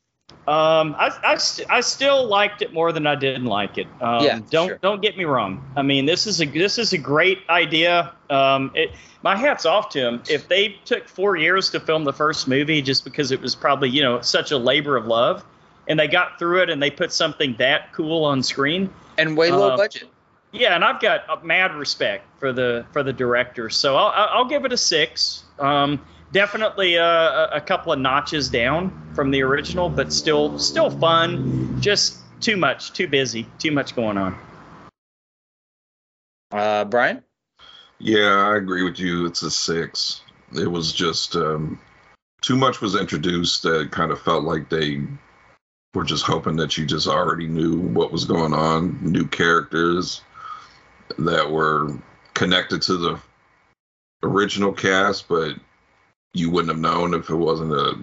Speaker 3: Um, I, I, st- I still liked it more than I didn't like it. Um,
Speaker 4: Yeah,
Speaker 3: don't
Speaker 4: sure.
Speaker 3: don't get me wrong. I mean, this is a this is a great idea. Um, it, my hat's off to him. If they took four years to film the first movie, just because it was probably you know such a labor of love, and they got through it and they put something that cool on screen.
Speaker 4: And way low
Speaker 3: Uh,
Speaker 4: budget.
Speaker 3: Yeah, and I've got a mad respect for the for the director, so I'll I'll I'll give it a six. Um, definitely a, a- a couple of notches down from the original, but still still fun. Just too much, too busy, too much going on.
Speaker 4: Uh, Brian.
Speaker 6: Yeah, I agree with you. It's a six. It was just um, too much was introduced that kind of felt like they were just hoping that you just already knew what was going on, new characters that were connected to the original cast, but you wouldn't have known if it wasn't a,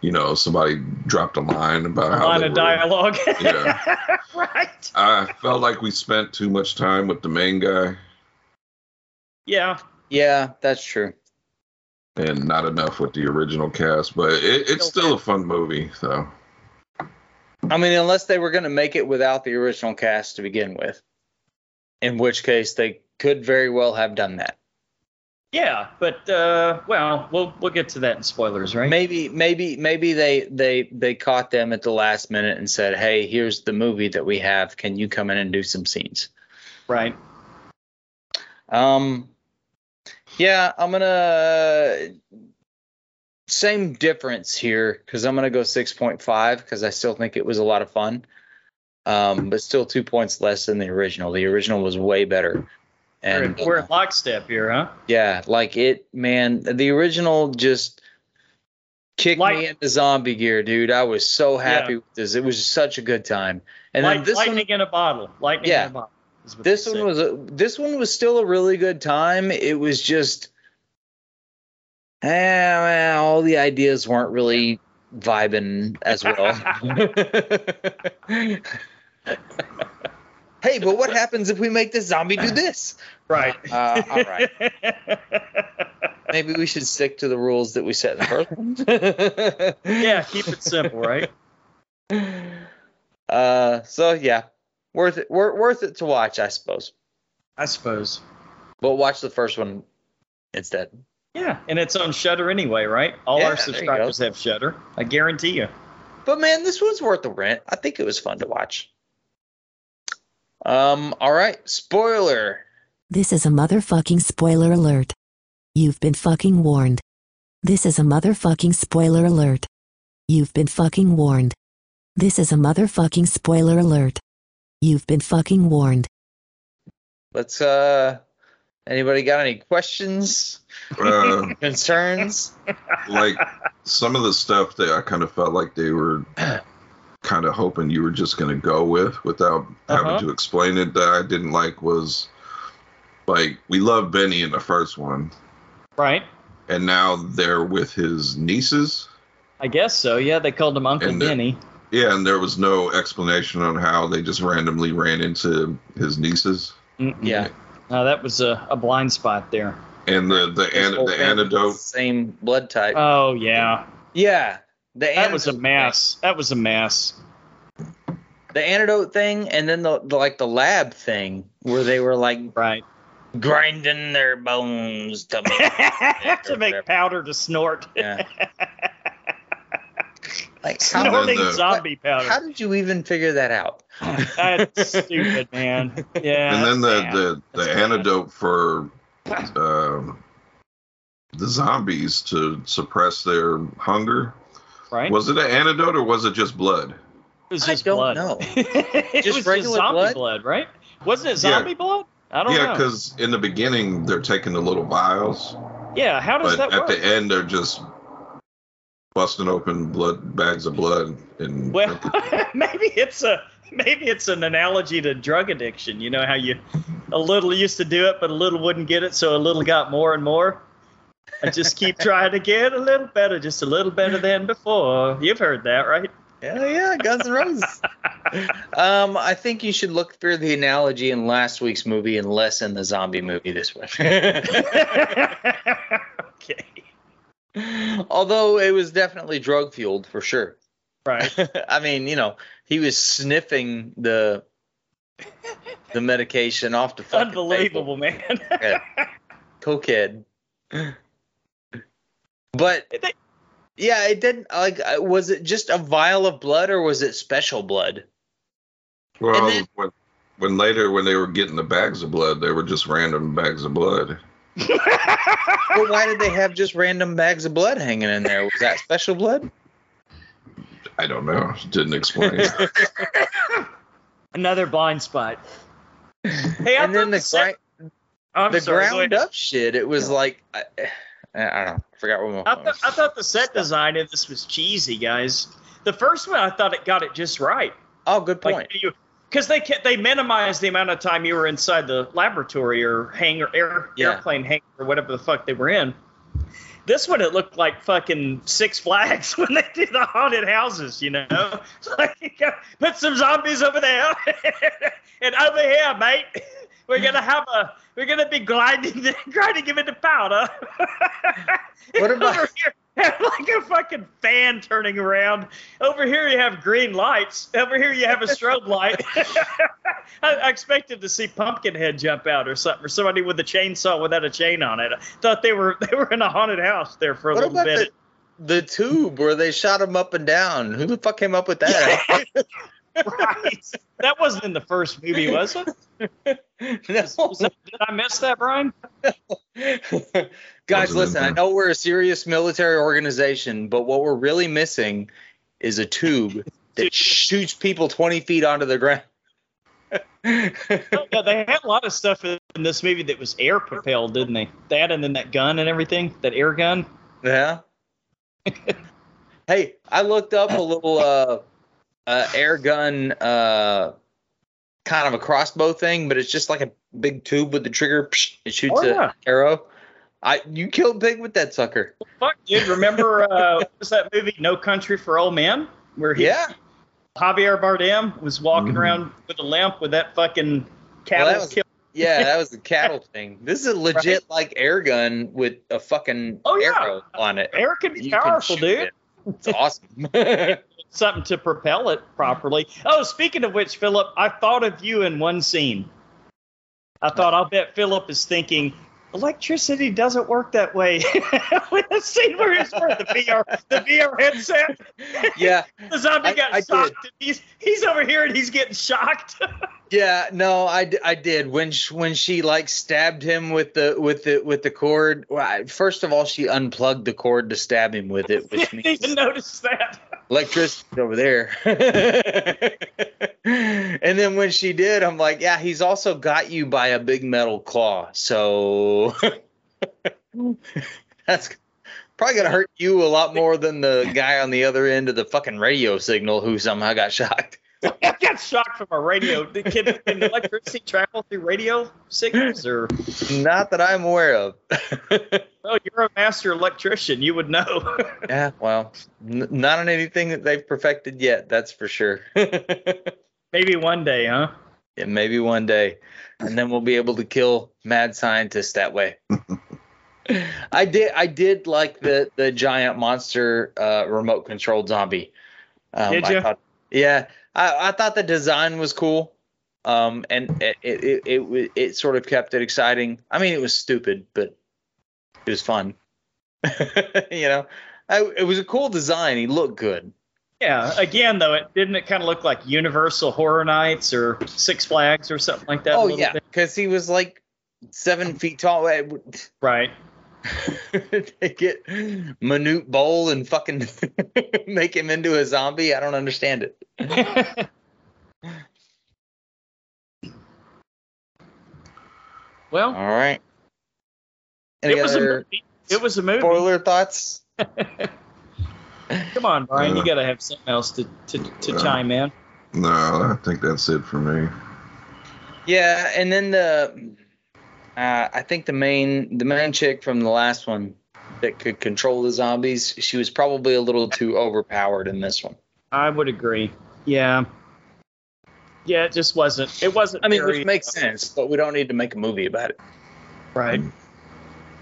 Speaker 6: you know, somebody dropped a line about how
Speaker 3: Line
Speaker 6: they
Speaker 3: of
Speaker 6: were-
Speaker 3: dialogue,
Speaker 6: Yeah.
Speaker 3: right?
Speaker 6: I felt like we spent too much time with the main guy
Speaker 3: Yeah,
Speaker 4: Yeah, that's true.
Speaker 6: and not enough with the original cast, but it, it's still a fun movie, though.
Speaker 4: I mean, unless they were going to make it without the original cast to begin with, in which case they could very well have done that.
Speaker 3: yeah, but uh, well, we'll we'll get to that in spoilers, right?
Speaker 4: Maybe, maybe, maybe they they they caught them at the last minute and said, "Hey, here's the movie that we have. Can you come in and do some scenes?"
Speaker 3: Right.
Speaker 4: Um, yeah, I'm gonna same difference here because I'm gonna go 6.5 because I still think it was a lot of fun. Um, but still two points less than the original. The original was way better. And
Speaker 3: we're, we're in lockstep here, huh?
Speaker 4: yeah, like it, man. The original just kicked
Speaker 3: Light-
Speaker 4: me into zombie gear, dude. I was so happy
Speaker 3: Yeah.
Speaker 4: with this. It was such a good time. And then
Speaker 3: Light-
Speaker 4: this one
Speaker 3: lightning in a bottle. Lightning
Speaker 4: Yeah.
Speaker 3: in a bottle. is what
Speaker 4: this
Speaker 3: they
Speaker 4: one
Speaker 3: say.
Speaker 4: was a, this one was still a really good time. It was just eh, well, all the ideas weren't really vibing as well. hey, but what happens if we make this zombie do this?
Speaker 3: right.
Speaker 4: Uh, all right, maybe we should stick to the rules that we set in the first one.
Speaker 3: yeah, keep it simple, right?
Speaker 4: Uh, so yeah, worth it. Worth, worth it to watch, I suppose.
Speaker 3: I suppose.
Speaker 4: But watch the first one instead.
Speaker 3: Yeah, and it's on Shutter anyway, right? All
Speaker 4: Yeah, there
Speaker 3: our
Speaker 4: you
Speaker 3: subscribers have Shutter. I guarantee you.
Speaker 4: But man, this was worth the rent. I think it was fun to watch. Um, all right, spoiler.
Speaker 7: This is a motherfucking spoiler alert. You've been fucking warned. This is a motherfucking spoiler alert. You've been fucking warned. This is a motherfucking spoiler alert. You've been fucking warned.
Speaker 4: Let's uh anybody got any questions,
Speaker 6: Uh,
Speaker 4: concerns?
Speaker 6: like some of the stuff that I kind of felt like they were kind of hoping you were just going to go with without
Speaker 3: Uh-huh.
Speaker 6: having to explain it that I didn't like was like we love Benny in the first one,
Speaker 3: Right?
Speaker 6: and now they're with his nieces.
Speaker 3: I guess so. Yeah, they called him Uncle
Speaker 6: And the-
Speaker 3: Benny.
Speaker 6: Yeah, and there was no explanation on how they just randomly ran into his nieces.
Speaker 3: Mm-mm.
Speaker 4: yeah.
Speaker 3: No, that was a, a blind spot there.
Speaker 6: And the the,
Speaker 4: His
Speaker 6: an,
Speaker 4: whole
Speaker 6: the
Speaker 4: family's
Speaker 6: antidote
Speaker 4: Same blood type.
Speaker 3: Oh, yeah.
Speaker 4: yeah. The
Speaker 3: That was a
Speaker 4: antidote
Speaker 3: mess. That was a mess.
Speaker 4: thing- the antidote thing and then the, the like the lab thing where they were like
Speaker 3: Right.
Speaker 4: grinding their bones to
Speaker 3: to make powder to snort.
Speaker 4: yeah. Like how,
Speaker 3: Snorting
Speaker 6: And then the-
Speaker 3: zombie powder.
Speaker 4: how did you even figure that out?
Speaker 3: That's stupid, man. Yeah.
Speaker 6: and then
Speaker 3: that's bad.
Speaker 6: the, the,
Speaker 3: That's
Speaker 6: the
Speaker 3: bad.
Speaker 6: antidote for um, the zombies to suppress their hunger
Speaker 3: Right?
Speaker 6: was it an antidote or was it just blood
Speaker 3: was
Speaker 4: I
Speaker 3: just
Speaker 4: don't
Speaker 3: blood.
Speaker 4: know.
Speaker 3: it
Speaker 4: Just
Speaker 3: was
Speaker 4: regular
Speaker 3: zombie
Speaker 4: blood?
Speaker 3: blood? right? Wasn't it
Speaker 6: Yeah.
Speaker 3: zombie blood? I don't
Speaker 6: Yeah,
Speaker 3: know.
Speaker 6: because in the beginning they're taking the little vials,
Speaker 3: yeah, how does
Speaker 6: but
Speaker 3: that work?
Speaker 6: at the end they're just busting open blood bags of blood and
Speaker 3: Well, maybe it's a maybe it's an analogy to drug addiction. You know how you a little used to do it, but a little wouldn't get it, so a little got more and more. I just keep trying to get a little better, just a little better than before. You've heard that, right?
Speaker 4: Yeah, yeah, Guns N' Roses. um, I think you should look through the analogy in last week's movie and less in the zombie movie this week.
Speaker 3: okay.
Speaker 4: Although it was definitely drug fueled for sure.
Speaker 3: Right.
Speaker 4: I mean, you know, he was sniffing the the medication off the fucking
Speaker 3: Unbelievable, man.
Speaker 4: table. cokehead. But
Speaker 3: They-
Speaker 4: yeah, it didn't like. uh, Was it just a vial of blood or was it special blood?
Speaker 6: Well,
Speaker 4: And then-
Speaker 6: when, when later when they were getting the bags of blood, they were just random bags of blood.
Speaker 4: But why did they have just random bags of blood hanging in there? Was that special blood?
Speaker 6: I don't know. Didn't explain.
Speaker 3: Another blind spot. Hey, I
Speaker 4: and then
Speaker 3: thought
Speaker 4: the,
Speaker 3: sec-
Speaker 4: gri-
Speaker 3: I'm
Speaker 4: the
Speaker 3: sorry, go
Speaker 4: ground
Speaker 3: ahead.
Speaker 4: up shit, it was like I, I I don't know, I forgot what.
Speaker 3: I, thought I thought the set design of this was cheesy, guys. The first one, I thought it got it just right.
Speaker 4: oh, good point.
Speaker 3: Like you, because they ca- they minimized the amount of time you were inside the laboratory or hangar, air,
Speaker 4: Yeah.
Speaker 3: airplane hangar, or whatever the fuck they were in. This one, it looked like fucking Six Flags when they do the haunted houses, you know? It's like, you got- put some zombies over there and over here, mate. We're gonna have a, we're gonna be grinding, the, grinding him into powder.
Speaker 4: What about-
Speaker 3: over here? Have like a fucking fan turning around. Over here you have green lights. Over here you have a strobe light. I, I expected to see Pumpkinhead jump out or something, or somebody with a chainsaw without a chain on it. I thought they were they were in a haunted house there for a
Speaker 4: what
Speaker 3: little
Speaker 4: about
Speaker 3: bit.
Speaker 4: the, the tube where they shot him up and down? Who the fuck came up with that?
Speaker 3: right. That wasn't in the first movie, was it?
Speaker 4: No.
Speaker 3: Did I miss that, Brian?
Speaker 4: Guys,
Speaker 6: Wasn't
Speaker 4: listen,
Speaker 6: in
Speaker 4: I
Speaker 6: there.
Speaker 4: know we're a serious military organization, but what we're really missing is a tube that shoots people 20 feet onto the ground.
Speaker 3: Oh, Yeah, they had a lot of stuff in this movie that was air propelled, didn't they? That and then that gun and everything, that air gun.
Speaker 4: Yeah. hey, I looked up a little uh, uh, air gun, uh, kind of a crossbow thing, but it's just like a big tube with the trigger. Psh, it shoots
Speaker 3: Oh, yeah.
Speaker 4: an arrow. I you killed pig with that sucker.
Speaker 3: Fuck, dude. Remember uh, what was that movie No Country for Old Men, where he,
Speaker 4: Yeah. Mm-hmm.
Speaker 3: Javier Bardem was walking
Speaker 6: Mhm.
Speaker 3: around with a lamp with that fucking cattle
Speaker 4: Well, that was-
Speaker 3: kill.
Speaker 4: Yeah, that was the cattle thing. This is a legit like air gun with a fucking
Speaker 3: Oh, yeah.
Speaker 4: arrow on it.
Speaker 3: Air can be
Speaker 4: You can
Speaker 3: powerful,
Speaker 4: shoot
Speaker 3: dude.
Speaker 4: it. It's awesome.
Speaker 3: Something to propel it properly. Oh, speaking of which, Philip, I thought of you in one scene. I thought, I'll bet Philip is thinking, electricity doesn't work that way. with the scene where he's wearing the VR, the VR headset,
Speaker 4: yeah,
Speaker 3: the zombie
Speaker 4: I-
Speaker 3: got
Speaker 4: I did.
Speaker 3: shocked. And he's he's over here and he's getting shocked.
Speaker 4: Yeah, no, I, d- I did when sh when she like stabbed him with the with the with the cord. Well, I- first of all, she unplugged the cord to stab him with it, which
Speaker 3: Didn't even
Speaker 4: means
Speaker 3: notice that.
Speaker 4: electricity's over there. and then when she did, I'm like, yeah, he's also got you by a big metal claw, so that's probably gonna hurt you a lot more than the guy on the other end of the fucking radio signal who somehow got shocked.
Speaker 3: I got shocked from a radio. Can, can electricity travel through radio signals? Or
Speaker 4: Not that I'm aware of.
Speaker 3: oh, you're a master electrician. You would know.
Speaker 4: Yeah, well, n- not on anything that they've perfected yet, that's for sure. yeah,
Speaker 3: Maybe one day, huh?
Speaker 4: maybe one day, and then we'll be able to kill mad scientists that way. I did, I did like the the giant monster uh, remote controlled zombie. Um,
Speaker 3: Did
Speaker 4: I
Speaker 3: ya?
Speaker 4: thought- yeah, I, I thought the design was cool, um, and it it, it it wa- it sort of kept it exciting. I mean, it was stupid, but it was fun. you know, I, it was a cool design. He looked good.
Speaker 3: Yeah. Again, though, it didn't it kind of look like Universal Horror Nights or Six Flags or something like that. a
Speaker 4: oh
Speaker 3: little
Speaker 4: yeah,
Speaker 3: bit?
Speaker 4: because he was like seven feet tall. I-
Speaker 3: Right.
Speaker 4: they get Manute Bowl and fucking make him into a zombie. I don't understand it.
Speaker 3: well,
Speaker 4: All right. Any
Speaker 3: it was
Speaker 6: uh,
Speaker 3: a
Speaker 4: other
Speaker 3: movie. It was a movie.
Speaker 4: spoiler thoughts?
Speaker 3: Come on, Brian,
Speaker 6: Yeah.
Speaker 3: you got to have something else to to, to
Speaker 6: Yeah.
Speaker 3: chime in.
Speaker 6: No, I think that's it for me.
Speaker 4: Yeah, and then the uh, I think the main the main chick from the last one that could control the zombies, she was probably a little too overpowered in this one.
Speaker 3: I would agree. Yeah. Yeah, it just wasn't. It wasn't.
Speaker 4: I mean,
Speaker 3: very,
Speaker 4: which makes sense, but we don't need to make a movie about it.
Speaker 3: right?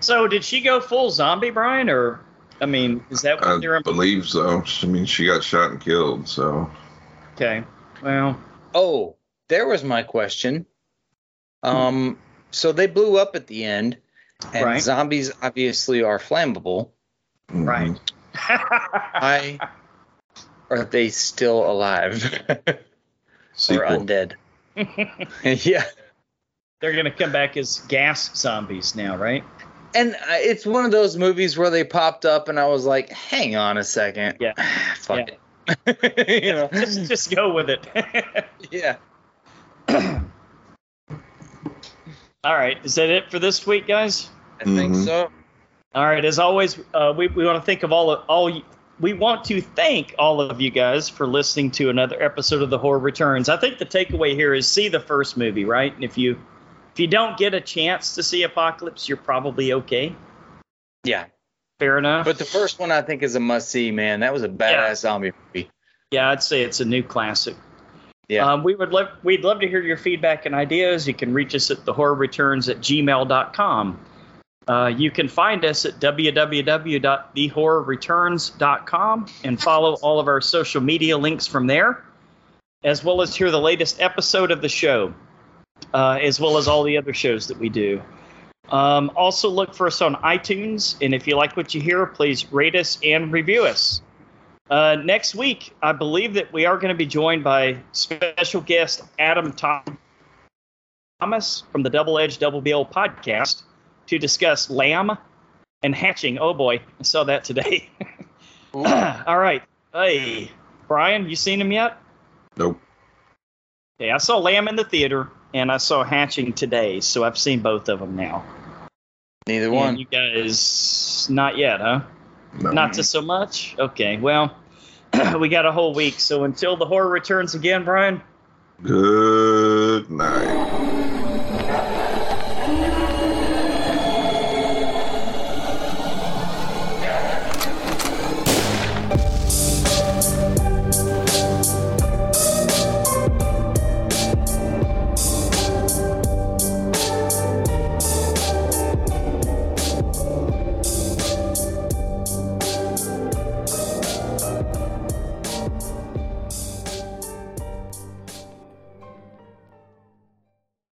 Speaker 3: So, did she go full zombie, Brian? Or, I mean, is that what
Speaker 6: I
Speaker 3: they're
Speaker 6: believe so. I mean, she got shot and killed, so
Speaker 3: okay? Well,
Speaker 4: Oh, there was my question.
Speaker 3: Hmm.
Speaker 4: Um, so they blew up at the end, and
Speaker 3: Right.
Speaker 4: zombies obviously are flammable.
Speaker 6: mhm.
Speaker 3: Right.
Speaker 4: I are they still alive or
Speaker 6: Sequel.
Speaker 4: undead? yeah.
Speaker 3: they're gonna come back as gas zombies now, right?
Speaker 4: And uh, it's one of those movies where they popped up, and I was like, "Hang on a second,
Speaker 3: Yeah.
Speaker 4: fuck it," you know,
Speaker 3: Just, just go with it.
Speaker 4: yeah.
Speaker 3: All right, is that it for this week, guys?
Speaker 4: I think
Speaker 3: Mm-hmm.
Speaker 6: Mhm.
Speaker 4: so.
Speaker 3: All right, as always, uh, we, we want to thank of all of, all you- we want to thank all of you guys for listening to another episode of the Horror Returns. I think the takeaway here is see the first movie, right? And if you if you don't get a chance to see Apocalypse, you're probably okay.
Speaker 4: Yeah,
Speaker 3: Fair enough.
Speaker 4: but the first one I think is a must see. Man, that was a badass
Speaker 3: Yeah.
Speaker 4: zombie movie.
Speaker 3: Yeah, I'd say it's a new classic.
Speaker 4: Yeah.
Speaker 3: Um, we would love we'd love to hear your feedback and ideas. You can reach us at thehorrorreturns at gmail.com. Uh, you can find us at www.thehorrorreturns.com and follow all of our social media links from there, as well as hear the latest episode of the show, uh, as well as all the other shows that we do. Um, also, look for us on iTunes, and if you like what you hear, please rate us and review us. Uh, next week, I believe that we are going to be joined by special guest Adam Thom- Thomas from the Double Edge Double BL podcast to discuss lamb and hatching. Oh boy, I saw that today. All right. Hey, Brian, you seen him yet?
Speaker 6: Nope.
Speaker 3: Yeah, I saw lamb in the theater and I saw hatching today, so I've seen both of them now.
Speaker 4: Neither
Speaker 3: And
Speaker 4: one.
Speaker 3: you guys, not yet, huh?
Speaker 6: No.
Speaker 3: Not to so much. Okay, well, we got a whole week. So until the horror returns again, Brian.
Speaker 6: Good night.